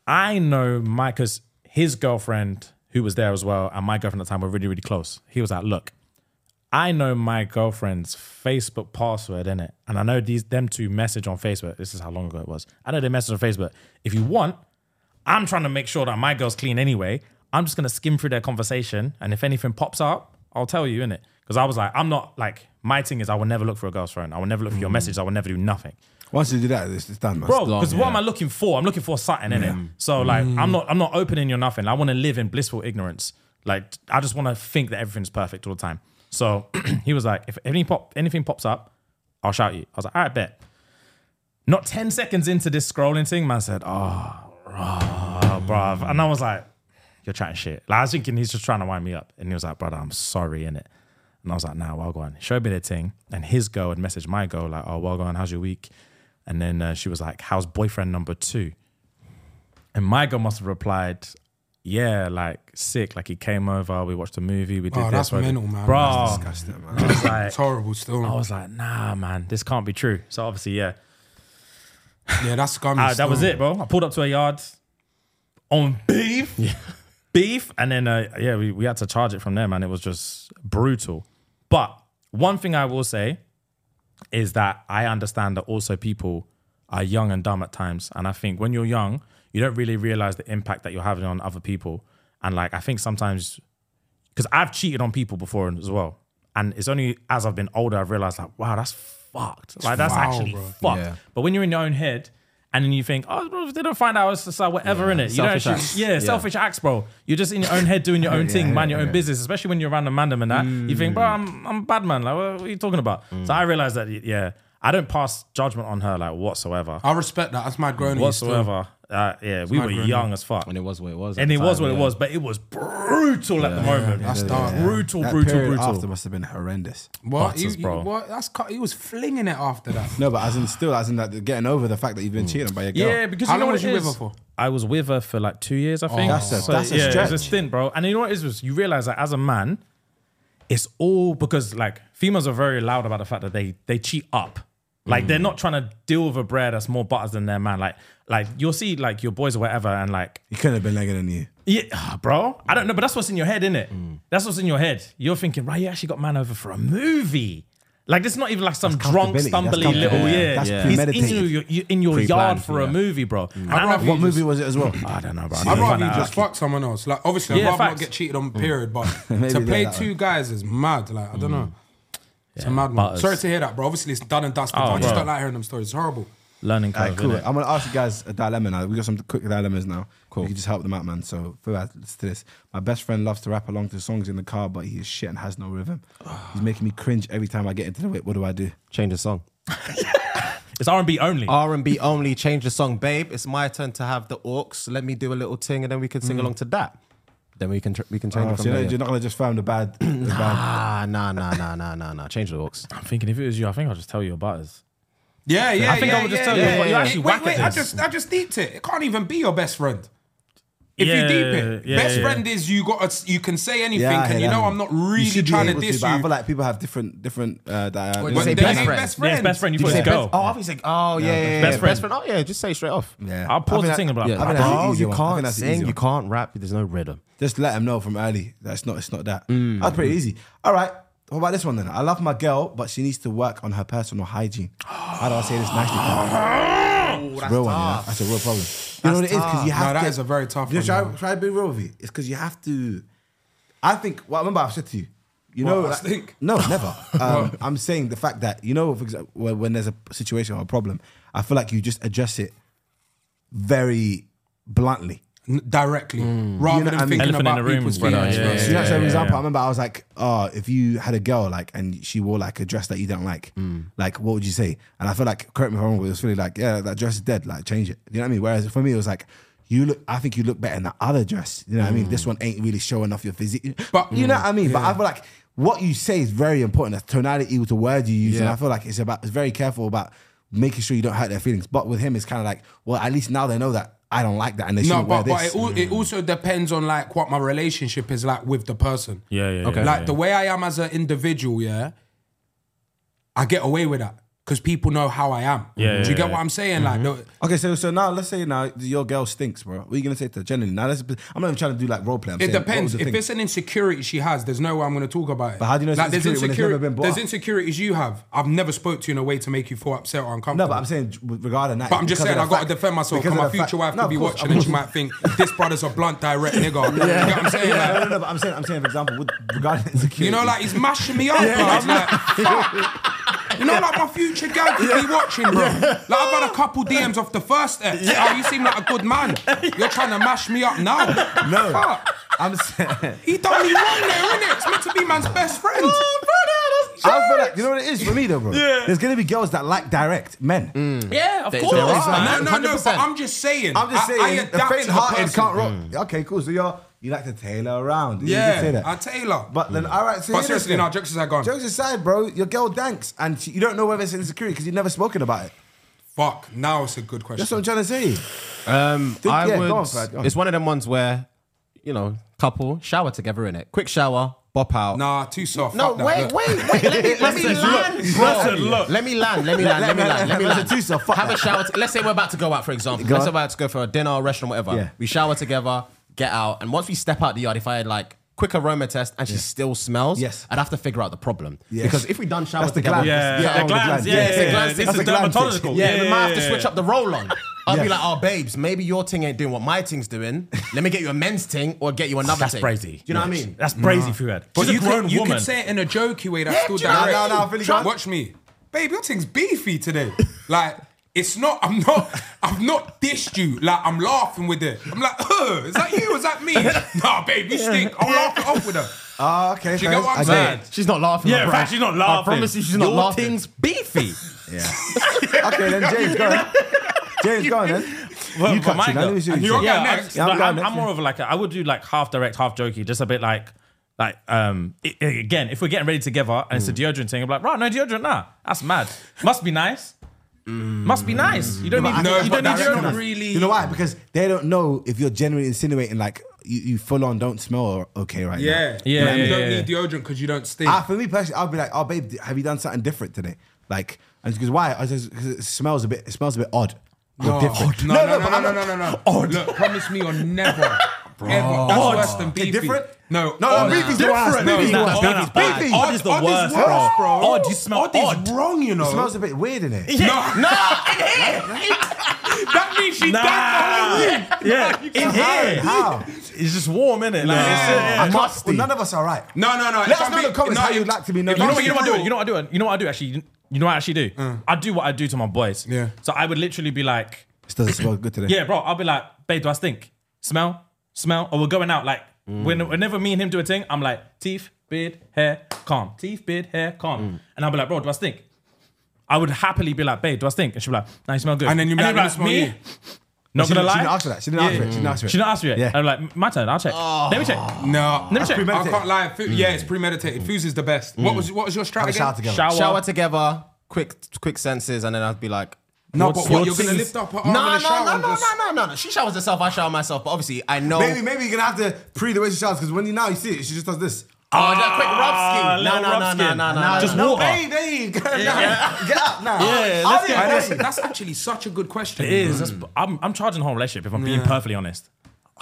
I know Micah's, his girlfriend who was there as well, and my girlfriend at the time were really, really close. He was like, look, I know my girlfriend's Facebook password in it, and I know these them two message on Facebook. This is how long ago it was. I know they message on Facebook. If you want, I'm trying to make sure that my girl's clean anyway. I'm just gonna skim through their conversation, and if anything pops up, I'll tell you in it. Because I was like, I'm not like my thing is I will never look for a girl's phone. I will never look for your message. I will never do nothing, Once you do that, it's, it's done, man. bro. Because what am I looking for? I'm looking for something in it. So like, I'm not I'm not opening your nothing. I want to live in blissful ignorance. Like I just want to think that everything's perfect all the time. So he was like, if any pop anything pops up, I'll shout you. I was like, all right, bet. Not ten seconds into this scrolling thing, man said, oh, oh bruv. And I was like, you're chatting shit. Like I was thinking he's just trying to wind me up. And he was like, brother, I'm sorry, innit? And I was like, nah, well gone. He showed me the thing. And his girl had messaged my girl, like, oh, well gone, how's your week? And then uh, she was like, how's boyfriend number two? And my girl must have replied, yeah, like sick. Like he came over, we watched a movie, we did Oh, this. that's we- mental, man. Bro, That's disgusting, man. I was like, It's horrible still. I was like, nah, man, this can't be true. So obviously, yeah, yeah, that's scummy. Ah, still. that was it, bro. I pulled up to a yard on beef, beef, and then uh, yeah, we, we had to charge it from there, man. It was just brutal. But one thing I will say is that I understand that also people are young and dumb at times, and I think when you're young, you don't really realize the impact that you're having on other people, and like I think sometimes because I've cheated on people before as well, and it's only as I've been older I've realized like, wow, that's fucked. Like that's foul, actually bro. fucked. Yeah. But when you're in your own head and then you think, oh, bro, if they don't find out, it's just like whatever, in innit? You Selfish don't acts. actually, yeah, Yeah. selfish acts, bro. You're just in your own head doing your own thing, man, your own business, especially when you're around a mandem and that. You think, bro, I'm, I'm a bad man. Like, what, what are you talking about? Mm. So I realized that, yeah, I don't pass judgment on her, like, whatsoever. I respect that. That's mad grown. of you still. Whatsoever. Uh, yeah, we were grown, young as fuck. And it was what it was. at And the it was time, what it yeah. was, but it was brutal at the moment. That's dark. Brutal, That brutal, period brutal. after must have been horrendous. What? Butters, You- you- bro. what? That's cu- he was flinging it after that. No, but as in still, as in that getting over the fact that you've been cheated on by your girl. Yeah, because How you know long what was it you with is? her for? Oh, I was with her for like two years, I think. That's a- that's a yeah, It stretch. was a stint, bro. And you know what it is? was You realize that as a man, it's all because like females are very loud about the fact that they they cheat up. Like Mm. they're not trying to deal with a bread that's more butters than their man. Like like you'll see like your boys or whatever, and like He couldn't have been legging on you. yeah, ah, bro. I don't know, but that's what's in your head, isn't it? That's what's in your head. You're thinking, right? You actually got man over for a movie. Like this is not even like some drunk, comfortability. That's stumbly little comfortability. yeah. That's yeah. He's in premeditated. your, you- in your Pre-planned, yard for a yeah. movie, bro. And I rather don't- you What movie was it as well? I don't know, bro. I'd rather you just fuck someone else. Like, obviously, Yeah, I'd rather not facts. get cheated on, period. But Maybe to they're play that two guys is mad. Like, I don't know. It's a mad one. butters. Sorry to hear that, bro. Obviously, it's done and dusted. Oh, but I just bro. don't like hearing them stories. It's horrible. learning curve. Alright, cool. innit? I'm gonna ask you guys a dilemma now. We got some quick dilemmas now. Cool. You can just help them out, man. So Fuad, let's do this. My best friend loves to rap along to songs in the car, but he is shit and has no rhythm. He's making me cringe every time I get into the whip. What do I do? Change the song. It's R and B only. R and B only. Change the song, babe. It's my turn to have the orcs. Let me do a little ting, and then we can Mm. sing along to that. Then we can tr- we can change Ah, Oh, it so from you're, there. not, you're not gonna just find the bad. The bad. Ah, nah, nah, nah, nah, nah, nah. Change the orcs. I'm thinking if it was you, I think I'll just tell you about us. Yeah, yeah, I think yeah, I would just yeah, tell you, yeah, you're yeah. actually wait, whack wait, at I this. just, I just deeped it. It can't even be your best friend. If you Yeah, deep it, yeah, best yeah. friend is you got, a, you can say anything, I hear and you that know one. I'm not You really should be trying to able diss but I you. feel like people have different different. Uh, di- But you say then best you ain't friend? best Yeah, friends. it's best friend. You thought you it's say girl. Oh, I was like, oh yeah, yeah, yeah, Best yeah. friend. Best friend. Oh yeah, just say it straight off. yeah. I'll pause I the think thing that- about I that. think that's an Bro, easy you one. I think can't that's an easy sing, you one. can't rap. There's no rhythm. Just let him know from early that it's not it's not that. That's pretty easy. All right. What about this one then? I love my girl, but she needs to work on her personal hygiene. How do I say this nicely? It's a real one, you know? That's a real problem. You know what it is? Because you have No, to. that is a very tough You know, one, try, man. try to be real with you. It's because you have to. I think. Well, I remember I've said to you. You What, know, I stink? no, never. Um, I'm saying the fact that you know, for example, when, when there's a situation or a problem, I feel like you just address it very bluntly. N- directly, rather Mm. You know what I than mean? thinking Elephant in about the room, people's brother. feelings. Yeah, bro. So yeah, you know, so for yeah, example, yeah. I remember I was like, oh, if you had a girl like and she wore like a dress that you don't like, Hmm. like what would you say? And I feel like, correct me if I'm wrong, but it was really like, yeah, that dress is dead, like change it. You know what I mean? Whereas for me, it was like, you look, I think you look better in that other dress. You know what I mean? This Hmm. one ain't really showing off your physique. But But- you know what I mean? But I feel like what you say is very important. The tonality with the word you use. And I feel like it's about, it's very careful about making sure you don't hurt their feelings. But with him, it's kind of like, well, at least now they know that I don't like that and they No, shouldn't wear but, this. but it, al- it also depends on like what my relationship is like with the person. Yeah, yeah, yeah, Okay. yeah, like yeah. the way I am as an individual, yeah, I get away with that because people know how I am. Yeah, yeah, Do you get yeah. what I'm saying? Like, no, Okay, so so now let's say now your girl stinks, bro. What are you gonna say to her? Generally, now let's. I'm not even trying to do like role play. I'm it saying, what depends. was the If thing? it's an insecurity she has, there's no way I'm going to talk about it. But how do you know it's Like, there's insecurity when it's insecuri- never been brought There's up? insecurities you have. I've never spoke to you in a way to make you feel upset or no, uncomfortable. but I'm saying with regarding that. But I'm just because saying, of I the got to fact- defend myself because of because my the future fact- wife No, could of be course, watching I'm- and she might think this brother's a blunt, direct nigga. You get what I'm saying? Yeah, Like, no, no, no, but I'm saying, I'm saying, for example, with regarding insecurity. You know, like he's mashing me up, bro. It's like, fuck. You know, like my future gal could be watching, bro. Like I've had a couple DMs off the first F. Oh, you seem like a good man. You're trying to mash me up now. No. Fuck. I'm saying. He done me wrong there, innit? It's meant to be man's best friend. I feel like you know what it is for me though, bro. Yeah. There's gonna be girls that like direct men. Mm. Yeah, of course. No, no, no, but 100%. I'm just saying. I'm just I- I saying, the adapt to the faint-hearted person. Mm. can't rock. Okay, cool. So you're You like to tailor around. You did say Yeah, that. I Taylor. But then, all right. So Hmm. But here it is seriously, then. no, jokes aside, go on. Jokes aside, bro. Your girl danks, and she, you don't know whether it's insecurity because you've never spoken about it. Fuck, now it's a good question. That's what I'm trying to say. Um, Think- I yeah, go would. on, Fred, go on. It's one of them ones where, you know, couple shower together in it. Quick shower, bop out. Nah, too soft. No, Fuck that. wait, Look. wait, wait. Let me, let me Listen, land, look, bro. listen, look. Let me land. Let me land. Let me land. Let me Listen land. to yourself, fuck Have a that. shower. t- Let's say we're about to go out, for example. Go Let's on. say we're about to go for a dinner, or restaurant, whatever. Yeah. We shower together, get out, and once we step out the yard, if I had like quick aroma test and she still smells, Yes. I'd have to figure out the problem. Yes. Because if we done shower That's the together, gland. Yeah, Yeah, yeah, on the glands, gland. yeah, Yeah, yeah, it's a yeah. gland This fix. is That's a gland dermatological. fix. Yeah, we might have to yeah, switch yeah. up the roll on. I'll be Yes. like, oh, babes, maybe your ting ain't doing what my ting's doing. Let me get you a men's ting or get you another That's ting. brazy. Do you know what I mean? That's brazy, Fuad. But She's you a grown could, you woman. could say it in a jokey way. That's Yeah, still do you know what I direct. mean? No, no, I feel you, go on. Watch me, babe. Your thing's beefy today. like it's not. I'm not. I've not dished you. Like I'm laughing with it. I'm like, Ugh, is that you? Is that me? nah, babe, you stink. I'll laugh it off with her. Ah, okay. Do fair. you get what I'm I saying? it. She's not laughing. Yeah, my in bro. fact, she's not I laughing. promise you, she's not Your laughing. thing's beefy. Yeah. okay, then James, go on. James, go on then. Well, you but cut my you. Now girl- let me see what And you you're say. Yeah, I- next. Yeah, I'm like, going I'm, next, I'm more of like a, I would do like half direct, half jokey, just a bit like like um i- i- again if we're getting ready together and it's a Mm. deodorant thing, I'm like right, no deodorant, nah, that's mad. Must be nice. Must be nice. You don't need Mm. I No, think you but don't need that's deodorant. not really- You know why? Because they don't know if you're genuinely insinuating like you, you full on don't smell okay right now. Yeah, Yeah, Like, yeah, You don't yeah, need deodorant because you don't stink. Ah, for me personally, I'll be like, oh babe, have you done something different today? Like, and she goes, why? I says, because it smells a bit, it smells a bit odd. Or no, different. no, no, no, but no, I'm no, not- no, no, no. Look, promise me you're never. Ever. That's worse than beefy. different? No, No, odd. beefy's the worst. No, Beefy's no, the odd worst. is Beefy's bad. bad. Odd is the worst, bro. Odd, you smell is odd. wrong, you know. It smells a bit weird in it. No, no, that means she Nah. died. yeah, in here, How? it's just warm, innit? Like, it's, uh, yeah. I can't- well, none of us are right. No, no, no. Let if us I'm know in the being- comments no, how if- you'd like to be known. if you know You know what I do? Cool. You know what I do? You know what I do actually? You know what I actually do? Mm. I do what I do to my boys. Yeah. So I would literally be like, This doesn't smell good today. Yeah, bro. I'll be like, babe, do I stink? Smell? Smell? Or we're going out. Like, Mm. when, whenever me and him do a thing, I'm like, teeth, beard, hair, calm. Teeth, beard, hair, calm. Mm. And I'll be like, bro, do I stink? I would happily be like, babe, do I stink? And she'll be like, nah, you smell good. And then you be you'll like, "Smell you." Not She gonna didn't, lie. she didn't ask for that. She didn't ask for it. She didn't ask for it. She didn't ask you. Yeah. Oh. Yeah. I'm like, my turn. I'll check. Let me check. No, Let me check. I premeditated. Mm. can't lie. Fu- Yeah, it's premeditated. Fuse is the best. What was what was your strat Have a shower again? together. Shower. Shower together, quick, quick senses, and then I'd be like, No, but what your you're gonna ting's- lift up her No, arm no, in the shower? no, and no, just- no, no, no, no. She showers herself. I shower myself. But obviously, I know. Maybe, maybe you're gonna have to pre the way she showers because when you now you see it, she just does this. Oh, just a quick rub Ah, scheme. little No, no, rub no, no, scheme. no, no, Nah, no, just no. No, water. hey, there you go. Nah, Get out now. Yeah, I let's didn't get- know. That's, that's actually such a good question. It is. That's, I'm, I'm charging the whole relationship if I'm being perfectly honest.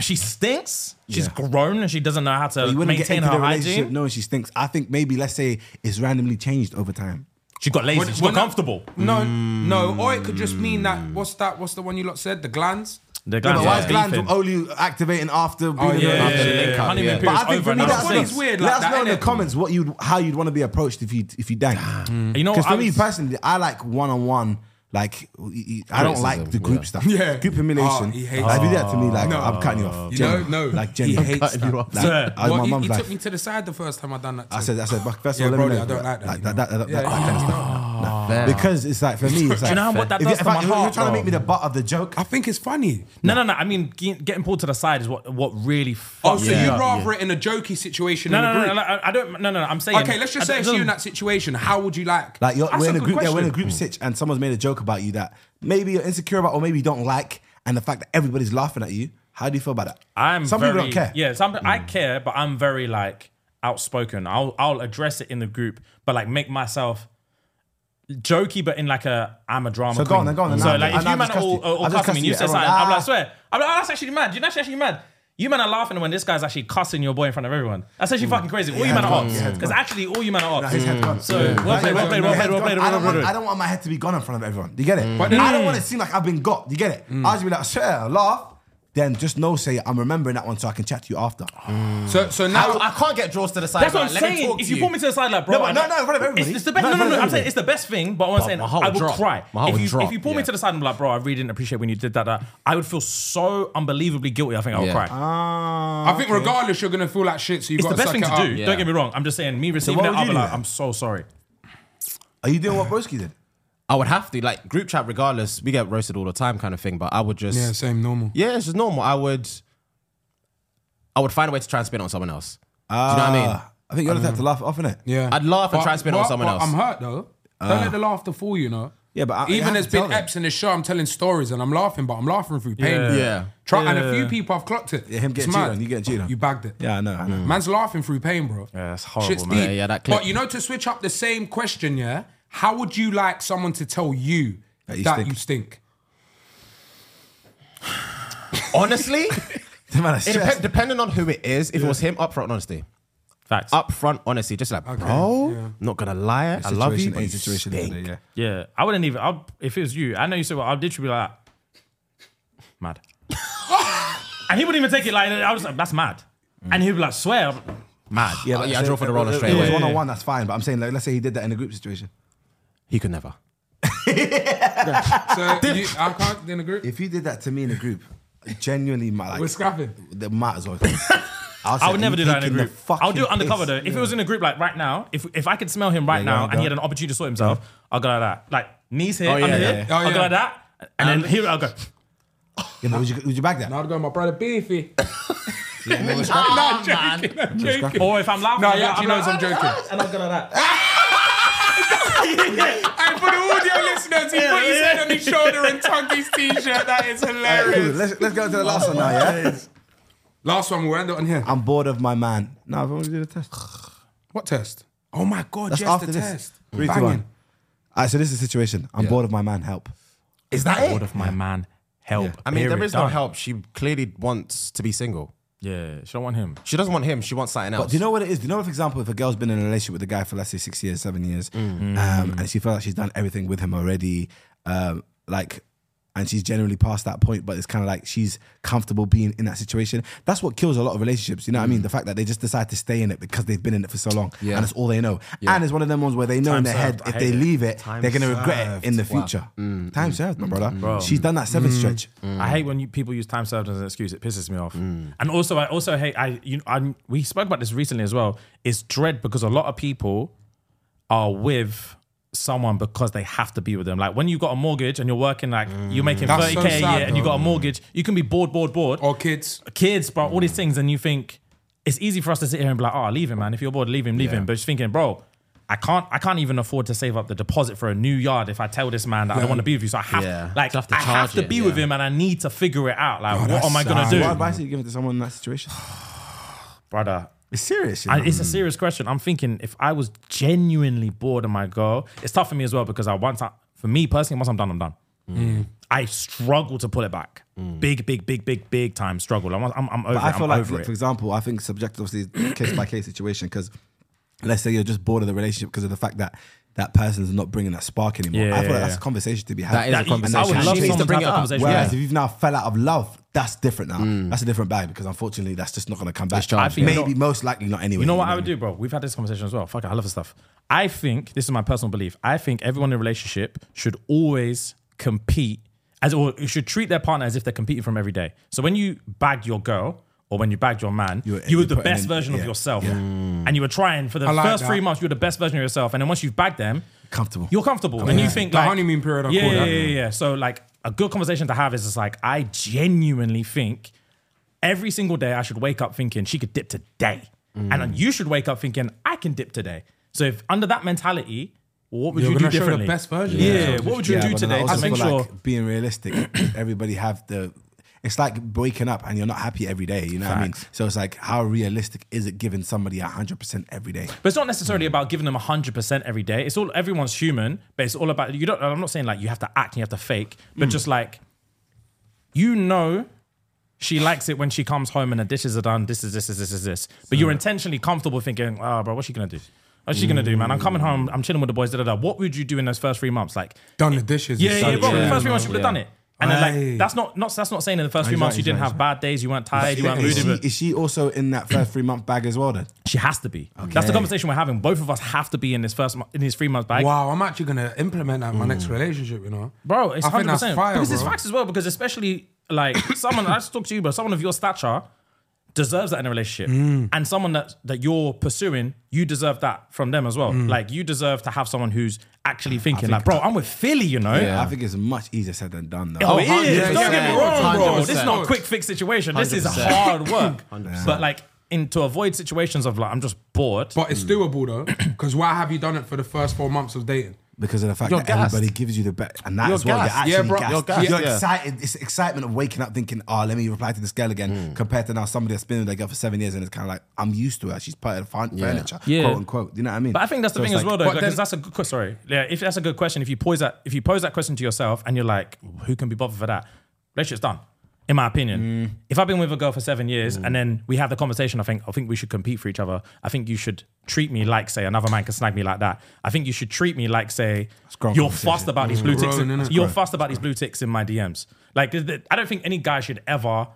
She stinks. She's grown and she doesn't know how to You wouldn't get maintain into her the relationship hygiene. knowing she stinks. I think maybe let's say it's randomly changed over time. She got lazy. What- She what got now- comfortable. No, Mm. no. Or it could just mean that. What's that? What's the one you lot said? The glands. The Yeah, glands but why is are glands beefing. only activating after being in Oh, yeah, a yeah, relationship? yeah, yeah, yeah. Honeymoon Yeah. period But is I think over for and me now. that's that's What weird. is weird Let like us that, know in the innit? comments what you how you'd want to be approached if you if you dank. Hmm. You know, Because I for me was- personally, I like one on one. Like y- y- I don't like the group stuff. Yeah. group humiliation. Oh, he hates like, if you do that to me, like I'm cutting you off. You Jenny. know? No. like Jenny He hates that. Like, Sir. I, Well, my he- mum's he like, took me to the side the first time I done that. I too. said, I said, but first Yeah, of all, Brody, let me know. I don't like that, you Like, know. that, that, Yeah, Oh. that kind of stuff. Nah. Because it's like for me, it's like you know what that if you- does if to I- my if You're heart, trying to bro? make me the butt of the joke. I think it's funny. no, no, no. I mean, ge- getting pulled to the side is what what really. Oh, fucks so me you'd up. rather it in a jokey situation No, in no, a no, group? no, no. I I don't. No, no, no. I'm saying. okay, let's just I- say it if you in doesn't- that situation, how would you like? Like you're, That's we're in a good group, yeah, we're in a question. group sitch, and someone's made a joke about you that maybe you're insecure about, or maybe you don't like, and the fact that everybody's laughing at you. How do you feel about that? I'm Some very, people don't care. Hmm. Yeah, some I care, but I'm very like outspoken. I'll I'll address it in the group, but like make myself jokey, but in like a I'm a drama. So go queen. on then, go on then. So Nah, like I- if I you man just are all, cussed you. all I just cussing me, cussed and you you. say something, Everyone, I'm ah. like swear. I'm like oh, that's actually mad. You know that's actually mad. You man are laughing when this guy's actually cussing your boy in front of everyone. That's actually fucking crazy. All you man head's are gone. ops. Hmm. Yeah, head's It's gone. actually all you man are ops. His head's gone. Mm. So, well played, well played, well played, well played, I don't well want- played. I don't want my head to be gone in front of everyone. Do you get it? But I mm. don't want to seem like I've been got. Do you get it? Mm. I'll just be like, sure, laugh. Then just know, say, I'm remembering that one so I can chat to you after. Mm. So, so now, I, I can't get draws to the side. That's what I'm right? Let me saying. talk If to you pull me to the side, like, bro, No, but I- no, no, in front of everybody. It's, it's the best. No, No, in no, front no. of I'm saying everybody. it's the best thing. But what I'm But saying, my heart I would would drop. cry. My heart if would you drop, if you pull yeah. me to the side and be like, bro, I really didn't appreciate when you did that. that I would feel so unbelievably guilty. I think I would Yeah. cry. Ah, I think regardless, you're gonna feel like shit. So you it's got the best suck thing it to up. do. Yeah. Don't get me wrong. I'm just saying, me receiving why that, would you I'll be do like, that? I'm so sorry. are you doing what Broski did? I would have to like group chat regardless. We get roasted all the time, kind of thing. But I would just Yeah, same normal. yeah, it's just normal. I would I would find a way to try and spin it on someone else. Uh, Do you know what I mean? Ah, I think you're the Mm. type to laugh it off, innit? Yeah. I'd laugh and But- try and spin it on but- someone but else. Uh. I'm hurt though. Don't let the laughter fool you, know. Yeah, but I- you even have there's to tell been them. eps in this show, I'm telling stories and I'm laughing, but I'm laughing through pain. Yeah. Yeah. Try, And a Yeah. few people have clocked it. Yeah, him getting It's mad. cheated on, you getting cheated on. You bagged it. Yeah, I know, I know. Mm. Man's laughing through pain, bro. Yeah, that's horrible, Shit's man. deep. Yeah, yeah, that But clip. you know, to switch up the same question, yeah. How would you like someone to tell you that you you, stink. stink. Honestly, The man is it stressed. dep- depending on who it is, if it was him, upfront honesty. Facts. Upfront honesty. Just like, bro, not gonna lie. I love you. Situation But you ain't situation stink. today, yeah. Yeah, I wouldn't even. I'll, if it was you, I know you said, well, I'd literally be like, mad. and he wouldn't even take it like, I was like, that's mad. And he'd be like, swear, I'm like, mad. Yeah, Oh, but yeah, so I draw for the if- roller if straight It was away. one on one, that's fine. But I'm saying, like, let's say he did that in a group situation. He could never. So you, I can't in a group. If you did that to me in a group, genuinely, my like, We're scrapping. That might as well. I'll I would never do that in a group. I'll do it undercover though. If it was in a group, like right now, if if I could smell him right Yeah, now yeah, and he had go. an opportunity to sort himself, I'll go like that. Like knees here, Oh, yeah, under yeah, yeah. here. Oh, I'll go yeah. like that, and, then here I'll go. yeah, but would you, would you bag that? Now I'd go, my brother Beefy. Oh, man. Or if I'm laughing, No, I'll go, Oh, yeah, she I'm like, "Oh, knows I'm joking. and I'll go like that. And for the audio listeners, he put his head on his shoulder and tugged his t-shirt. That is hilarious. Let's, let's go to the last one now, yeah? Last one, we'll end it on here. I'm bored of my man. No, I've only did a test. What test? Oh my god, That's yes, after the this. test. Three, two, Banging. one. All right, so this is the situation. I'm bored of my man. Help. Is that Lord it? of my man, help. I mean, Here there it is no done. help. She clearly wants to be single. Yeah, she don't want him. She doesn't want him. She wants something else. But do you know what it is? Do you know, for example, if a girl's been in a relationship with a guy for let's say six years, seven years, um, and she felt like she's done everything with him already, um, like, and she's generally past that point, but it's kind of like she's comfortable being in that situation. That's what kills a lot of relationships. You know what I mean? The fact that they just decide to stay in it because they've been in it for so long, Yeah. and it's all they know. And it's one of them ones where they know in their served. head I if hate they it. leave it, Time they're gonna regret served. it in the Wow. future. Mm. Time served, my brother. She's done that seventh stretch. I hate when you, people use time served as an excuse. It pisses me off. Mm. And also, I also hate. I you I we spoke about this recently as well. It's dread because a lot of people are with someone because they have to be with them. Like when you got a mortgage and you're working, like you're making Mm. That's thirty so k a sad, year, and you bro. got a mortgage, you can be bored, bored, bored. Or kids. kids, bro, Mm. all these things, and you think it's easy for us to sit here and be like, oh, leave him, man. If you're bored, leave him, leave him. But just thinking, bro. I can't. I can't even afford to save up the deposit for a new yard if I tell this man that I don't want to be with you. So I have, Yeah. like, You have to I have charge to it, be with yeah. him, and I need to figure it out. Like, what That's am I gonna sad. do, What advice are you giving to someone in that situation? brother? It's serious. You know? I, it's a serious question. I'm thinking if I was genuinely bored of my girl, it's tough for me as well because I once, I, for me personally, once I'm done, I'm done. Mm. I struggle to pull it back. Big, big, big, big, big time struggle. I'm, I'm, I'm over But I it. feel I'm like, over for it. example, I think subjective, obviously, case by case situation. Because let's say you're just bored of the relationship because of the fact that that person's not bringing that spark anymore. Yeah, I feel like yeah, that's yeah. a conversation to be That had. is I a would conversation. love she needs someone to to bring it have that up. conversation. Whereas Yeah. if you've now fell out of love, that's different now. Mm. That's a different bag because unfortunately, that's just not going to come back. It's charged, I think- Maybe most likely not anyway. You know what I would do, bro? We've had this conversation as well. Fuck it, I love this stuff. I think this is my personal belief. I think everyone in a relationship should always compete as or should treat their partner as if they're competing from every day. So when you bagged your girl or when you bagged your man, you You were- were, the you put best in- version yeah, of yourself, Mm. and you were trying for the I like first that. three months. You were the best version of yourself, and then once you've bagged them, Comfortable. you're comfortable, and you think The like honeymoon period, I yeah, call yeah, that. yeah, yeah, yeah. So like a good conversation to have is just like I genuinely think every single day I should wake up thinking she could dip today. And then you should wake up thinking I can dip today. So if under that mentality, what would You're you do gonna show the differently? best version of Yeah. yourself. What would you do but then I today to also make feel sure? like being realistic, everybody have the. It's like waking up and you're not happy every day. You know what I mean? So it's like, how realistic is it giving somebody 100% every day? but it's not necessarily about giving them 100% every day. It's all everyone's human, but it's all about you don't I'm not saying like you have to act and you have to fake, but just like you know she likes it when she comes home and the dishes are done. This is this is this is this. But you're intentionally comfortable thinking, oh, bro, what's she gonna do? What's she gonna do, man? I'm coming home. I'm chilling with the boys. Da, da, da. What would you do in those first three months? Like, Done the dishes. yeah, yeah, Done bro. it. the first three months, you would have done it. And then, Aye. like, that's not, not that's not saying in the first three months you didn't have bad days, you weren't tired, you weren't is, moody. she, But is she also in that first three month bag as well then? she has to be. That's the conversation we're having. Both of us have to be in this first mo- in these three months back. Wow, I'm actually gonna implement that in my next relationship. You know, Bro, it's I hundred think that's percent fire, because it's bro. facts as well. Because especially like someone I just talked to you, bro, someone of your stature, deserves that in a relationship. Mm. And someone that that you're pursuing, you deserve that from them as well. Mm. Like you deserve to have someone who's actually thinking, like, bro, I'm with Philly, you know. I think it's much easier said than done. Though. Oh, it is. 100%. Don't get me wrong, bro. This is not a 100%. quick fix situation. This is 100%. hard work. But like, in to avoid situations of like, I'm just bored. But it's doable though, because why have you done it for the first four months of dating? because of the fact You're that gassed. everybody gives you the best, and that You're as well, gassed. you're Yeah, actually bro. gassed. You're You're, gassed, yeah. excited. It's the excitement of waking up thinking, "Oh, let me reply to this girl again." Compared to now, somebody that's been with their girl for seven years and it's kind of like, "I'm used to her. She's part of the fun- furniture, Yeah. quote unquote." You know what I mean? But I think that's the So thing it's as like- well, though, But because then- that's a good que- sorry. Yeah, if that's a good question, if you pose that, if you pose that question to yourself, and you're like, who can be bothered for that? Relationship's done, in my opinion. Mm. If I've been with a girl for seven years, and then we have the conversation, I think I think we should compete for each other. I think you should treat me like, say, another man can snag me like that. I think you should treat me like, say, grown you're conversation. Mm. fussed about these blue ticks. Grown, in- innit? you're fussed about these blue ticks in my DMs. Like, th- th- I don't think any guy should ever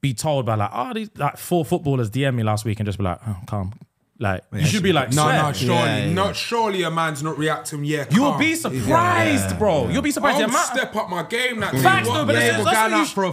be told by like, oh, these like four footballers DM me last week and just be like, oh, calm. Like, you should be like, No, swear. no, surely, Yeah, yeah. not. Surely a man's not reacting. Yeah, You will calm. be surprised, bro. You'll be surprised. I'll The amount, step up my game. That Facts, though, but it's- we're that's going what you out sh- for a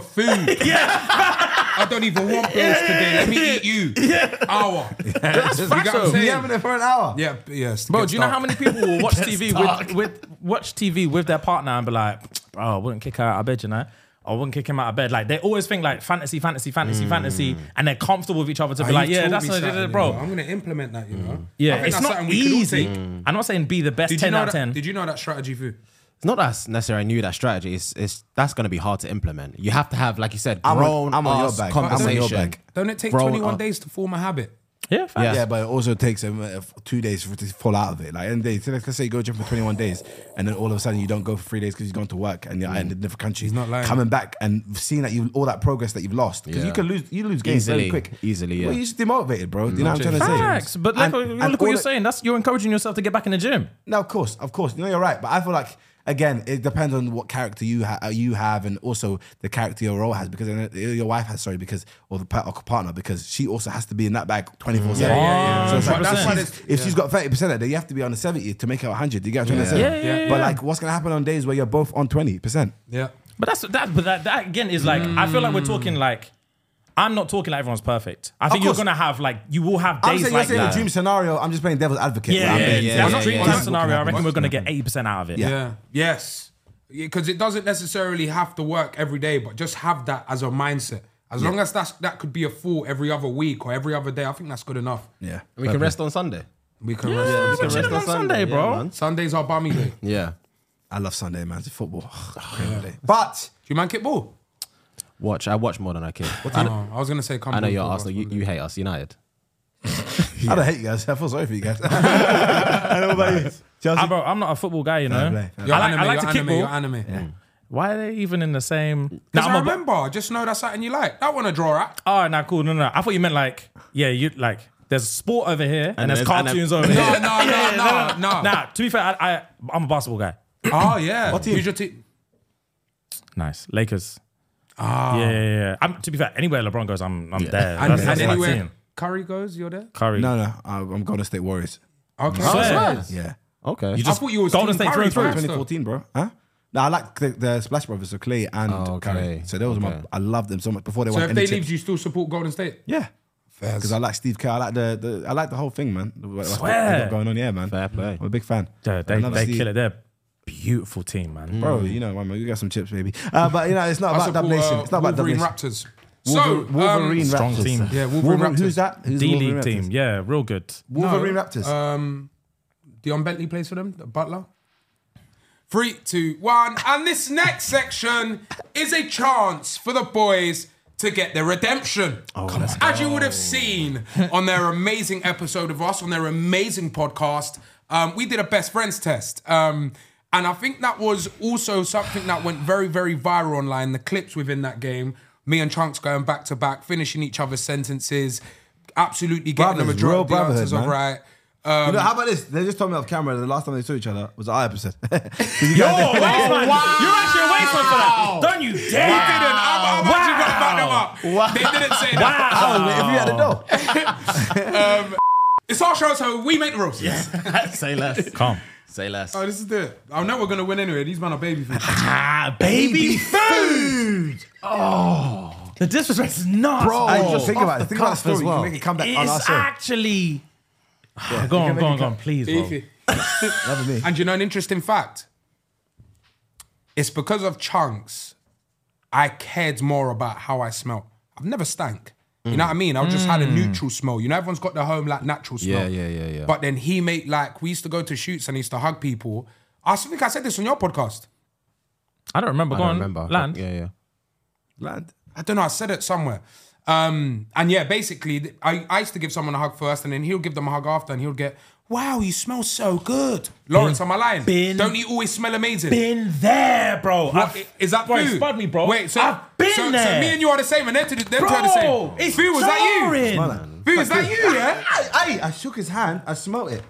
food. yeah, I don't even want bills today. Let me eat you. Hour. you got what I'm You saying? having it for an hour? Yeah, yes. bro. Do you know how many people will watch TV with, with watch TV with their partner and be like, bro, I wouldn't kick her out of bed, you know. I wouldn't kick him out of bed. Like they always think like fantasy, fantasy, Hmm. fantasy, fantasy, and they're comfortable with each other to be like, yeah, that's not, I'm bro. gonna implement that. You Mm. know. I Yeah, think it's that's not something we can all easy. take. I'm not saying be the best Did you ten know out of that- ten. Did you know that strategy for? It's not that necessarily I knew that strategy. It's, it's that's going to be hard to implement. You have to have, like you said, I'm on- grown I'm on your ass bag. I'm on your uh, conversation. bag. Don't it take Grown 21 up. days to form a habit? yeah, facts. Yeah. Yeah, but it also takes um, uh, f- two days for it to fall out of it. Like, end day, so let's let's say you go gym for 21 days, and then all of a sudden you don't go for three days because you've gone to work and you're Mm. in a different country. He's not lying. Coming back and seeing that you all that progress that you've lost because Yeah. you can lose you lose games Easily. very quick Easily, yeah. Well, you're just demotivated, bro. Do you know what I'm trying to say? Facts, but like, And- look and what all you're the- saying. That's you're encouraging yourself to get back in the gym. No, of course, of course. No, you're right. But I feel like again, it depends on what character you ha- you have, and also the character your role has, because uh, your wife has, sorry, because or the pa- or partner, because she also has to be in that bag twenty four seven. yeah, yeah. So it's like, 100%. if she's- if she's got thirty percent of that, you have to be on the seventy to make her hundred. You get what I'm trying to Yeah, say? yeah, yeah, But yeah. like, what's gonna happen on days where you're both on twenty percent? Yeah. But that's that. But that, that again is like I feel like we're talking like I'm not talking like everyone's perfect. I think you're course. gonna have like you will have I'm days saying like you're saying that. a dream scenario. I'm just playing devil's advocate. yeah, I'm yeah, yeah, being- yeah, That's yeah, a dream yeah. time Yeah. scenario. I reckon we're gonna get eighty percent out of it. Yeah. Yes. Because it doesn't necessarily have to work every day, but just have that as a mindset. As long as that's, that could be a full every other week or every other day, I think that's good enough. yeah. We can rest on Sunday. We can Yeah, rest on we can Sunday. chill Rest on Sunday, bro. Yeah, man. Sundays are bummy day. Do yeah. I love Sunday, man. It's football. but you man kickball? Watch. I watch more than I can. No, I was gonna say come. I know on, you're talk about Arsenal. You, Sunday. you hate us, United. I don't hate you guys. I feel sorry for you guys. I know about you. Chelsea. Ah, bro, I'm not a football guy, you know. play, I fair You're like, anime, I like you're to kick anime, you're ball. anime. Why are they even in the same? No, Because I'm I a- remember, just know that's something you like. That one a draw at. Oh, nah, cool. No, no. I thought you meant like, yeah, you like. There's sport over here and, And there's there's- and cartoons then- over No, here. no, no, no, no. Nah, to be fair, I, I I'm a basketball guy. Oh yeah. What team? Who's your team? Nice, Lakers. Ah, yeah, yeah, yeah. I'm, to be fair, anywhere LeBron goes, I'm I'm there. And, That's, and that's my anywhere team. Curry goes, you're there. Curry. No, no. I- I'm going to State Warriors. Okay. Swear. Yeah. Okay. I thought you was Golden team State Curry through and fans, though. 2014, bro. Huh? No, I like the, the Splash Brothers, so Clay and Oh, okay. Curry. So those were my. Okay. I love them so much before they So won. if any they chips. leave, do you still support Golden State? yeah, because I like Steve Kerr. I like the, the I like the whole thing, man. What- what- Swear. what they got going on, yeah, man. Fair play. I'm a big fan. Yeah, they, Another Mm. they Steve- kill it. They're a beautiful team, man. bro. You know, man, we got some chips, baby. Uh, but you know, it's not I about support domination. uh, It's not about Wolverine domination. Raptors. Wolver- so um, Wolverine strong Raptors. team. Yeah, Wolverine Raptors. Who's that? Who's the D Wolverine League team, Raptors? yeah, real good. Wolverine Raptors. Um, Dion Bentley plays for them. Butler. Three, two, one, and this next section is a chance for the boys to get their redemption. Oh, As you would have seen on their amazing episode of us, on their amazing podcast, um, we did a best friends test. Um, and I think that was also something that went very, very viral online. The clips within that game, me and Chunks going back to back, finishing each other's sentences, absolutely getting the Brothers, majority real of the brotherhood, answers of man. right. you Um, know, how about this? They just told me off camera the last time they saw each other was our episode. Yo, Yo, wait, man, you're actually a waster for that. Don't you dare! They didn't. I'm, I'm actually going to back them Wow. up. They didn't say that. I was Wow. waiting for you at the door. Oh, Uh, It's our show, so we make the rules. Say less. Come. Say less. Oh, this is it. I know we're going to win anyway. These men are baby Ah, food. Ah, baby food. The disrespect is nuts. Bro, I just think off about it. the Think about the cuff story. as You well. can make oh, it come back on our It's show. actually. go you on, can go make on, it go on, please. bro. Beefy. Never me. And you know an interesting fact? It's because of chunks, I cared more about how I smell. I've never stank. You know what I mean? I just had a neutral smell. You know, everyone's got their home like natural smell. Mm. Yeah, yeah, yeah, yeah. But then he made like we used to go to shoots and he used to hug people. I think I said this on your podcast. I don't remember. I go don't on, remember. land. Yeah, yeah. Land. I don't know. I said it somewhere. Um, and yeah, basically, th- I, I used to give someone a hug first, and then he'll give them a hug after, and he'll get, "Wow, you smell so good, Lawrence." am I lying? been- don't you always smell amazing? Been there, bro. What, I've- is that bro, food? Spud me, bro. Wait, so I've been so, there. So me and you are the same, and they're, to the, they're two bro, are the same. It's Foo, was that jarring. Man. you? Foo, is that you? Yeah. I, I, I shook his hand. I smelled it.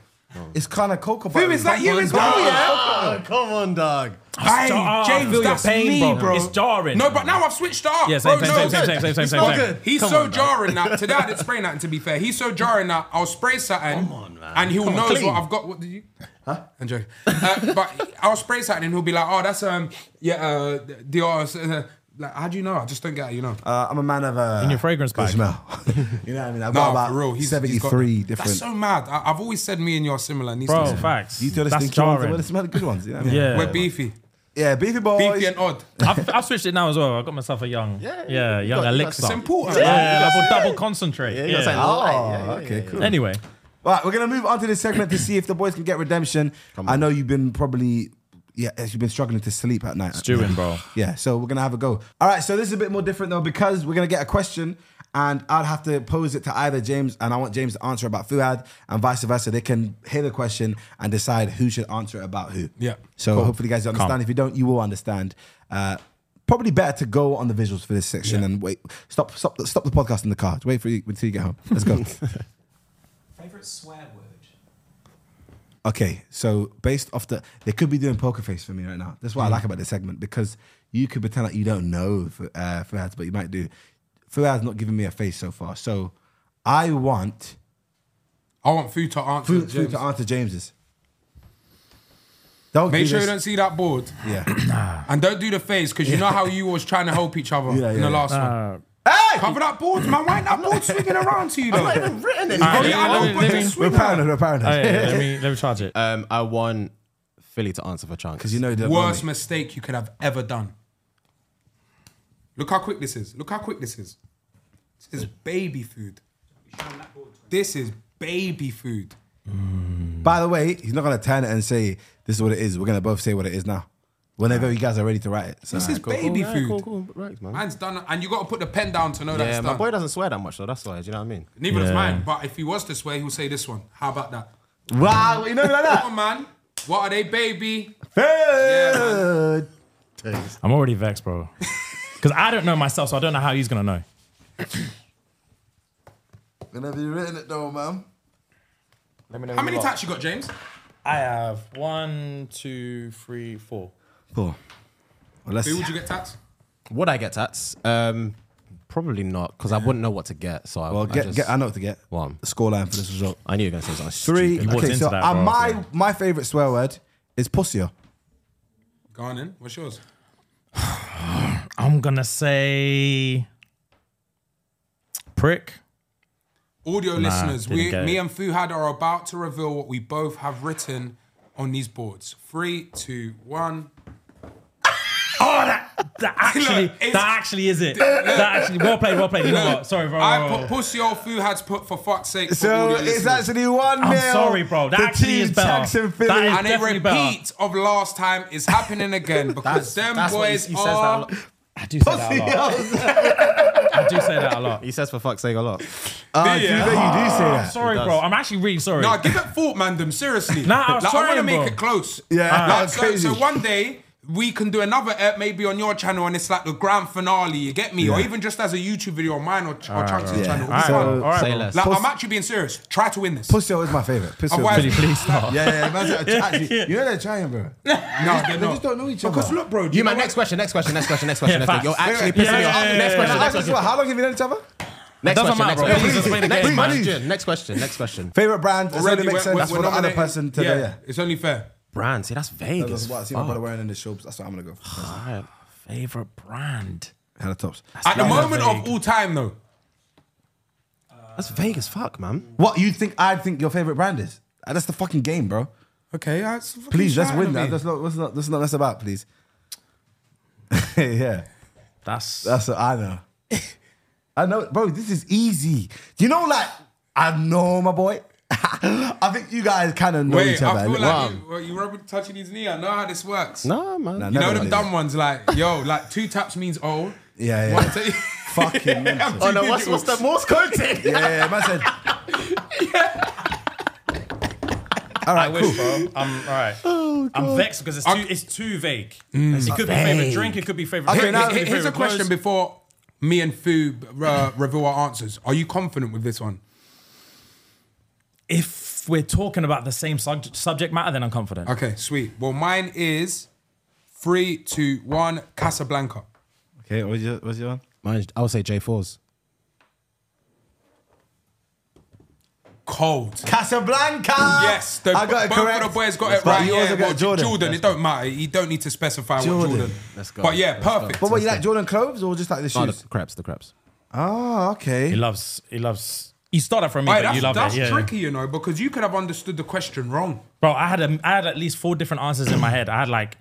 It's kind of cocoa butter. Foo, is that you as well? Yeah. come on, dog. Hey, so- oh, I James, feel your that's pain, me, bro. bro. It's jarring. No, but now I've switched it up. Yeah, same, bro. same, same, no, good. same, same, same, It's same, not same. good. He's so jarring that today I didn't spray nothing. To be fair, he's so jarring that I'll spray something, and he'll know clean. what I've got. What did you? Huh? I'm joking. Uh, but I'll spray something, and he'll be like, "Oh, that's um, yeah, uh, Dior." Uh, like, how do you know? I just don't get it. You know. Uh, I'm a man of a. In your fragrance good bag. smell. you know what I mean? I've Nah, got about for real. He's, he's got- 73 different. That's so mad. I, I've always said me and you're similar. And he's Bro, not. facts. you tell us That's the ones jarring. that smell the good ones. You know what I mean? yeah. we're beefy, Yeah, beefy boys. beefy and odd. I've, I've switched it now as well. I've got myself a young, yeah, young got- you got elixir. It's important. Yeah, like double concentrate. Yeah, you gotta say Yeah. light. Oh, Yeah, yeah, okay, yeah, cool. Anyway, Right, we're gonna move on to this segment to see if the boys can get redemption. I know you've been probably yeah, as you've been struggling to sleep at night. Stewing, bro. Yeah, so we're gonna have a go. All right, so this is a bit more different though because we're gonna get a question and I'd have to pose it to either James and I want James to answer about Fuad and vice versa. They can hear the question and decide who should answer about who. Yeah. So hopefully you guys understand. If you don't, you will understand. Uh, probably better to go on the visuals for this section and wait. Stop, stop, stop the podcast in the car. Wait for you until you get home. Let's go. Favorite swear word? Okay, so based off the, they could be doing poker face for me right now. That's what I like about this segment because you could pretend like you don't know Fu- uh, Fuad's, but you might do. Fuad's not giving me a face so far, so I want I want food to answer. Fu, Fu James. to answer James's. Don't Make do sure you don't this. see that board. Yeah. And don't do the face because you know how you was trying to help each other Yeah, in yeah, the yeah. last one. Hey! Cover that board, man. Why ain't that board swinging around to you, though? Not even written anything. Oh, yeah, I Let me- know, but let it's me- we're swinging paranoid. around. We're paranoid. Hey, let me let me charge it. Um, I want Philly to answer for chunks. Because you know you don't know Worst me. mistake you could have ever done. Look how quick this is. Look how quick this is. This is baby food. This is baby food. By the way, he's not gonna turn it and say this is what it is. We're gonna both say what it is now. Whenever you guys are ready to write it. So, This is Cool, cool, baby yeah, food. Cool, cool, right, man. Mine's done, and you got to put the pen down to know that yeah, it's my done. boy doesn't swear that much though. That's why. Do you know what I mean? Neither does Yeah. mine. But if he was to swear, he would say this one. How about that? wow, you know me like that. Come on, man. What are they, baby? Food. I'm already vexed, bro. Because I don't know myself, so I don't know how he's gonna know. Whenever you written it though, man. How many tats you got, James? I have one, two, three, four. Cool. Well, let's Who would you get tats? Would I get tats? Um, probably not, because I wouldn't know what to get. So I, well, I get, just, get, I know what to get. One. The scoreline for this result. I knew you were going to say something. Three. stupid. walked Okay, into so that, uh, bro. my Yeah. my favorite swear word is pussy. Go on in. What's yours? I'm gonna say prick. Audio listeners, didn't we, get me it. and Fuhad are about to reveal what we both have written on these boards. Three, two, one. That actually, Look, it's- that actually is it. That actually, well played, well played. You know what? Oh, Sorry, bro. I bro, bro. put pussy old Fuhad's put for fuck's sake. For So audio it's listeners. actually one I'm nil. sorry, bro. That The actually team is better. Jackson Philly. That is- and a definitely repeat better. of last time is happening again because them that's what he- boys he says that a are. lot. I do say that a lot. I do say that a lot. He says for fuck's sake a lot. Ah, Yeah. you know you do say I'm that. Ah. sorry, bro. I'm actually really sorry. Nah, give it thought, man. Them seriously. Nah, I was like, I want to trying, make bro. it close. Yeah, Like, that's so, crazy. so one day we can do another ep maybe on your channel, and it's like the grand finale. You get me? Or even just as a YouTube video on mine or, Ch- or Chunks' yeah. channel. Alright, bro. It'll be fun. All right, Say bro. less. Like, I'm actually being serious. Try to win this. Pussy is my favorite. Pussy. Otherwise- Billy, please stop. Yeah, yeah, man's like, actually, you know they're trying, bro. No, they're They not. just don't know each other. Because look, bro. do You, know man. what? Next question. Next question. Next question. Next question. Next question. You're facts. actually pissing me yeah, off. yeah, Next yeah, question. Can I Next ask this question. one? How long have you known each other? Next Doesn't question. matter, Next bro. Please explain the question. Next question. game, man. Next question. Next question. Favorite brand. It's Already, only we're- makes sense we're for the other nominating- person to yeah, yeah. yeah. It's only fair. Brand. See, that's vague. That's as what I see my fuck. brother wearing in the show. That's what I'm gonna go. Alright. Favorite brand. Hella tops. At the Like, moment of all time, though. That's vague as fuck, man. What you think? I think your favorite brand is. Uh, That's the fucking game, bro. Okay, that's fucking Please, let's shouting win at that. me. That's not. That's not. That's not. That's about. Please. yeah, That's, that's what I know. I know, bro. This is easy. You know, like I know, my boy. I think you guys kind of know Wait, each other. I a feel little- like you, well, you rubbing, touching his knee. I know how this works. Nah, man. Nah, you know never them mind. dumb ones like, yo, like two taps means old. Yeah, yeah. One ta- Fucking mental. oh, no, what's, what's the Morse code thing? Yeah, yeah, man said. All I right, wish, bro. I'm all right. I'm vexed because it's too, it's too Oh, vague. It could be favorite drink. It could be favorite. Okay, drink, it now- could be Here- Mm. Here's a favorite question clothes. before me and Foo uh, reveal our answers. Are you confident with this one? If we're talking about the same subject, subject matter, then I'm confident. Okay, sweet. Well, mine is three, two, one, Casablanca. Okay, what's your what's your one? Mine, I would say J4s. Cold. Casablanca. Yes, the, I got it both correct. of the boys got it But right. you yeah, also got but Jordan. it don't matter. You don't need to specify what Jordan. Jordan. Let's go. But yeah, Let's go. perfect. But what you like Jordan clothes or just like the Oh, shoes? the craps, the craps. Oh, He okay. loves. He loves. You stole that from me, Aye, but that's you love that's it. Yeah. tricky, you know, because you could have understood the question wrong. Bro, I had a, I had at least four different answers in my head. I had like,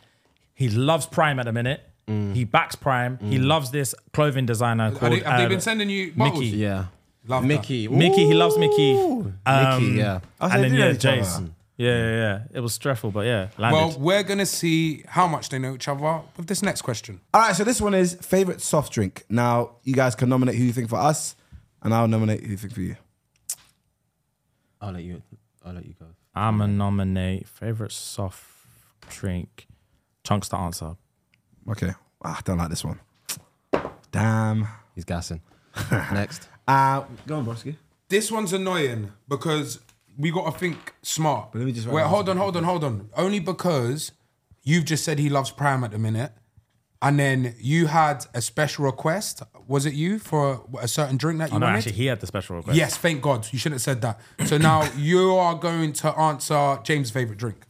he loves Prime at the minute. He backs Prime. He loves this clothing designer Are called. they, have they uh, been sending you bottles? Mickey. Yeah. Love Mickey. Mickey, he loves Mickey. Ooh. Um, Mickey, yeah. I and was like, then they know yeah, each other. Jace. Yeah, yeah, yeah. It was stressful, but yeah, landed. Well, we're gonna see how much they know each other with this next question. All right, so this one is favorite soft drink. Now you guys can nominate who you think for us, and I'll nominate who you think for you. I'll let you. I'll let you go. I'm a nominate favorite soft drink. Chunks to answer. Okay. Ah, I don't like this one. Damn. He's gassing. Next. Uh, go on, Broski. This one's annoying because we got to think smart. let me just write wait. down Hold on, hold on, hold on. Only because you've just said he loves Prime at the minute, and then you had a special request. Was it you for a, a certain drink that you Oh, no, wanted? actually, he had the special request. yes, thank God. You shouldn't have said that. So now you are going to answer James' favorite drink.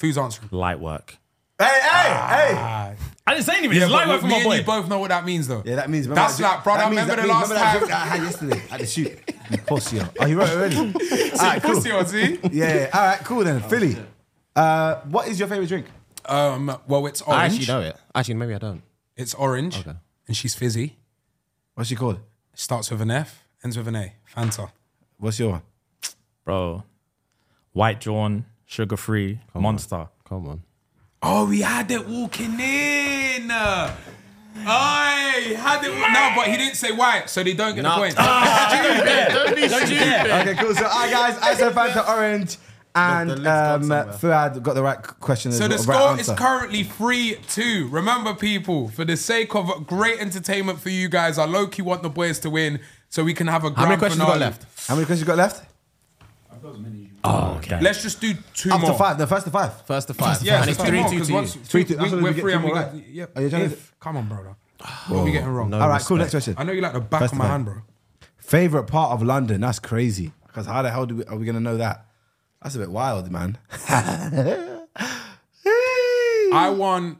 Who's answering? Light work. Hey, hey, Ah. I didn't say anything. it's but light work for me my and boy. you both know what that means, though. hey! Yeah, that means remember that's that drink- like, bro. that I means- remember that the means- last remember that time. drink that I had yesterday at the shoot. Nicosia. Oh, you wrote it already. All right, cool. Pussy, Ozzy. Yeah, yeah. All right, cool Oh, then. Philly. Uh, what is your favorite drink? Um, well, it's I orange. actually know it. Actually, maybe I don't. It's orange, and she's fizzy. What's she called? Starts with an F, ends with an A. Fanta. What's your one? Bro, white drawn, sugar free, monster. Come on. Oh, we had it walking in. I had it. No, but he didn't say why, so they don't get the point. Ah. Okay, cool. So, all right, guys, I said Fanta Orange, and The- the link's gone um, somewhere. Fuad got the right question. as so the well, score right is answer. currently 3 2. Remember, people, for the sake of great entertainment for you guys, I low key want the boys to win so we can have a grand How many questions you finale. got left? How many questions you got left? Oh, okay. Let's just do two Up more. to five. The first to five. First to five. Yeah, and it's just do three more, two 'cause to once- you. Three two- that's we, what we're we get free two and we more, got. right? Yep. Are you trying to- If- Come on, brother. What are we getting wrong? No. All right, cool. Next question. I know you like the back First of my of all. hand, bro. Favorite part of London? That's crazy. Because how the hell do we, are we gonna know that? That's a bit wild, man. I won.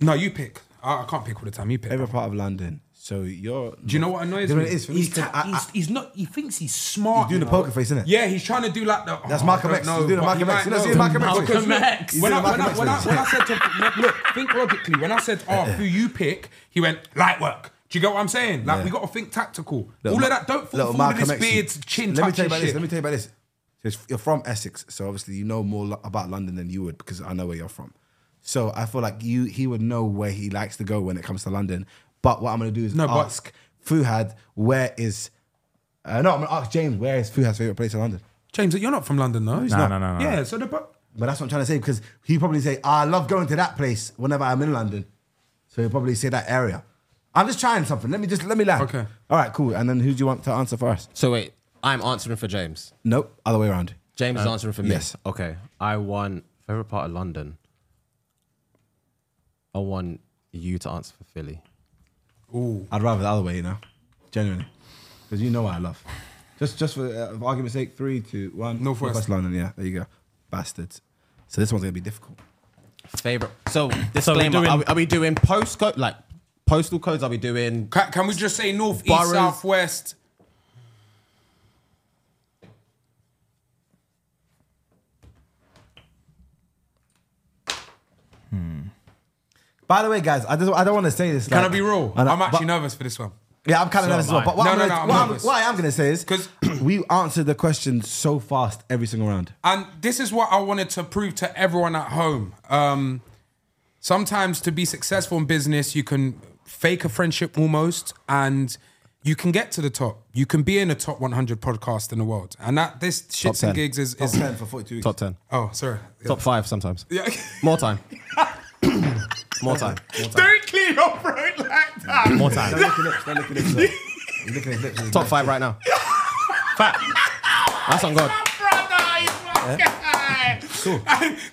No, you pick. I, I can't pick all the time. You pick. Favorite part of London. So you're. Do you know what annoys You know me? what it is for me? He's, He's, I, he's, he's not. He thinks he's I, smart. he's doing the you know. poker face, isn't it? Yeah, he's trying to do like the. That's oh, Malcolm I X. don't He's doing know, a Malcolm but X. he You might know, see know. the Malcolm X. Malcolm X. He's When I, doing a when, I, Malcolm when, I, X. when I said to him, look, look, think logically, when I said, oh, who you pick, he went, light work. Do you get what I'm saying? Like, we got to think tactical. All of that, don't fall Little for all of Malcolm this X. beard's chin Let me tell you touching about this. Let me shit. tell you about this. So it's- You're from Essex, so obviously you know more lo- about London than you would because I know where you're from. So I feel like you he would know where he likes to go when it comes to London. But what I'm gonna do is No, but- ask Fuhad where is. Uh, no, I'm gonna ask James where is Fuhad's favorite place in London. James, you're not from London, though. no, no, no, no. Yeah, so the. bu- But that's what I'm trying to say because he probably say "Ah, I love going to that place whenever I'm in London. So he'll probably say that area. I'm just trying something. Let me just let me land. Okay. All right, cool. And then who do you want to answer for us? So wait, I'm answering for James. Nope, other way around. James is answering for me. yes. Uh, Okay. I won favorite part of London. I want you to answer for Philly. I'd rather the other way, you know, genuinely, because you know what I love. Just, just for, uh, for argument's sake, three, two, one. North West. Northwest London. Yeah, there you go, bastards. So this one's gonna be difficult. Favorite. So So we're disclaimer: doing- are, we, are we doing postcode like postal codes I'll be doing. Can, can we just say north, east, Boroughs. south, west? By the way, guys, I just I don't want to say this. Can I like- be real? I don't- I'm actually but- nervous for this one. Yeah, I'm kind of nervous as well. But what, No, I'm no, gonna, no, I'm what, I'm, nervous. what I am going to say is 'Cause- we answered the question so fast every single round. And this is what I wanted to prove to everyone at home. Um, sometimes to be successful in business, you can fake a friendship almost, and you can get to the top. You can be in a top 100 podcast in the world. And that this shits 10. and gigs is, It's is 10 for 42 weeks. Top ten. oh sorry. Top five sometimes. Yeah. More time. More time. Don't clean your throat like that. More time. Don't look at lips. Don't look at lips. sir. You're looking at lips. Top five right now. Fact. That's on God.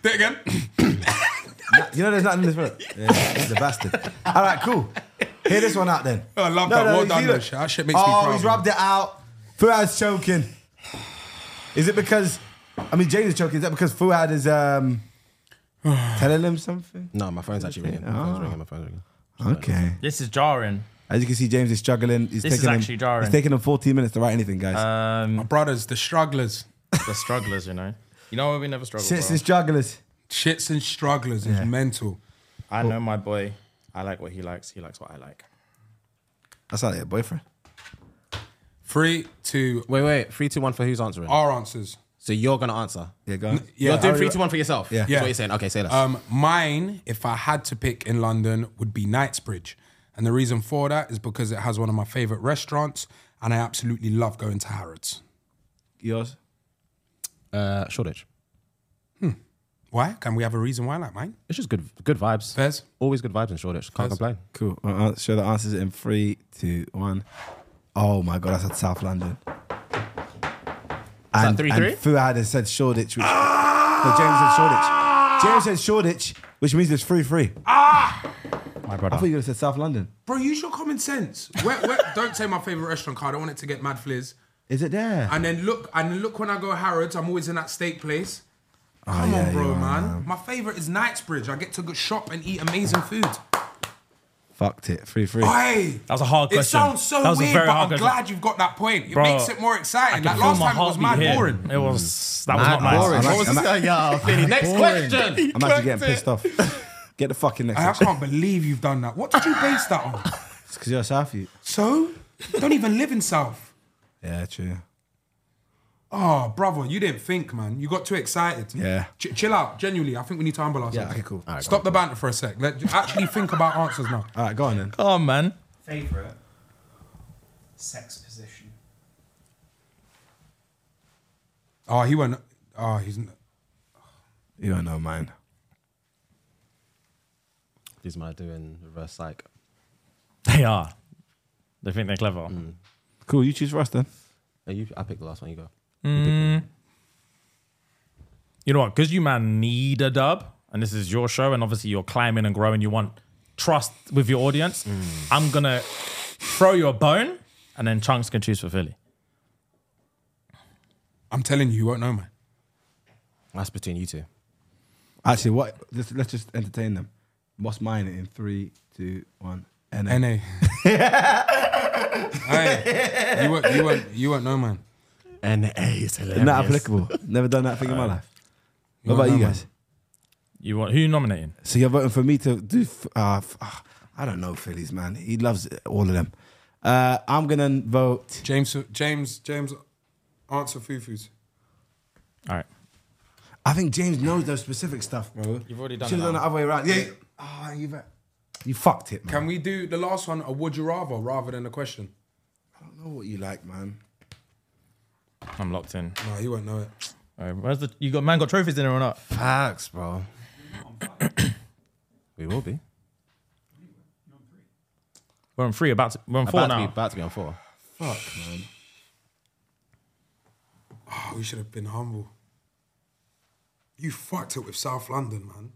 Do it again. You know, there's nothing in this brother. Yeah, he's a bastard. All right, cool. Hear this one out then. Oh, I love that. Well you done, see, though, look. shit. That shit makes me oh, proud, he's man. rubbed it out. Fuad's choking. Is it because? I mean, James is choking. Is that because Fuad is um telling him something? No, my phone's actually ringing. My Ah. phone's ringing. My phone's ringing. Okay. This is jarring. As you can see, James is struggling. He's This is taking him, actually jarring. Uh, It's taking him 14 minutes to write anything, guys. My brothers, the strugglers. The strugglers, you know. You know we never struggle. Since bro. it's jugglers. Shits and strugglers is mental. I know my boy. I like what he likes. He likes what I like. That's not your boyfriend. Three, two, Wait, wait. Three, two, one for who's answering? our answers. So you're gonna answer. Yeah, go on. Oh. Yeah, You're doing I- three, two, one for yourself. Yeah. That's Yeah. what you're saying. Okay, say that. Um, mine, if I had to pick in London, would be Knightsbridge. And the reason for that is because it has one of my favorite restaurants, and I absolutely love going to Harrods. Yours. uh, Shoreditch. Why? Can we have a reason why I like mine? It's just good, good vibes. Fez? Always good vibes in Shoreditch. Can't complain. Cool. I'll I'll show the answers in three, two, one. Oh my god, I said South London. And, three, and three? Fuad has said Shoreditch, which no, James said Shoreditch. James said Shoreditch, which means it's three three. I My thought brother. you would have said South London. Bro, use your common sense. Where, where, don't say my favorite restaurant card. I don't want it to get mad fliz. Is it there? And then look, and look when I go Harrods, I'm always in that steak place. Come Ah, yeah, on, you bro, are, man. My favorite is Knightsbridge. I get to go shop and eat amazing food. Fucked it. Three three. Hey, That was a hard It question. sounds so That was a weird, very but hard I'm question. glad you've got that point. It Bro, makes it more exciting. I can Like last feel my time it was mad heartbeat here. boring. It was that was Mad not nice. boring. I'm What was actually- this guy? Yeah, Philly. Next Boring. question. I'm actually getting pissed off. Get the fucking next I question. can't believe you've done that. What did you base that on? It's because you're South. You. So, you don't even live in South. Yeah, true. Oh, brother, you didn't think, man. You got too excited. Yeah. Ch- chill out. Genuinely, I think we need to humble ourselves. Yeah, okay, cool. All right, Stop the banter for a sec. Let actually think about answers now. All right, go on then. Come on, man. Favorite sex position. Oh, he went. Oh, he's. You don't know mine. These men are doing reverse psych. They are. They think they're clever. Mm. Cool. You choose for us then. Are you, I picked the last one. You go. You know what? Because you man need a dub, and this is your show, and obviously you're climbing and growing. You want trust with your audience. Mm. I'm gonna throw you a bone, and then Chunks can choose for Philly. I'm telling you, you won't know, man. That's between you two. Actually, what? Let's, let's just entertain them. What's mine in three, two, one? And Na. hey, you won't. You won't. You won't know, man. N A is hilarious. not applicable. Never done that thing in my life. What about no, you man. guys? You want who you nominating? So you're voting for me to do? f- Uh, f- ah, I don't know Phillies, man. He loves all of them. Uh, I'm gonna vote. James. James. James. Answer fufus. All right. I think James knows those specific stuff, bro. You've already done Should it have done now. the other way around. Yeah. Ah, you've you fucked it, man. Can we do the last one? A would you rather rather than a question? I don't know what you like, man. I'm locked in. No, you won't know it. All right. Where's the you got man got trophies in there or not? Facts, bro. we will be. We're on three, about to, we're on four About to, now. be about to be on four. Fuck, man. Oh, we should have been humble. You fucked it with South London, man.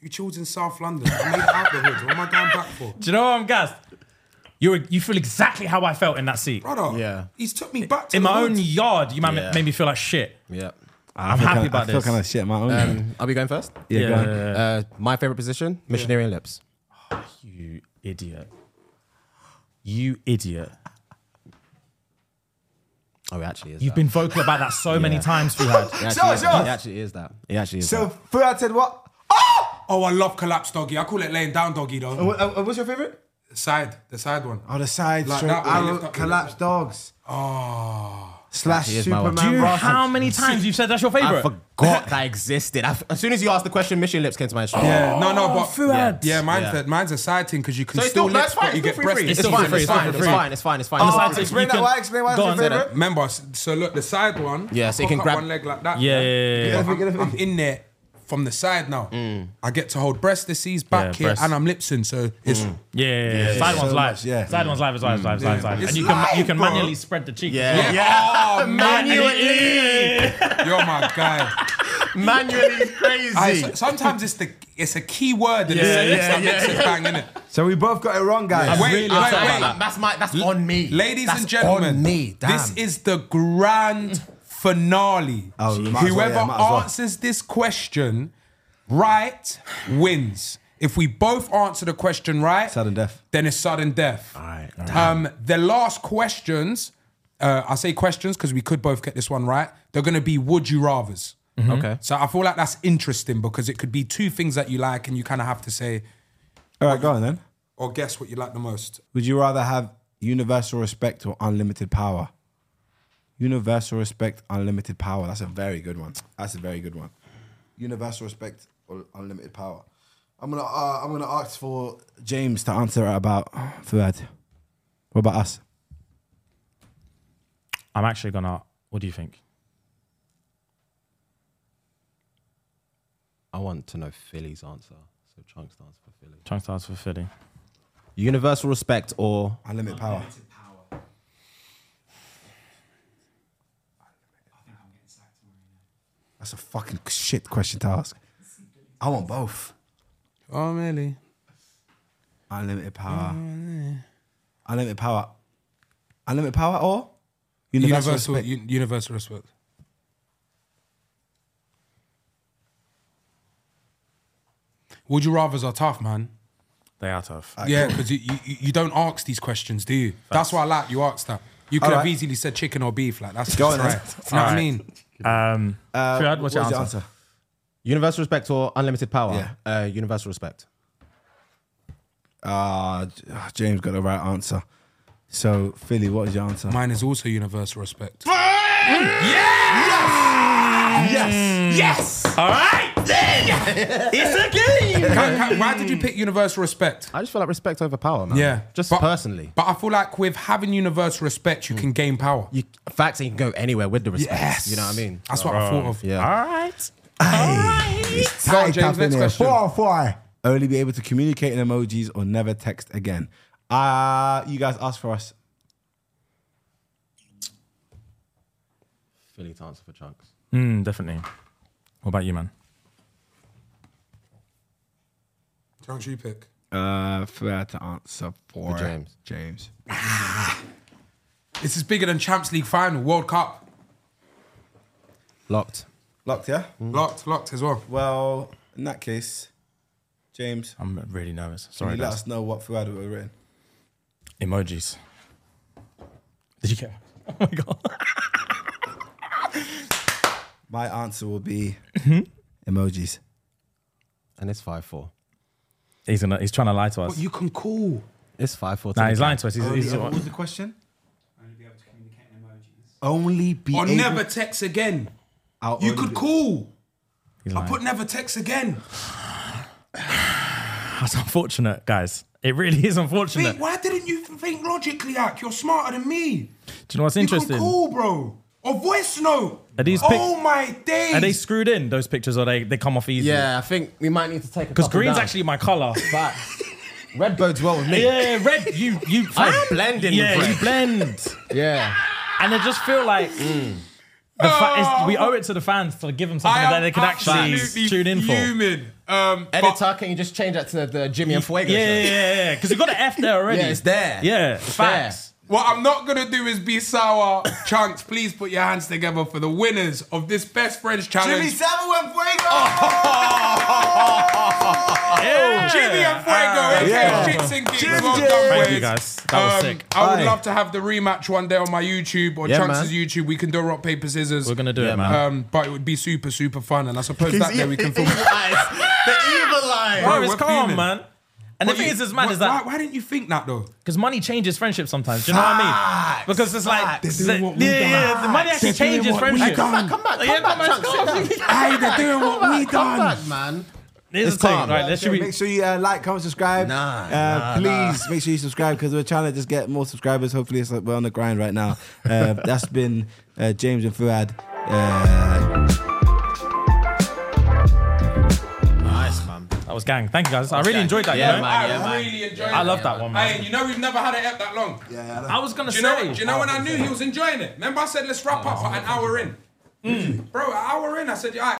You chilled in South London. I made it out the hood. What am I going back for? Do you know what I'm gassed? You you feel exactly how I felt in that seat. Brother, Yeah. he's took me back to In the my hood. own yard, you man Yeah. made me feel like shit. Yeah. I'm happy about I feel this. kind of shit, my own. I'll be Um, going first. Um, yeah, go on. Uh, my favorite position, missionary and lips. You idiot. You idiot. Oh, it actually is. You've that. been vocal about that so many times, Fuhad. It actually, Sure, is, sure. it actually is that. It actually is. So that. Fuad said what? Oh, I love collapse doggy. I call it laying down doggy though. What- uh, What's your favorite? Side, the side one. Oh, the side Like stroke that one, arrow lift up, collapse lift dogs. Oh. Slash Actually is my one. Superman. Do you know Ross- how many times you've said that's your I favorite? forgot that existed. I f- as soon as you asked the question, Mission Lips came to my show. Oh. Yeah, no, no, but Fuad. yeah, mine's Yeah. a, mine's a side thing because you can So it's still still, no, it's lift, fine. but It's still you get free, free. breast. It's It's fine. free, It's fine. it's It's free. fine. It's fine. It's fine. It's fine. It's Explain you that. can- Why? Explain why. Go it's on, your say that. favorite. Remember, s- so look, the side one. Yeah, so you hook can up grab- one leg like that. Yeah, yeah, yeah, yeah. I'm, I'm in there from the side now. I get to hold breast the C's back Yeah, here, breast. and I'm lipsing. So it's Yeah, yeah, yeah. Side so one's live. much, yeah. Side one's live is live, is live, is live, is live. It's And you can live, you can bro. manually spread the cheek. Yeah. yeah. Oh man, Manually. you're my guy. Manually is I, crazy. so- sometimes Ah, it's the it's a key word in the Yeah, sentence yeah, that makes it bang in it. So we both got it wrong, guys. Wait, really wait, upset about wait. that. Ah, That's my. That's on me, Ladies That's and gentlemen, On me. Damn. this is the grand finale. Oh, we might as well, Whoever yeah, might as well. answers this question right wins. If we both answer the question right, Sudden death. then it's sudden death. All right, Um, the last questions, uh, I say questions because we could both get this one right. They're going to be would you rather's. okay. So I feel like that's interesting because it could be two things that you like and you kind of have to say All right, go on then. or guess what you like the most. Would you rather have universal respect or unlimited power? Universal respect, unlimited power. That's a very good one. That's a very good one. Universal respect or unlimited power. I'm gonna uh, I'm gonna ask for James to answer about Fuad. What about us? I'm actually gonna. What do you think? I want to know Philly's answer. So Chunk stands for Philly. Chunk starts for Philly. Universal respect or Unlimited power. Unlimited power. I think I'm getting sacked tomorrow. That's a fucking shit question to ask. I want both. Oh, really? Unlimited power. Unlimited power. Unlimited power or universal, universal, respect. u- universal respect. Would you rather's are tough, man. They are tough. yeah, because you, you you don't ask these questions, do you? That's why I like you asked that. You could have Alright. easily said chicken or beef, like that's Go Go on right. then. You know what I mean? Um, Fuad, what's your What was answer? your answer? universal respect or unlimited power. Yeah. Uh, universal respect. Ah, J- ah, James got the right answer. So Philly, what is your answer? Mine is also universal respect. yes. All right, then it's a game. Can- can- why did you pick universal respect? I just feel like respect over power, man. Yeah, Just but- personally. But I feel like with having universal respect, Hmm. you can gain power. You facts and you can go anywhere with the respect. You know what I mean? That's what I thought of. Yeah. All right. Go on, James, next question. Four or four. Only be able to communicate in emojis or never text again. Ah, you guys ask for us. Philly to answer for chunks. Mm, definitely. What about you, man? Don't you pick? Uh, fair to answer for James. James. This is bigger than Champs League final, World Cup. Locked. Locked, yeah. Locked, locked as well. Well, in that case, James, I'm really nervous. can Sorry, you let guys. us know what Fuad would have written? Emojis. Did you get? Oh my god. My answer will be Mm-hmm. emojis. And it's 5 4. He's gonna. He's trying to lie to us. But you can call. It's 5 4. nah, he's lying to us. He's, he's, what was the question? Only be able to communicate in emojis. Only be Or able- never text again. I'll You only could be- call. he's I lying. put never text again. That's unfortunate, guys. It really is unfortunate. Pete, why didn't you think logically, like you're smarter than me? Do you know what's You interesting? can call, bro. Or voice note. Are these oh pic- my days. Are they screwed in those pictures, or they they come off easy? Yeah, I think we might need to take a Because green's actually my color. back. Red bodes well with me. yeah, red. You you. I blend in Yeah, with you red. blend. Yeah. And I just feel like the fa- it's- we owe it to the fans to give them something that they can actually absolutely tune in for. Yeah, fuming. Um, but Editor, can you just change that to the Jimmy and Fuego yeah, show? yeah. Because we got an F there already. Yeah, it's there. Yeah, It's facts. what I'm not gonna do is be sour. Chunks, please put your hands together for the winners of this best friends challenge. Oh, Jimmy Savile and Fuego! Yeah. Ah. Jimmy and Fuego, aka yeah. Shits and Gigs. Jim Well Jim. done, Thank you, boys. Um, guys. That was sick. I would Aye. love to have the rematch one day on my YouTube or Yeah, Chance's man. YouTube. We can do rock, paper, scissors. We're gonna do it, man. Um, but it would be super, super fun. And I suppose that day we can film. the evil eye. Bro, it's we're calm, fuming. man. And the thing is, as mad Why- as that, Why, why didn't you think that though? Because money changes friendship sometimes. Do you know what I mean? Because it's like, They're doing Ah. what we yeah, done. yeah, the money actually They're doing changes what we friendship. done. Come back, come Yeah, back, come on, Chunks, come on. sit down. Hey, they're doing what we Come done. back, man. Here's the It's thing, calm. right? There Yeah, should be. Make sure you uh, like, comment, subscribe. Nah, uh, nah, please make sure you subscribe because we're trying to just get more subscribers. Hopefully, it's like we're on the grind right now. Uh, that's been uh, James and Fuad. Uh, Nice, man. That was gang. Thank you guys. I really gang. enjoyed that. Yeah, you know? man. I yeah, really enjoyed it. I love that one, man. Hey, you know we've never had an app that long. I was gonna Do you say. know? Do you know when Oh, Hmm. I knew he was enjoying it? Remember I said let's wrap up at an hour in. Bro, an hour in, I said, yeah. all right,